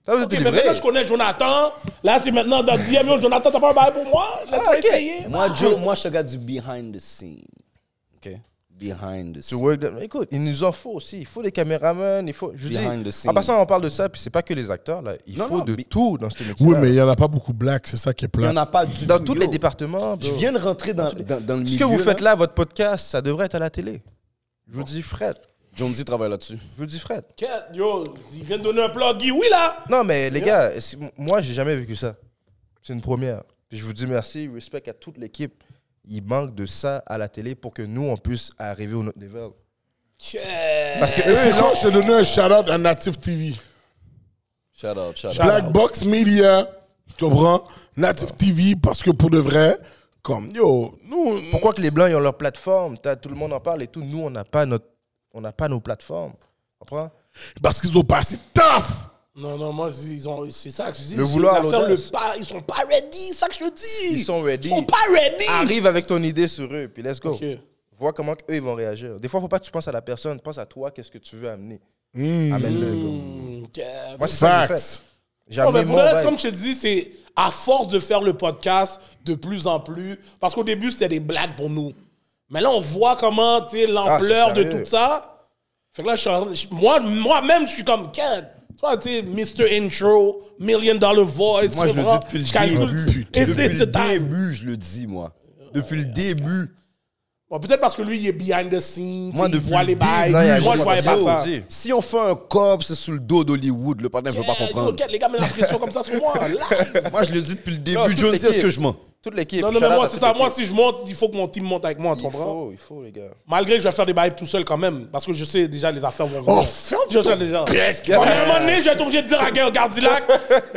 S6: Pas besoin de
S3: Ok,
S6: te
S3: mais maintenant, je
S6: livrer.
S3: connais Jonathan. Là, c'est maintenant dans 10 millions. Jonathan, t'as pas un bail pour moi? Laisse-moi
S6: Ah, ok.
S3: essayer.
S5: Moi, Joe, moi, je te regarde du behind the scene. OK? Behind the
S6: To
S5: scene.
S6: work them. Écoute, il nous en faut aussi. Il faut des caméramans, il faut. Je
S5: Behind the
S6: dis,
S5: scene.
S6: en passant, on parle de ça, puis c'est pas que les acteurs là. Il
S5: Non,
S6: faut
S5: non,
S6: de
S5: mais-
S6: tout dans ce métier.
S4: Oui, mais il n'y en a pas beaucoup black, c'est ça qui est
S5: Il n'y
S4: plat.
S5: en a pas du
S6: dans
S5: tout,
S6: tous
S5: yo.
S6: les départements.
S5: Je
S6: bro.
S5: viens de rentrer dans, dans, dans le milieu.
S6: Ce que vous faites là, votre podcast, ça devrait être à la télé. Je vous dis Fred.
S5: John D travaille là-dessus.
S6: Je vous dis Fred.
S3: Ok, Yo, il vient de donner un plug. Guy, oui, là.
S6: Non, mais les gars, est-ce- moi, j'ai jamais vécu ça. C'est une première. Puis je vous dis merci, respect à toute l'équipe. Il manque de ça à la télé pour que nous, on puisse arriver au notre level.
S3: Ok.
S6: Parce que
S4: Et c'est
S6: eux,
S4: quand
S6: non.
S4: je t'ai donné un shout-out à Native TV.
S5: Shout out, shout out.
S4: Black Box Media, tu comprends? Native TV, parce que pour de vrai, comme, yo, nous...
S6: Pourquoi que les Blancs, ils ont leur plateforme T'as- Tout le monde en parle et tout. Nous, on n'a pas, notre... on n'a pas nos plateformes. Tu comprends
S4: Parce qu'ils ont passé taf!
S3: Non, non, moi, je dis, ils ont, c'est ça que je dis.
S6: Le vouloir,
S3: ils, le
S6: l'audace.
S3: pas, ils sont pas ready, c'est ça que je te dis.
S6: Ils sont ready.
S3: Ils sont pas ready.
S6: Arrive avec ton idée sur eux, puis let's go.
S3: Ok.
S6: Vois comment eux, ils vont réagir. Des fois, faut pas que tu penses à la personne. Pense à toi, qu'est-ce que tu veux amener.
S3: Hmm.
S6: Amène-le. bro.
S3: Ok.
S6: Moi, c'est ça que j'ai
S4: Facts.
S6: fait. J'ai
S3: Non,
S6: amené
S3: Oh, mais pour
S6: mon
S3: le reste,
S6: vibe.
S3: comme je te dis, c'est à force de faire le podcast de plus en plus. Parce qu'au début, c'était des blagues pour nous. Mais là, on voit comment, tu sais, l'ampleur
S6: Ah, c'est
S3: de
S6: sérieux.
S3: tout ça. Fait que là, je suis en- je- moi, moi-même, je suis comme, Ken, toi, tu sais, Mr. Intro, Million Dollar Voice,
S5: Moi,
S3: tu
S5: je le
S3: comprends?
S5: dis depuis le
S3: calcule-
S5: début.
S3: Et
S5: Depuis
S3: c'est-
S5: le
S3: c'est ta-
S5: début, je le dis, moi. Depuis le début.
S3: Bon, peut-être parce que lui, il est behind the scenes,
S5: Moi,
S3: moi, il
S5: depuis
S3: voit les
S5: le début,
S3: bails.
S6: non, il y a
S3: Moi, je
S6: juste
S3: voyais pas
S6: zéro,
S3: ça.
S6: dis.
S5: Si on fait un cop, c'est sous le dos d'Hollywood. Le partenaire ne veut pas
S3: Eh, yo,
S5: comprendre.
S3: Ken, les gars mettent la pression comme ça sur moi. live.
S5: Moi, je le dis depuis le
S6: Non,
S5: début.
S6: toute
S5: John D, est-ce
S6: l'équipe.
S5: que je mens?
S6: Toute l'équipe.
S3: Non, non, mais
S6: Shout-out
S3: moi,
S6: à
S3: c'est
S6: toute
S3: ça.
S6: l'équipe.
S3: Moi, si je monte, il faut que mon team monte avec moi, tu
S6: Il
S3: comprends?
S6: faut, il faut, les gars.
S3: Malgré que je vais faire des bails tout seul quand même, parce que je sais déjà les affaires vont venir.
S4: Oh, ferme
S3: Je sais déjà.
S4: Presque.
S3: Bon, mais à un moment donné, je vais être obligé de dire à Guy Gardilac,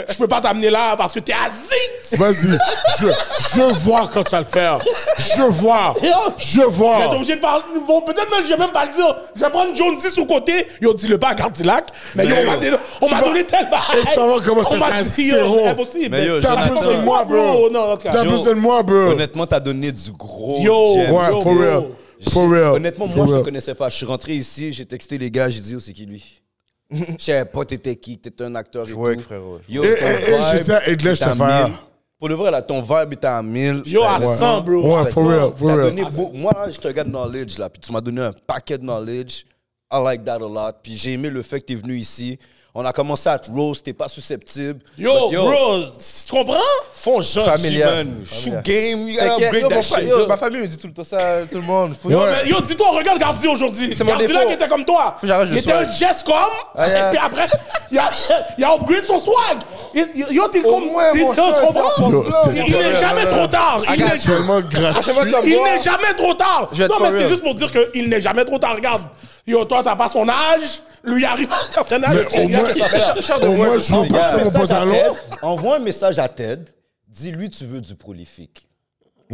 S3: je peux pas t'amener là parce que t'es à Zix.
S4: Vas-y, je, je vois quand tu vas le faire. Je vois. Je
S3: Je vais être
S4: vois.
S3: obligé de parler. Bon, peut-être même, je vais même pas le dire. Je vais prendre Jones sous côté. Yo, dis-le pas à Gardilac. Mais yo, on m'a donné- on m'a donné tel bail.
S4: Et tu vas voir comment
S3: On
S4: c'est
S3: m'a
S4: un
S3: dit, yo,
S4: zéro.
S3: c'est impossible.
S5: Mais yo,
S4: T'as
S5: Jonathan-
S4: besoin de moi,
S3: Bro,
S4: bro.
S3: non, en tout cas.
S4: T'as
S5: Yo,
S4: besoin de moi, bro. Ouais,
S5: Honnêtement, t'as donné du gros.
S3: Yo,
S5: James.
S3: ouais.
S4: for real. For real.
S5: Honnêtement,
S4: For
S5: moi, je ne
S4: real.
S5: connaissais pas. Je suis rentré ici, j'ai texté les gars, j'ai dit, oh, c'est qui lui? Je savais pas, t'étais qui, t'étais un acteur. et
S6: Jouer avec
S5: tout.
S6: frérot.
S5: Yo, ton
S4: Et- et- et je
S5: vibe
S4: dis à Edley, je
S5: est
S4: te
S5: à
S4: fais
S5: 1000.
S4: un.
S5: Pour le vrai, là, ton vibe est à 1000.
S3: Yo, à
S5: Ouais.
S3: 100, bro.
S4: Ouais, for real, for
S5: T'as
S4: real.
S5: donné beau- Moi, je te regarde knowledge, là, puis tu m'as donné un paquet de knowledge. I like that a lot. Puis j'ai aimé le fait que t'es venu ici. On a commencé à te roast, t'es pas susceptible.
S3: Yo,
S5: But yo,
S3: bro, tu comprends?
S5: Font genre,
S6: Familial.
S5: G-Man. Shoot
S6: Familial.
S5: game, you gotta
S6: T'inquiète,
S5: break
S6: yo,
S5: that
S6: mon frère,
S5: shit.
S6: yo, ma famille me dit tout le temps ça, tout le monde. Faut
S4: Ouais.
S3: Mais Yo, dis-toi, regarde Gardi aujourd'hui.
S6: mon
S3: Gardi-là
S6: défaut.
S3: qui était comme toi.
S6: que j'arrête
S3: Il
S6: le
S3: était
S6: swag.
S3: un gest comme.
S6: Ah, yeah.
S3: Et puis après, il a, il a upgrade son swag. Il- Yo, t'es comme.
S6: moins,
S3: t'es-
S6: mon
S3: yo,
S6: chat,
S3: tu comprends?
S6: t'es en
S4: Yo, c'était-
S3: Il n'est jamais trop tard.
S6: Ah,
S3: Il n'est jamais-
S4: Tellement
S6: Achète-moi
S4: gratuit.
S6: de la
S3: il
S6: boire.
S3: n'est jamais trop tard.
S6: Je vais être
S3: Non, mais
S6: for
S3: c'est
S6: real.
S3: juste pour dire qu'il n'est jamais trop tard. Regarde, yo, toi, t'as pas son âge. Lui, il arrive à un certain âge.
S4: Mais au
S3: Il a-
S4: moins-
S6: Charles de
S4: Au moins,
S6: Gaulle.
S4: je veux passer mon
S5: Message à
S4: pantalon.
S5: Ted. Envoie un message à Ted. Dis-lui, tu veux du prolifique.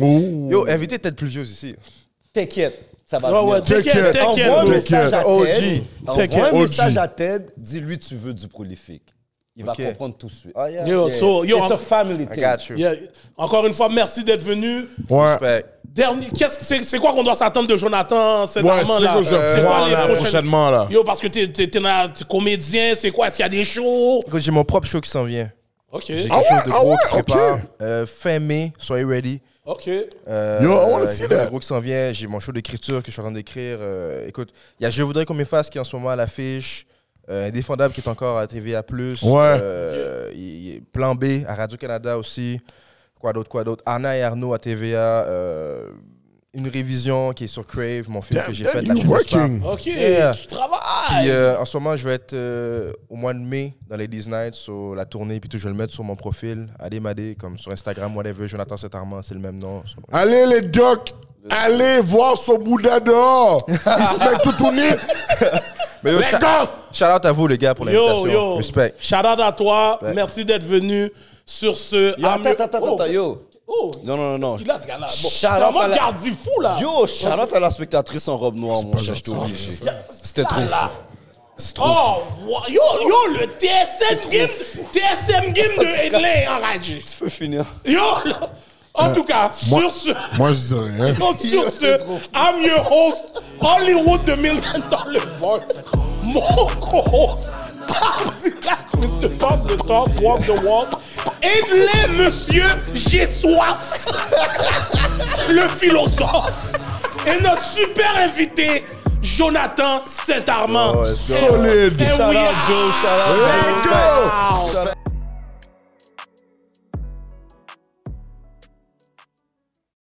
S4: Oh.
S6: Yo, invitez peut-être plus vieux ici.
S5: T'inquiète, ça va
S3: Ouais, ouais,
S5: venir.
S3: t'inquiète,
S4: T'inquiète.
S3: t'inquiète.
S5: Envoie un
S3: bro.
S4: T'inquiète.
S5: message à Ted.
S6: OG.
S5: Envoie
S4: OG.
S5: un message à Ted. Dis-lui, tu veux du prolifique. Il
S6: Ok.
S5: va comprendre tout de suite. Ah,
S3: Yo, so, yo,
S5: It's
S3: en-
S5: a family
S6: I
S5: thing.
S6: got you.
S3: Yeah. Encore une fois, merci d'être venu.
S4: Ouais.
S6: Respect.
S5: Ah,
S3: Dernier, qu'est-ce que c'est, c'est quoi qu'on doit s'attendre de Jonathan cet
S4: Ouais,
S3: amant
S4: c'est
S3: là
S4: que je prends là,
S3: prochaines-
S4: prochainement, là.
S3: Yo, parce que t'es, t'es, t'es un- t'es comédien, c'est quoi Est-ce qu'il y a des shows
S6: Écoute, j'ai mon propre show qui s'en vient.
S3: Ok,
S6: J'ai
S4: Ah ouais,
S6: quelque chose de
S4: ah
S6: gros
S4: ouais,
S6: qui se
S4: ok.
S6: prépare. Euh, fin mai, soyez ready.
S3: ok.
S6: Euh,
S4: Yo, I wanna
S6: euh,
S4: see
S6: j'ai un
S4: that.
S6: gros qui s'en vient. J'ai mon show d'écriture que je suis en train d'écrire. Euh, écoute, il y a Je voudrais qu'on m'efface qui est en ce moment à l'affiche. Euh, Indéfendable qui est encore à TVA.
S4: Ouais.
S6: Euh, il- il- Plan B à Radio-Canada aussi. Quoi d'autre, quoi d'autre. Anna et Arnaud à TVA. Euh, une révision qui est sur Crave, mon film
S4: Damn,
S6: que j'ai
S4: damn,
S6: fait. La
S4: you
S6: Chute au Star.
S4: working.
S3: Ok,
S6: Yeah.
S3: tu travailles.
S6: Puis euh, en ce moment, je vais être euh, au mois de mai dans les Disney Nights sur la tournée, puis tout, je vais le mettre sur mon profil, Adé Madé, comme sur Instagram, whatever, Jonathan Setarman, c'est le même nom. sur-
S4: Allez, les docs, allez voir son Bouddha dehors. Il se met tout tourné.
S6: Mais yo,
S4: Les
S6: shout,
S4: gars!
S6: shout out à vous, les gars, pour
S3: Yo,
S6: l'invitation.
S3: yo.
S6: Respect.
S3: Shout out à toi.
S6: Respect.
S3: Merci d'être venu sur ce.
S5: Yo, attends,
S3: Amio-
S5: attends, attends,
S3: Oh,
S5: attends, yo.
S3: Oh,
S5: Non, non, non,
S3: il
S5: non.
S3: a ce gars-là. Bon,
S5: Shout
S3: t'es
S5: out
S3: en
S5: à
S3: mode
S5: la-
S3: gardi fou, là.
S5: Yo, shout-out à la spectatrice en robe noire, mon cher, j'étais obligé. C'était trop
S3: là.
S5: fou. C'est trop fou.
S3: Oh, wa- yo, yo, le TSM game, TSM game de Edley enragé.
S5: Tu peux finir.
S3: Yo, là. en tout cas,
S4: Moi,
S3: sur ce,
S4: moi, je hein. dis rien.
S3: donc, sur ce, I'm your host, Hollywood 2000 dans le voice. Mon co-host, Mr. Top the Top, Walk the Walk. Edley, monsieur, j'ai soif. le philosophe. Et notre super invité, Jonathan Saint-Armand.
S6: Oh, let's go.
S4: Solide.
S3: And
S6: Shout
S3: we
S6: out,
S3: are
S6: Joe, shout out.
S4: Let's go.
S3: out.
S6: Shout out.